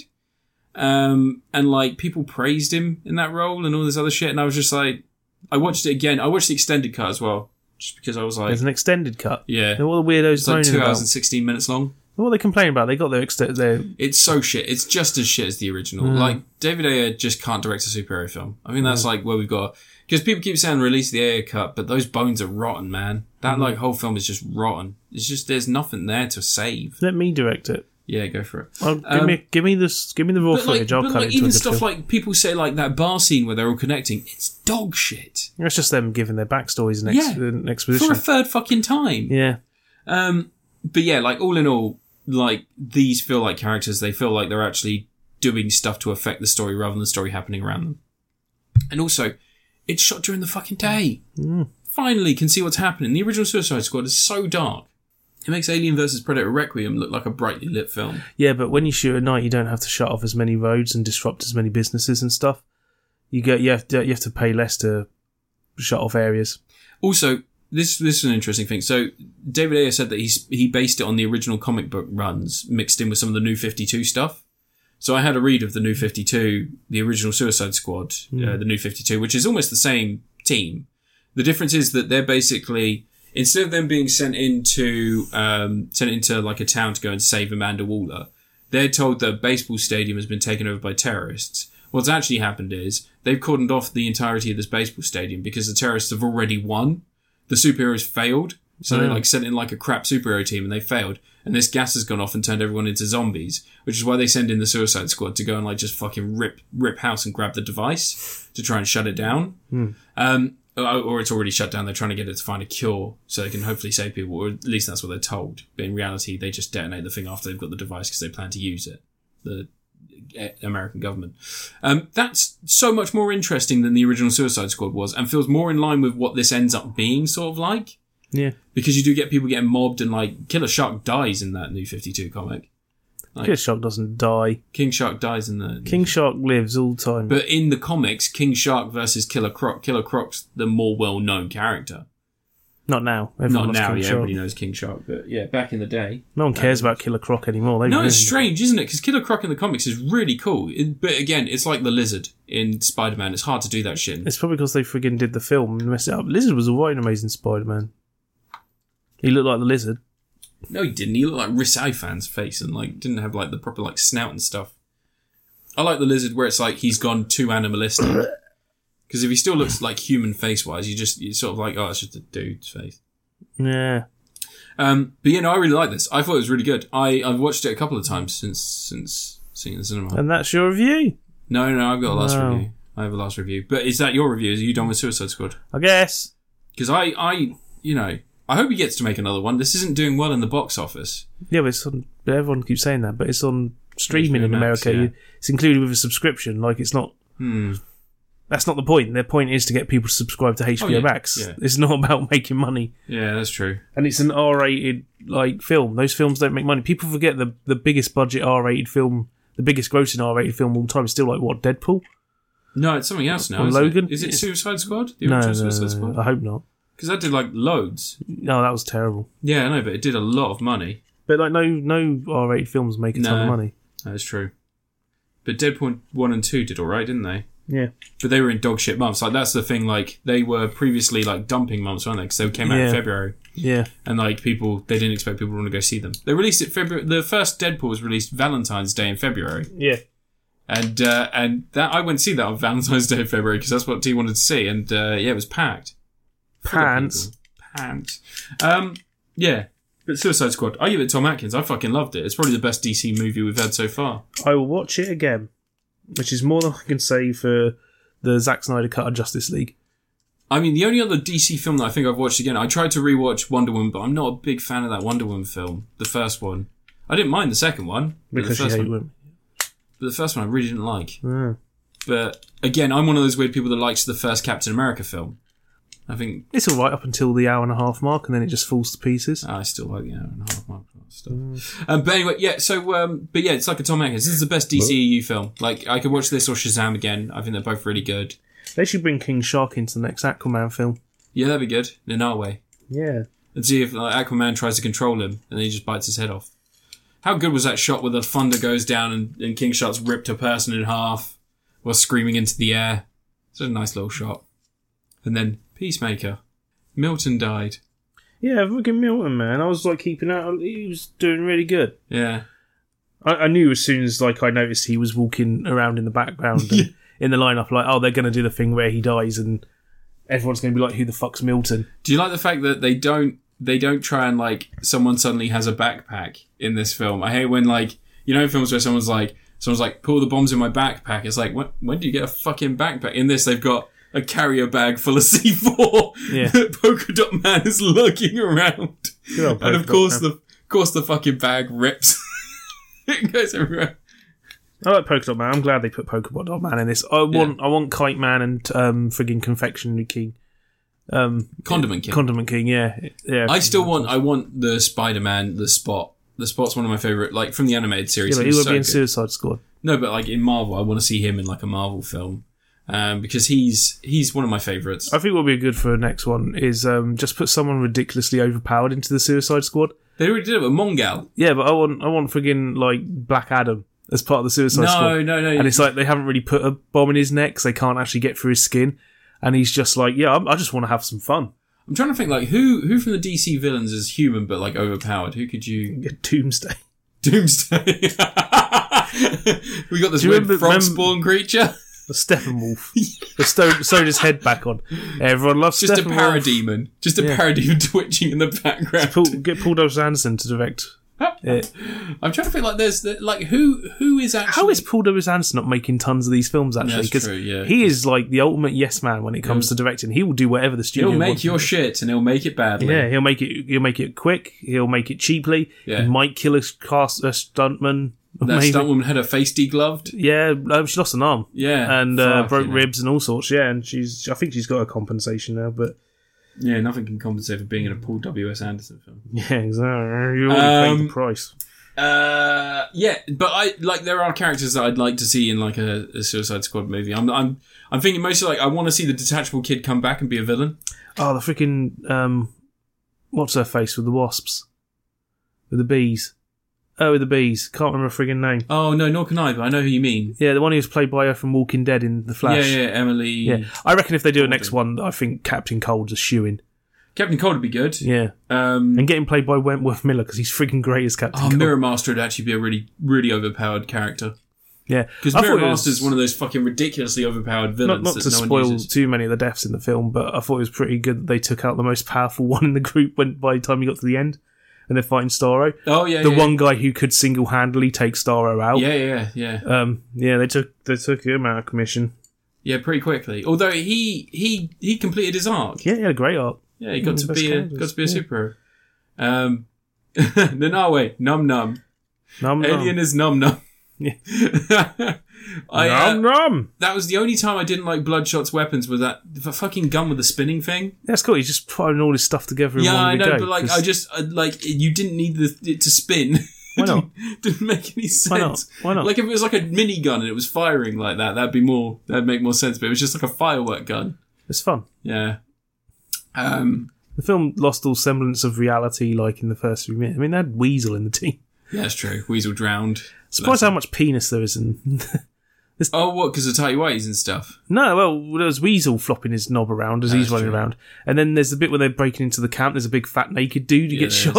A: Um, and like people praised him in that role and all this other shit. And I was just like, I watched it again. I watched the extended cut as well, just because I was like,
B: there's an extended cut.
A: yeah,
B: And what are the weirdos
A: it's like
B: moaning
A: two hours
B: about?
A: and 16 minutes long.
B: What are they complaining about? They got their extended. Their
A: It's so shit. It's just as shit as the original.
B: Mm.
A: Like David Ayer just can't direct a superhero film. I mean, that's like where we've got because people keep saying release the Ayer cut, but those bones are rotten, man. That
B: Mm-hmm.
A: like whole film is just rotten. It's just there's nothing there to save.
B: let me direct it.
A: Yeah, go for it.
B: I'll, give
A: Um,
B: me give me this give me the raw
A: But like,
B: footage. I'll
A: but
B: cut
A: like
B: it to a
A: even
B: good
A: stuff
B: film.
A: like people say like that bar scene where they're all connecting, it's dog shit
B: That's just them giving their backstories and, ex-
A: Yeah.
B: and
A: for
B: exposition.
A: a third fucking time.
B: yeah,
A: Um, but yeah, like all in all, like these feel like characters. They feel like they're actually doing stuff to affect the story rather than the story happening around them. And also, it's shot during the fucking day.
B: Mm.
A: Finally, can see what's happening. The original Suicide Squad is so dark. It makes Alien vs Predator Requiem look like a brightly lit film.
B: yeah. But when you shoot at night, you don't have to shut off as many roads and disrupt as many businesses and stuff. You get you have to, you have to pay less to shut off areas.
A: Also, this this is an interesting thing. So David Ayer said that he's he based it on the original comic book runs, mixed in with some of the new Fifty Two stuff. So I had a read of the new Fifty Two, the original Suicide Squad, uh, the new Fifty Two, which is almost the same team. The difference is that they're basically instead of them being sent into um, sent into like a town to go and save Amanda Waller, they're told that a baseball stadium has been taken over by terrorists. What's actually happened is they've cordoned off the entirety of this baseball stadium because the terrorists have already won. The superheroes failed, so they
B: Yeah.
A: like sent in like a crap superhero team and they failed. And this gas has gone off and turned everyone into zombies, which is why they send in the Suicide Squad to go and like just fucking rip rip house and grab the device to try and shut it down. Um, or or it's already shut down. They're trying to get it to find a cure so they can hopefully save people, or at least that's what they're told. But in reality, they just detonate the thing after they've got the device because they plan to use it. The eh, American government. Um, that's so much more interesting than the original Suicide Squad was, and feels more in line with what this ends up being, sort of like.
B: Yeah,
A: Because you do get people getting mobbed, and like Killer Shark dies in that new Fifty Two comic. Like-
B: Kid Shark doesn't die.
A: King Shark dies in the
B: King Shark lives all the time.
A: But in the comics, King Shark versus Killer Croc, Killer Croc's the more well known character.
B: Not now.
A: Not
B: Everyone loves
A: now,
B: King
A: yeah,
B: Shark.
A: everybody knows King Shark, but yeah, back in the day.
B: No one cares about Killer Croc anymore. They
A: No, it's
B: really-
A: strange, isn't it? Because Killer Croc in the comics is really cool. It- but again, it's like the lizard in Spider Man. It's hard to do that shit.
B: It's probably because they friggin' did the film and messed it up. Lizard was alright in Amazing Spider Man. He looked like the lizard.
A: No, he didn't. He looked like Riss Ifan's face and like didn't have like the proper like snout and stuff. I like the lizard where it's like he's gone too animalistic. Because if he still looks like human face wise, you just you sort of like, oh, it's just a dude's face.
B: Yeah.
A: Um, but you know, I really like this. I thought it was really good. I I've watched it a couple of times since since seeing it in the cinema.
B: And that's your review,
A: No, no, I've got a last
B: Wow.
A: review. I have a last review. But is that your review? Are you done with Suicide Squad?
B: I guess.
A: Because I I you know I hope he gets to make another one. This isn't doing well in the box office.
B: Yeah, but it's on. Everyone keeps saying that, but it's on streaming in
A: HBO Max,
B: America.
A: yeah.
B: You- It's included with a subscription. Like it's not.
A: Hmm. Oh,
B: That's not the point. Their point is to get people to subscribe to HBO
A: yeah,
B: Max.
A: yeah.
B: It's not about making money.
A: Yeah, that's true.
B: And it's an R-rated like film. Those films don't make money. People forget the the biggest budget R-rated film, the biggest grossing R-rated film of all time is still like what Deadpool.
A: No, it's something else now.
B: Or
A: isn't it?
B: Logan?
A: Is it
B: Yes.
A: Suicide Squad? The
B: No,
A: original
B: no,
A: Suicide
B: no, no, I
A: Squad?
B: hope not.
A: Because that did like loads.
B: No, that was terrible.
A: Yeah, I know, but it did a lot of money.
B: But like no no R-rated films make a ton of
A: No.
B: money.
A: That's true. But Deadpool 1 and 2 did alright, didn't they?
B: Yeah.
A: But they were in dog shit months. Like, that's the thing. Like, they were previously like dumping months, weren't they? Because they came out
B: Yeah.
A: in February.
B: Yeah.
A: And like, people, they didn't expect people to want to go see them. They released it February. The first Deadpool was released Valentine's Day in February.
B: Yeah.
A: And uh, and that I went to see that on Valentine's Day in February because that's what T wanted to see. And uh, yeah, it was packed. Full of
B: Pants.
A: people. Pants. Um, yeah. But Suicide Squad, I give it to Tom Atkins. I fucking loved it. It's probably the best DC movie we've had so far.
B: I will watch it again, which is more than I can say for the Zack Snyder cut of Justice League.
A: I mean, the only other DC film that I think I've watched again, I tried to rewatch Wonder Woman, but I'm not a big fan of that Wonder Woman film, the first one. I didn't mind the second one, but the
B: Because you
A: first
B: hate
A: one,
B: women.
A: but the first one I really didn't like.
B: Ah.
A: But again, I'm one of those weird people that likes the first Captain America film. I think
B: It's all right up until the hour and a half mark, and then it just falls to pieces.
A: I still like the hour and a half mark for that stuff. Um, but anyway, yeah. So, um, but yeah, it's like a Tom Hanks. This is the best DCEU film. Like, I could watch this or Shazam again. I think they're both really good.
B: They should bring King Shark into the next Aquaman film.
A: Yeah, that'd be good in our way.
B: Yeah,
A: And see if like, Aquaman tries to control him and then he just bites his head off. How good was that shot where the thunder goes down and, and King Shark's ripped a person in half while screaming into the air? It's a nice little shot. And then Peacemaker. Milton died.
B: yeah. Fucking Milton, man. I was like keeping out. He was doing really good.
A: Yeah.
B: I, I knew as soon as like I noticed he was walking around in the background and in the lineup, like oh, they're going to do the thing where he dies, and everyone's going to be like, who the fuck's Milton?
A: Do you like the fact that they don't they don't try and like someone suddenly has a backpack in this film? I hate when like you know in films where someone's like someone's like put all the bombs in my backpack. It's like when when do you get a fucking backpack? In this they've got a carrier bag full of C four
B: Yeah.
A: that Polka Dot Man is lurking around,
B: Good old
A: and of
B: Polka Dot
A: course
B: Man.
A: the of course the fucking bag rips. it goes everywhere.
B: I like Polka Dot Man. I'm glad they put Polka Dot Man in this. I want I want Kite Man and um, frigging Confectionery King, um,
A: Condiment King.
B: Condiment King. Yeah, yeah.
A: I still want I want the Spider Man the spot. The spot's one of my favorite, like from the animated
B: yeah,
A: series.
B: but
A: It
B: he
A: was
B: would
A: so
B: be in
A: good.
B: Suicide Squad.
A: No, but like in Marvel, I want to see him in like a Marvel film um, because he's he's one of my favorites.
B: I think what would be good for the next one is um, just put someone ridiculously overpowered into the Suicide Squad.
A: They already did it with Mongal.
B: Yeah, but I want I want frigging like Black Adam as part of the Suicide Squad.
A: No, no, no.
B: And it's like they haven't really put a bomb in his neck, so they can't actually get through his skin. And he's just like, yeah, I'm, I just want to have some fun.
A: I'm trying to think like who who from the DC villains is human but like overpowered. Who could you?
B: Doomsday.
A: Doomsday. we got this
B: Do you
A: weird
B: remember-
A: frog
B: remember-
A: spawn creature.
B: The Steppenwolf. the stone, sewn his head back on. Everyone loves
A: Just a
B: Steppenwolf.
A: parademon. Just a
B: Yeah.
A: parademon twitching in the background.
B: Paul, get Paul Dodge Anderson to direct. it.
A: I'm trying to think like there's the, like who who is actually
B: How is Paul Dodge Anderson not making tons of these films actually?
A: That's true, yeah.
B: he is like the ultimate yes man when it comes to directing. He will do whatever the studio
A: he'll make
B: wants.
A: your shit and he'll make it badly.
B: yeah, he'll make it. He'll make it quick. He'll make it cheaply.
A: Yeah.
B: He might kill a cast a stuntman.
A: That
B: maybe.
A: stunt woman had her face degloved.
B: Yeah, um, she lost an arm.
A: Yeah,
B: and uh,
A: fucking
B: broke
A: hell.
B: ribs and all sorts. Yeah, and she's I think she's got a compensation now. But
A: Yeah, nothing can compensate for being in a Paul W. S. Anderson film.
B: yeah, exactly. You already paid
A: Um,
B: the price.
A: Uh, yeah, but I like there are characters that I'd like to see in like a, a Suicide Squad movie. I'm I'm I'm thinking mostly like I want to see the detachable kid come back and be a villain.
B: Oh, the freaking um, what's her face with the wasps, with the bees. Oh, with the bees. Can't remember her friggin' name.
A: Oh no, nor can I. But I know who you mean.
B: Yeah, the one who was played by her from Walking Dead in the Flash.
A: Yeah, yeah, Emily.
B: Yeah. I reckon if they do a next one, I think Captain Cold's a shoe in.
A: Captain Cold would be good.
B: Yeah,
A: Um,
B: and getting played by Wentworth Miller because he's freaking great as Captain.
A: oh,
B: Cold.
A: Mirror Master would actually be a really really overpowered character
B: Yeah,
A: because
B: I thought
A: Mirror
B: it was-
A: Master is one of those fucking ridiculously overpowered
B: not,
A: villains
B: not
A: that
B: to
A: no one
B: spoil
A: uses.
B: too many of the deaths in the film, but I thought it was pretty good that they took out the most powerful one in the group when by the time you got to the end and they're fighting Starro.
A: Oh yeah,
B: The
A: yeah,
B: one guy who could single handedly take Starro out.
A: Yeah, yeah, yeah.
B: Um, yeah, they took they took him out of commission.
A: Yeah, pretty quickly. Although he he he completed his arc.
B: Yeah, he had a great arc.
A: Yeah, he got
B: Mm,
A: to
B: best
A: be a
B: characters,
A: got to be a
B: yeah.
A: superhero. Um, Nanawe, num num.
B: Nom
A: Alien is num num.
B: Yeah.
A: I, uh,
B: nom, nom.
A: that was the only time I didn't like Bloodshot's weapons was that the fucking gun with the spinning thing.
B: That's cool. He's just putting all his stuff together in
A: yeah,
B: one
A: I
B: big
A: know,
B: go,
A: but like
B: 'cause
A: I just I, like you didn't need the, it to spin.
B: Why not?
A: didn't, didn't make any sense.
B: Why not? Why not?
A: Like if it was like a mini gun and it was firing like that, that'd be more that'd make more sense. But it was just like a firework gun.
B: it's fun.
A: Yeah. Um.
B: The film lost all semblance of reality, like in the first few minutes. I mean, they had Weasel in the team.
A: Yeah, that's true. Weasel drowned.
B: Surprised how much penis there is in.
A: Oh, what? Because of Tidy Whiteys and stuff.
B: no, well, there was Weasel flopping his knob around as he's
A: that's
B: running
A: true.
B: around, and then there's the bit where they're breaking into the camp. There's a big fat naked dude who
A: Yeah,
B: gets
A: there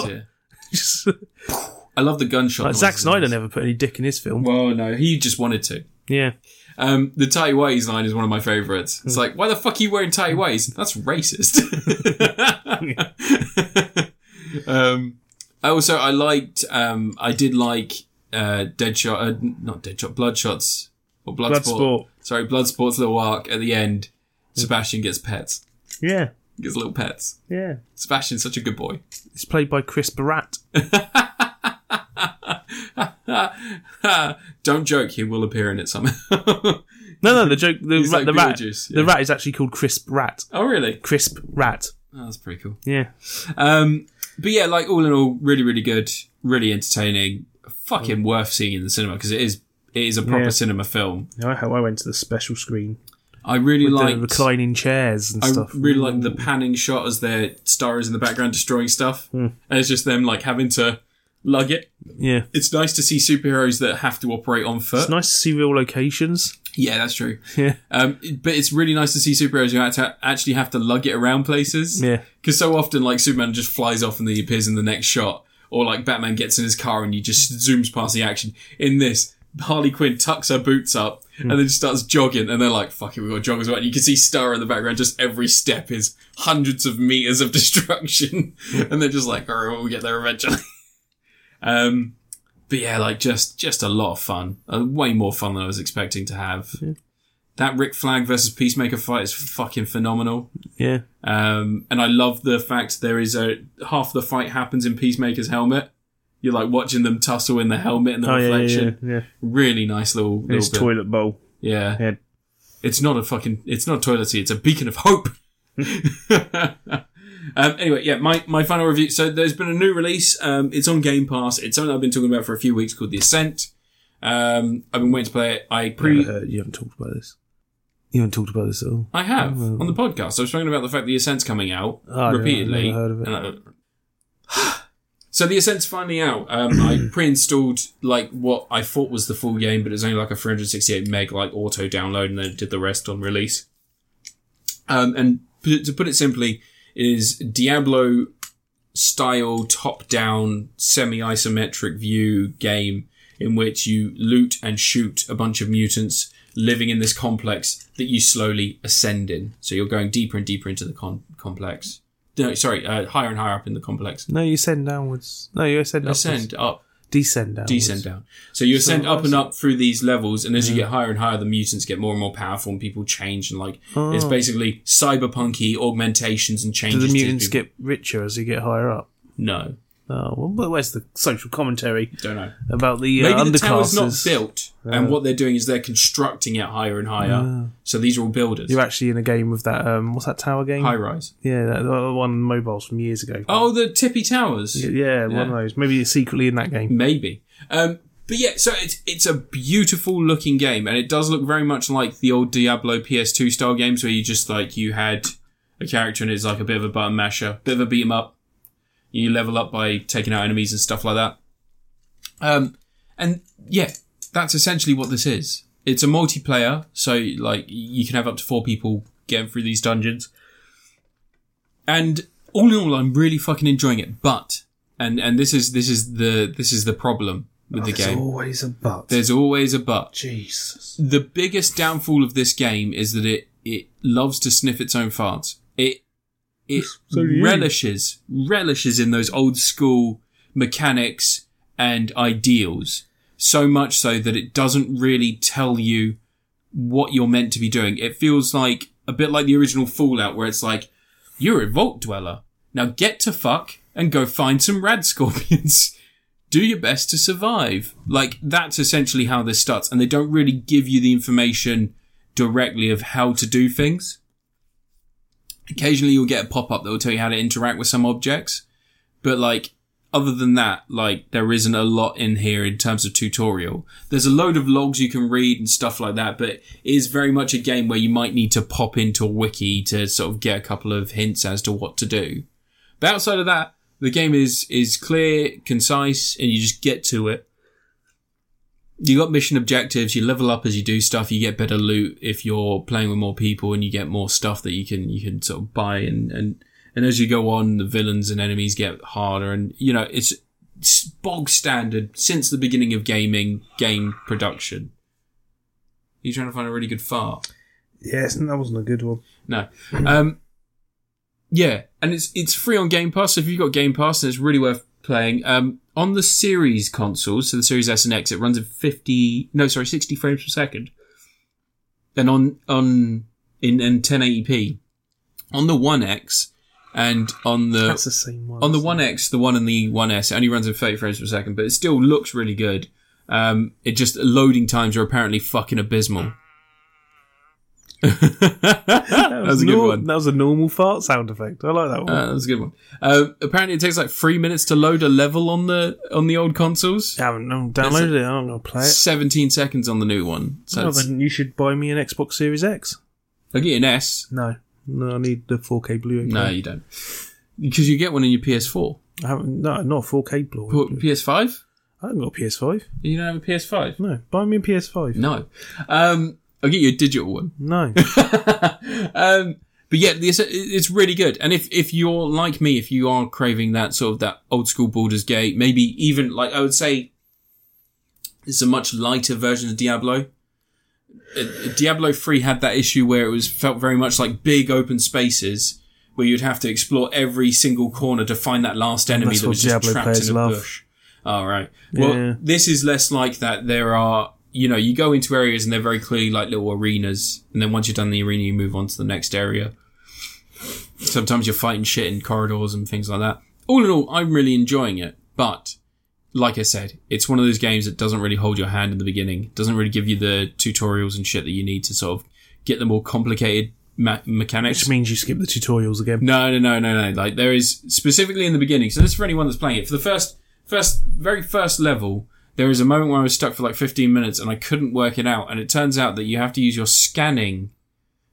A: is,
B: shot.
A: yeah.
B: Just-
A: I love the gunshot.
B: like Zack
A: noises.
B: Snyder never put any dick in his film.
A: Well, no, he just wanted to.
B: Yeah,
A: Um, the tidy whities line is one of my favourites.
B: Hmm.
A: It's like, why the fuck are you wearing tidy whities? That's racist. um, I also, I liked, um, I did like uh, Deadshot, uh, not Deadshot, Bloodshot's or Bloodsport.
B: Bloodsport. Hmm.
A: Sorry, Bloodsport's little arc at the end. Sebastian gets pets,
B: yeah,
A: gets little pets.
B: yeah.
A: Sebastian's such a good boy.
B: It's played by Chris Barat.
A: Ah, Don't joke, he will appear in it somehow.
B: No, no, the joke, the,
A: He's
B: rat,
A: like
B: the rat,
A: Beetlejuice,
B: the
A: yeah.
B: rat is actually called Crisp Rat.
A: oh, really?
B: Crisp Rat.
A: Oh, that's pretty cool.
B: Yeah,
A: Um, but yeah, like all in all, really, really good, really entertaining, fucking worth seeing in the cinema because it is it is a proper
B: Yeah.
A: cinema film.
B: I hope I went to the special screen.
A: I really
B: Like the
A: like
B: reclining chairs and
A: I
B: stuff. Mm.
A: really like the panning shot as their star is in the background destroying stuff,
B: Hmm.
A: and it's just them like having to lug it.
B: yeah,
A: It's nice to see superheroes that have to operate on foot.
B: it's nice to see real locations.
A: yeah, that's true.
B: Yeah,
A: Um, it- but it's really nice to see superheroes who act- actually have to lug it around places.
B: Yeah.
A: Because so often, like, Superman just flies off and then he appears in the next shot. Or, like, Batman gets in his car and he just zooms past the action. In this, Harley Quinn tucks her boots up and then just starts jogging. And they're like, fuck it, we got to jog as well. And you can see Star in the background. Just every step is hundreds of meters of destruction. and they're just like, all right, we'll get there eventually. um, but yeah, like, just, just a lot of fun. Uh, way more fun than I was expecting to have. That Rick Flag versus Peacemaker fight is fucking phenomenal.
B: yeah,
A: Um, and I love the fact there is a half the fight happens in Peacemaker's helmet. You're like watching them tussle in the helmet and the
B: oh yeah,
A: reflection.
B: yeah, yeah.
A: Really nice little, little
B: His
A: bit.
B: toilet bowl
A: yeah.
B: head.
A: It's not a fucking it's not a toilet seat, it's a beacon of hope. Um, anyway, yeah, my, my final review. So there's been a new release. Um, it's on Game Pass. It's something I've been talking about for a few weeks called The Ascent. Um, I've been waiting to play it. I pre
B: Uh, you haven't talked about this. You haven't talked about this at all.
A: I have on the podcast. I was talking about the fact the Ascent's coming out
B: Oh, I don't know.
A: repeatedly.
B: Never heard of it.
A: And I- so the Ascent's finally out. Um, I pre-installed like what I thought was the full game, but it was only like a 368 meg like auto download, and then did the rest on release. Um, and p- to put it simply, it is Diablo style top down semi isometric view game in which you loot and shoot a bunch of mutants living in this complex that you slowly ascend in. So you're going deeper and deeper into the con- complex. No, sorry, uh, higher and higher up in the complex.
B: No, you send downwards. No, you ascend upwards.
A: Ascend up,
B: Descend downwards.
A: descend down. So you ascend up and
B: I
A: up through these levels, and as you get higher and higher, the mutants get more and more powerful, and people change. And like it's basically cyberpunky augmentations and
B: Oh. Do
A: changes.
B: the
A: to
B: mutants
A: people.
B: get richer as you get higher up?
A: no?
B: Oh, well, but where's the social commentary
A: Don't know.
B: about the uh,
A: Maybe the tower's
B: underclasses?
A: not built, and what they're doing is they're constructing it higher and higher. so these are all builders.
B: You're actually in a game with that. Um, what's that tower game?
A: High rise.
B: Yeah, that the other one on mobiles from years ago.
A: Oh, the tippy towers.
B: yeah, one of those. Maybe it's secretly in that game.
A: Maybe. Um, but yeah, so it's it's a beautiful looking game, and it does look very much like the old Diablo PS2 style games where you just like you had a character and it's like a bit of a button masher, bit of a beat 'em up. You level up by taking out enemies and stuff like that. Um, and yeah, that's essentially what this is. It's a multiplayer, so like you can have up to four people getting through these dungeons. And all in all, I'm really fucking enjoying it. But and and this is this is the this is the problem with the game.
B: Oh, always a but.
A: There's always a but
B: Jesus.
A: the biggest downfall of this game is that it it loves to sniff its own farts. It it
B: So do you.
A: relishes relishes in those old school mechanics and ideals so much so that it doesn't really tell you what you're meant to be doing. It feels like a bit like the original Fallout where it's like You're a vault dweller. Now get to fuck and go find some rad scorpions. Do your best to survive. Like, that's essentially how this starts. And they don't really give you the information directly of how to do things. Occasionally you'll get a pop up that will tell you how to interact with some objects. But like, other than that, like, there isn't a lot in here in terms of tutorial. There's a load of logs you can read and stuff like that, but it is very much a game where you might need to pop into a wiki to sort of get a couple of hints as to what to do. But outside of that, the game is, is clear, concise, and you just get to it. You got mission objectives, you level up as you do stuff, you get better loot if you're playing with more people and you get more stuff that you can, you can sort of buy and, and and as you go on, the villains and enemies get harder, and you know it's, it's bog standard since the beginning of gaming game production. Are you trying to find a really good fart?
B: Yes, that wasn't a good one.
A: No. Um, yeah, and it's it's free on Game Pass. So if you've got Game Pass, then it's really worth playing. Um, on the series consoles, so the Series S and X, it runs at fifty no, sorry, sixty frames per second. And on on in, in 1080p, on the One X, and on the
B: That's the same one.
A: Uh, on the
B: isn't
A: One X, the one and the One S, it only runs at 30 frames per second, but it still looks really good. Um, it just loading times are apparently fucking abysmal.
B: it?
A: that was a good
B: nor-
A: one.
B: That was a normal fart sound effect. I like that one.
A: Uh, that was a good one. Uh, apparently, it takes like three minutes to load a level on the on the old consoles.
B: I haven't no, downloaded it. I'm not gonna play it.
A: 17 seconds on the new one. So
B: No,
A: it's-
B: then you should buy me an Xbox Series X.
A: I'll get you an E S.
B: No, no, I need the 4K Blu-ray.
A: No,
B: player.
A: you don't, because you get one in your PS4,
B: I haven't. No, not a 4K Blu-ray.
A: What, PS5.
B: I haven't got a PS5.
A: You don't have a PS5.
B: No, buy me a PS5.
A: No, um, I'll get you a digital one.
B: No,
A: um, but yeah, this, it's really good. And if, if you're like me, if you are craving that sort of that old school Baldur's Gate, maybe even like I would say, it's a much lighter version of Diablo. Uh, Diablo Three had that issue where it was felt very much like big open spaces where you'd have to explore every single corner to find that last enemy
B: that's
A: that
B: what
A: was just
B: Diablo
A: trapped
B: players
A: in a
B: love.
A: bush. All right. Well,
B: Yeah.
A: this is less like that. There are, you know, you go into areas and they're very clearly like little arenas, and then once you've done the arena, you move on to the next area. Sometimes you're fighting shit in corridors and things like that. All in all, I'm really enjoying it, but like I said, it's one of those games that doesn't really hold your hand in the beginning. Doesn't really give you the tutorials and shit that you need to sort of get the more complicated ma- mechanics.
B: which means you skip the tutorials again.
A: No, no, no, no, no. Like there is specifically in the beginning. So this is for anyone that's playing it. For the first, first, very first level, there is a moment where I was stuck for like 15 minutes and I couldn't work it out. And it turns out that you have to use your scanning.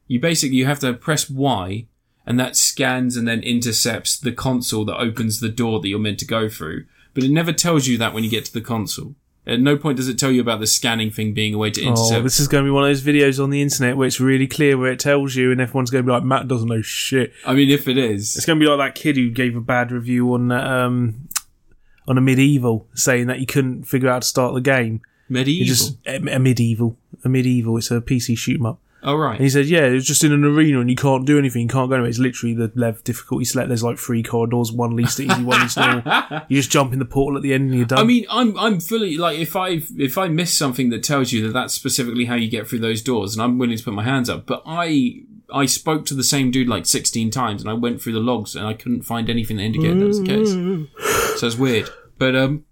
A: You basically you have to press Y, and that scans and then intercepts the console that opens the door that you're meant to go through. But it never tells you that when you get to the console. At no point does it tell you about the scanning thing being a way to intercept.
B: Oh, this is going to be one of those videos on the internet where it's really clear where it tells you, and everyone's going to be like, Matt doesn't know shit.
A: I mean, if it is,
B: It's going to be like that kid who gave a bad review on that, um, on a medieval, saying that he couldn't figure out how to start the game. He
A: medieval.
B: just a, a medieval, a medieval. It's a PC shoot 'em up.
A: All right.
B: And he said, "Yeah, it's just in an arena, and you can't do anything. You can't go anywhere. It's literally the level difficulty select. There's like three corridors, one least easy, one least normal. You just jump in the portal at the end, and you're done.
A: I mean, I'm I'm fully like if I if I miss something that tells you that that's specifically how you get through those doors, and I'm willing to put my hands up. But I I spoke to the same dude like 16 times, and I went through the logs, and I couldn't find anything that indicated that was the case. So it's weird. But um,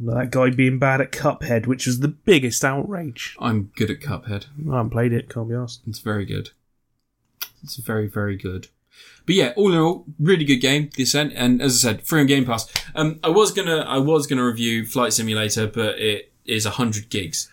B: that guy being bad at Cuphead, which was the biggest outrage.
A: I'm good at Cuphead.
B: I haven't played it. Can't be asked.
A: It's very good. It's very, very good. But yeah, all in all, really good game, Descent, and as I said, free on Game Pass. Um, I was gonna, I was gonna review Flight Simulator, but it is hundred gigs.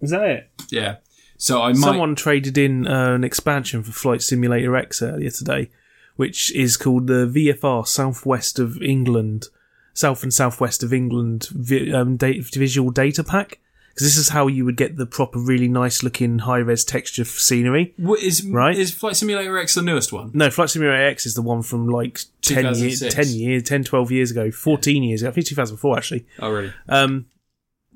B: Is that it?
A: Yeah, so I might.
B: Someone traded in uh, an expansion for Flight Simulator X earlier today, which is called the VFR Southwest of England, South and Southwest of England vi- um, da- Visual Data Pack. Because this is how you would get the proper, really nice looking high res texture for scenery.
A: What is
B: Right?
A: Is Flight Simulator X the newest one?
B: No, Flight Simulator X is the one from like 10 years,
A: 2006.
B: 10 years, 10, 12 years ago, 14 years ago, I think 2004 actually.
A: Oh, really?
B: Um,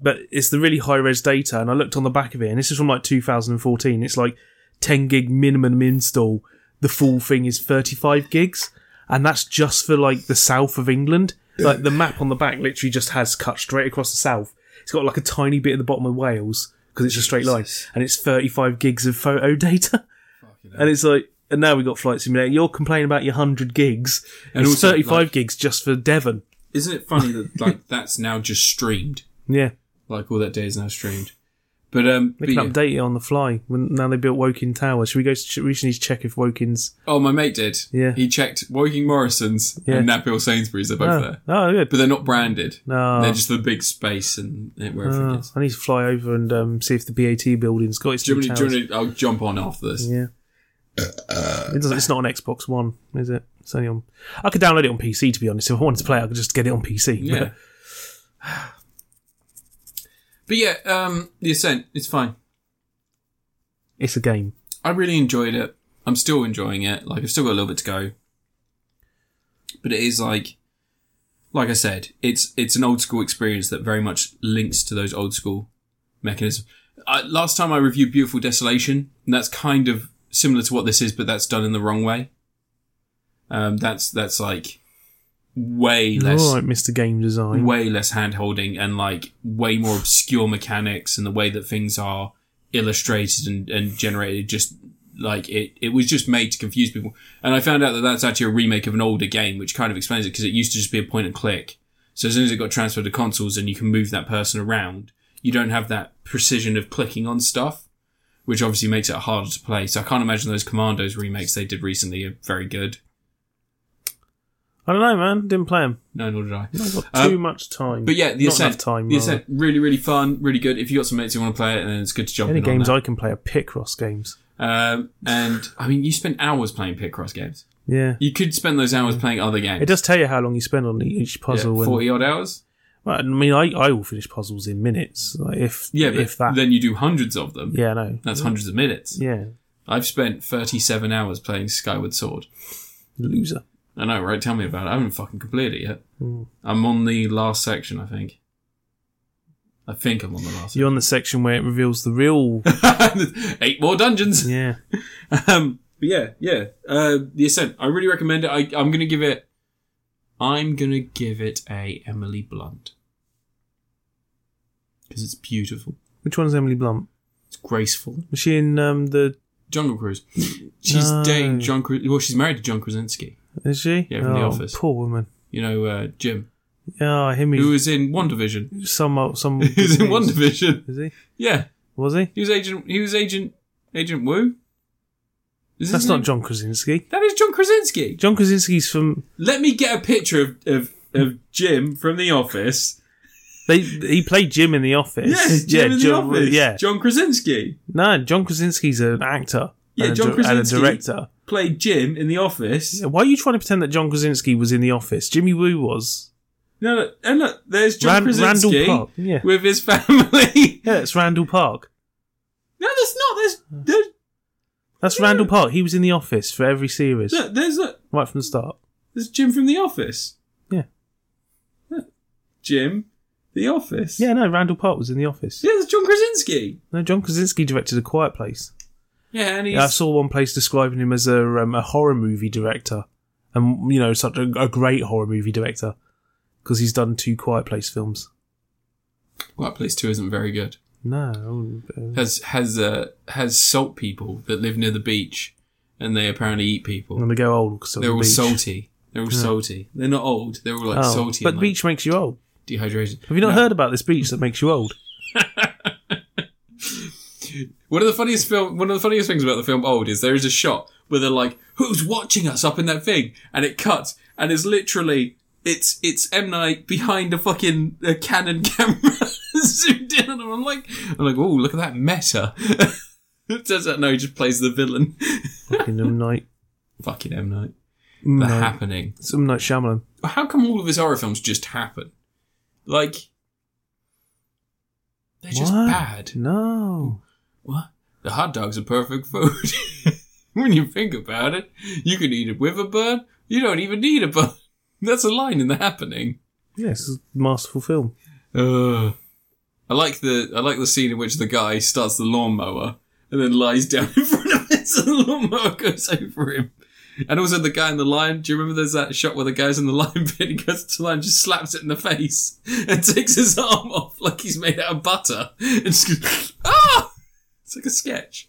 B: but it's the really high res data, and I looked on the back of it, and this is from like 2014. It's like 10 gig minimum install. The full thing is 35 gigs, and that's just for like the south of England. Like the map on the back literally just has cut straight across the south. It's got like a tiny bit at the bottom of Wales because it's a straight line, and it's 35 gigs of photo data, and it's like and now we got Flight Simulator. You're complaining about your hundred gigs.
A: And
B: it's
A: also,
B: thirty five
A: like-
B: gigs just for Devon.
A: Isn't it funny that like that's now just streamed?
B: Yeah,
A: Like all that day is now streamed. But um,
B: they
A: but
B: can
A: yeah.
B: update it on the fly. When now they built Woking Tower, should we go? Should, we should need to check if Woking's.
A: oh, my mate did.
B: Yeah.
A: he checked Woking Morrison's
B: Yeah.
A: and Naphill Sainsbury's. They're both
B: Oh,
A: there,
B: oh, good.
A: but they're not branded.
B: No.
A: They're just the big space and and wherever
B: Oh,
A: it is.
B: I need to fly over and um, see if the BAT building's got its
A: Do you
B: new
A: want me- do you
B: towers.
A: want me- I'll jump on after this.
B: Yeah. it doesn't, it's not on Xbox One, is it? It's only on. I could download it on PC, to be honest. If I wanted to play it, I could just get it on PC.
A: Yeah.
B: But
A: But yeah, um, the ascent it's fine.
B: it's a game.
A: I really enjoyed it. I'm still enjoying it. Like I've still got a little bit to go, but it is like, like I said, it's it's an old school experience that very much links to those old school mechanisms. I, last time I reviewed Beautiful Desolation, and that's kind of similar to what this is, but that's done in the wrong way. Um, that's that's like way less
B: All right, Mr. Game Design.
A: way less hand holding and like way more obscure mechanics and the way that things are illustrated and, and generated just like it, it was just made to confuse people and i found out that that's actually a remake of an older game which kind of explains it because it used to just be a point and click so as soon as it got transferred to consoles and you can move that person around you don't have that precision of clicking on stuff which obviously makes it harder to play so i can't imagine those commandos remakes they did recently are very good
B: I don't know, man. Didn't play them.
A: no nor did i
B: I've got
A: Um,
B: too much time.
A: But yeah, the
B: not
A: ascent,
B: enough time.
A: the
B: rather.
A: ascent, really, really fun, really good. If you got some mates who want to play it, then it's good to jump
B: Any
A: in
B: games
A: on
B: I can play are Picross games.
A: that. Um, and I mean, you spend hours playing Picross games.
B: Yeah.
A: You could spend those hours playing other games.
B: It does tell you how long you spend on each
A: Yeah,
B: puzzle. and,
A: forty odd hours.
B: well, I mean, I, I will finish puzzles in minutes. Like if
A: Yeah, but
B: if that.
A: then you do hundreds of them.
B: yeah, I know.
A: That's hundreds of minutes.
B: Yeah,
A: I've spent thirty-seven hours playing Skyward Sword.
B: loser.
A: I know, right? Tell me about it. I haven't fucking completed it yet.
B: Hmm.
A: I'm on the last section, I think. I think I'm on the last.
B: You're on the section where it reveals the real.
A: section. Eight more dungeons.
B: yeah.
A: Um, but yeah, yeah. Uh, the Ascent. I really recommend it. I, I'm gonna give it. I'm gonna give it a Emily Blunt because it's beautiful.
B: Which one's Emily Blunt?
A: It's graceful.
B: Was she in um, the?
A: Jungle Cruise. She's
B: No.
A: dating John. Cru- well, she's married to John Krasinski.
B: Is she?
A: Yeah, from The
B: Oh,
A: Office.
B: Poor woman.
A: You know, uh, Jim,
B: Yeah, him.
A: who
B: Who
A: was in One Division.
B: is some old- some?
A: He was in One Division.
B: Is he?
A: Yeah,
B: Was he?
A: he was agent. He was agent. Agent Wu. Is his
B: That's not
A: name-
B: John Krasinski.
A: That is John Krasinski.
B: John Krasinski's from.
A: Let me get a picture of of, of Jim from The Office.
B: They he played Jim in The Office.
A: Yes, Jim in the
B: John,
A: office.
B: Yeah,
A: John Krasinski
B: no, John Krasinski's an actor.
A: Yeah,
B: and a
A: John
B: dir- and a
A: Krasinski.
B: director.
A: played Jim in the office.
B: Yeah, Why are you trying to pretend that John Krasinski was in The Office? Jimmy Woo was.
A: No, no, and look, there's John
B: Ran-
A: Krasinski
B: Randall Park, yeah.
A: with his family.
B: Yeah, that's Randall Park.
A: no, that's not. There's there's
B: That's Randall Park. He was in The Office for every series,
A: look, there's look,
B: right from the start.
A: there's Jim from the office.
B: Yeah.
A: Look, Jim, the office.
B: Yeah, no, Randall Park was in The Office.
A: yeah, there's John Krasinski.
B: No, John Krasinski directed A Quiet Place.
A: Yeah, and he's
B: Yeah, I saw one place describing him as a, um, a horror movie director, and you know, such a, a great horror movie director because he's done two Quiet Place films.
A: well, that place too isn't very good.
B: No, I wouldn't, uh,
A: Has has uh has salt people that live near the beach, and they apparently eat people.
B: when they go old because
A: They're
B: Mm, the
A: all
B: beach.
A: salty. They're all salty. They're not old. They're all like
B: Oh,
A: salty.
B: but
A: and, like,
B: beach makes you old.
A: dehydration.
B: Have you not
A: No.
B: heard about this beach that makes you old?
A: One of the funniest film, one of the funniest things about the film Old is there is a shot where they're like, "Who's watching us up in that thing?" and it cuts, and it's literally it's it's M Night behind a fucking a Canon camera zoomed in, and I'm like, I'm like, "Oh, look at that meta." it turns out no, he just plays the villain.
B: Fucking M Night,
A: Fucking M Night,
B: M
A: the
B: Night,
A: happening.
B: it's M Night Shyamalan.
A: How come all of his horror films just happen? Like they're just
B: What?
A: bad.
B: No,
A: What? The hot dog's a perfect food. when you think about it, you can eat it with a bun. You don't even need a bun. That's a line in the happening.
B: yes, it's a masterful film.
A: Ugh. Uh, I like the I like the scene in which the guy starts the lawnmower and then lies down in front of it so the lawnmower goes over him. And also the guy in the lion. Do you remember there's that shot where the guy's in the lion pit? He goes to the lion, just slaps it in the face, and takes his arm off like he's made out of butter. And just goes, ah! It's like a sketch.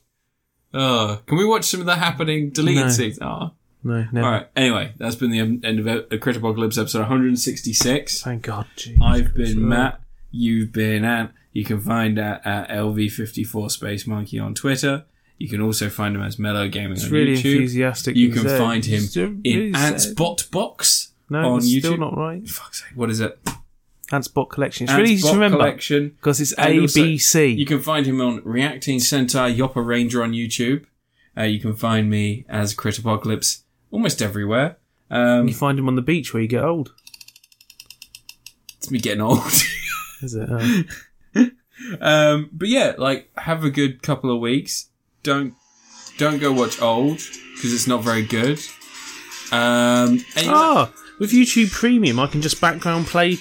A: Uh, can we watch some of the happening deleted
B: No.
A: scenes? Ah,
B: No, never.
A: all right. Anyway, that's been the um, end of a Crit Apocalypse episode 166.
B: Thank God. Jesus
A: I've been
B: Christ.
A: Matt. You've been Ant. You can find that at LV54 Space Monkey on Twitter. You can also find him as Mellow Gaming
B: It's
A: on
B: really
A: YouTube.
B: enthusiastic.
A: You
B: and
A: can
B: said-
A: find him
B: It's really
A: in
B: said.
A: Ant's Bot Box
B: No,
A: on
B: it's
A: YouTube.
B: still not right.
A: Fuck's sake, what is it?
B: Ant's bot collection. It's
A: Ant's
B: really easy
A: Bot
B: to remember
A: Collection.
B: because it's
A: And
B: A
A: also,
B: B
A: You
B: C.
A: can find him on Reacting Sentai Yoppa Ranger on YouTube. Uh, you can find me as Crit Apocalypse almost everywhere. Um,
B: You find him on the beach where you get old.
A: it's me getting old.
B: Is it? Oh.
A: um, but yeah, like have a good couple of weeks. Don't don't go watch old because it's not very good. Um, and you-
B: ah, with YouTube Premium, I can just background play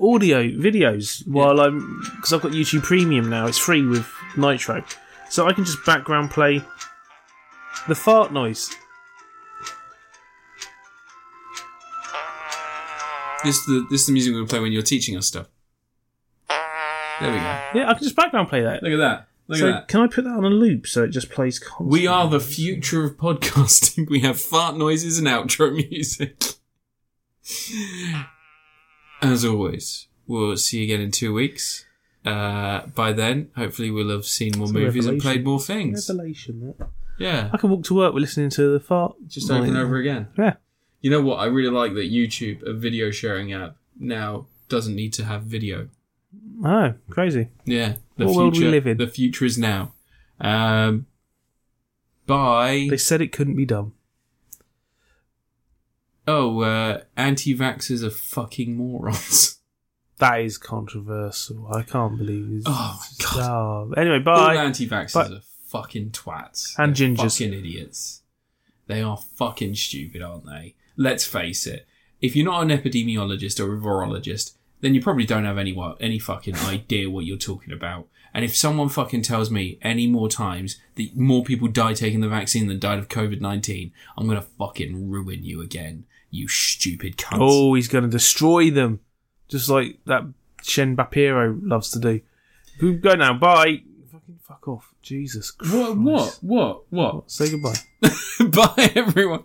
B: audio videos while I'm because I've got YouTube Premium now. It's free with Nitro, so I can just background play the fart noise.
A: this is the this is the music we play when you're teaching us stuff. There we go.
B: Yeah, I can just background play that.
A: Look at that. Look
B: so
A: at that.
B: can I put that on a loop so it just plays constantly?
A: We are the future of podcasting. We have fart noises and outro music. As always, we'll see you again in two weeks. Uh, by then, hopefully, we'll have seen more
B: It's a
A: movies and
B: revelation.
A: played more things.
B: revelation. That
A: Yeah.
B: I can walk to work with listening to the fart.
A: just over and
B: noise.
A: over again.
B: Yeah.
A: You know what? I really like that YouTube, a video sharing app, now doesn't need to have video.
B: Oh, crazy.
A: Yeah. The
B: What
A: future,
B: world we live in.
A: The future is now. Um, bye.
B: They said it couldn't be done.
A: Oh, uh, anti vaxxers are fucking morons.
B: That is controversial. I can't believe this.
A: Oh my god.
B: Oh. Anyway,
A: All
B: bye.
A: anti vaxxers
B: Bye.
A: are fucking twats.
B: And
A: They're
B: gingers.
A: Fucking idiots. They are fucking stupid, aren't they? Let's face it. If you're not an epidemiologist or a virologist, then you probably don't have any wa- any fucking idea what you're talking about. And if someone fucking tells me any more times that more people die taking the vaccine than died of COVID nineteen, I'm gonna fucking ruin you again, you stupid cunt.
B: Oh, he's going to destroy them. Just like that Shen Bapiro loves to do. We Go now. Bye. Fucking fuck off. Jesus Christ.
A: What? What? What? What?
B: Say goodbye.
A: Bye, everyone.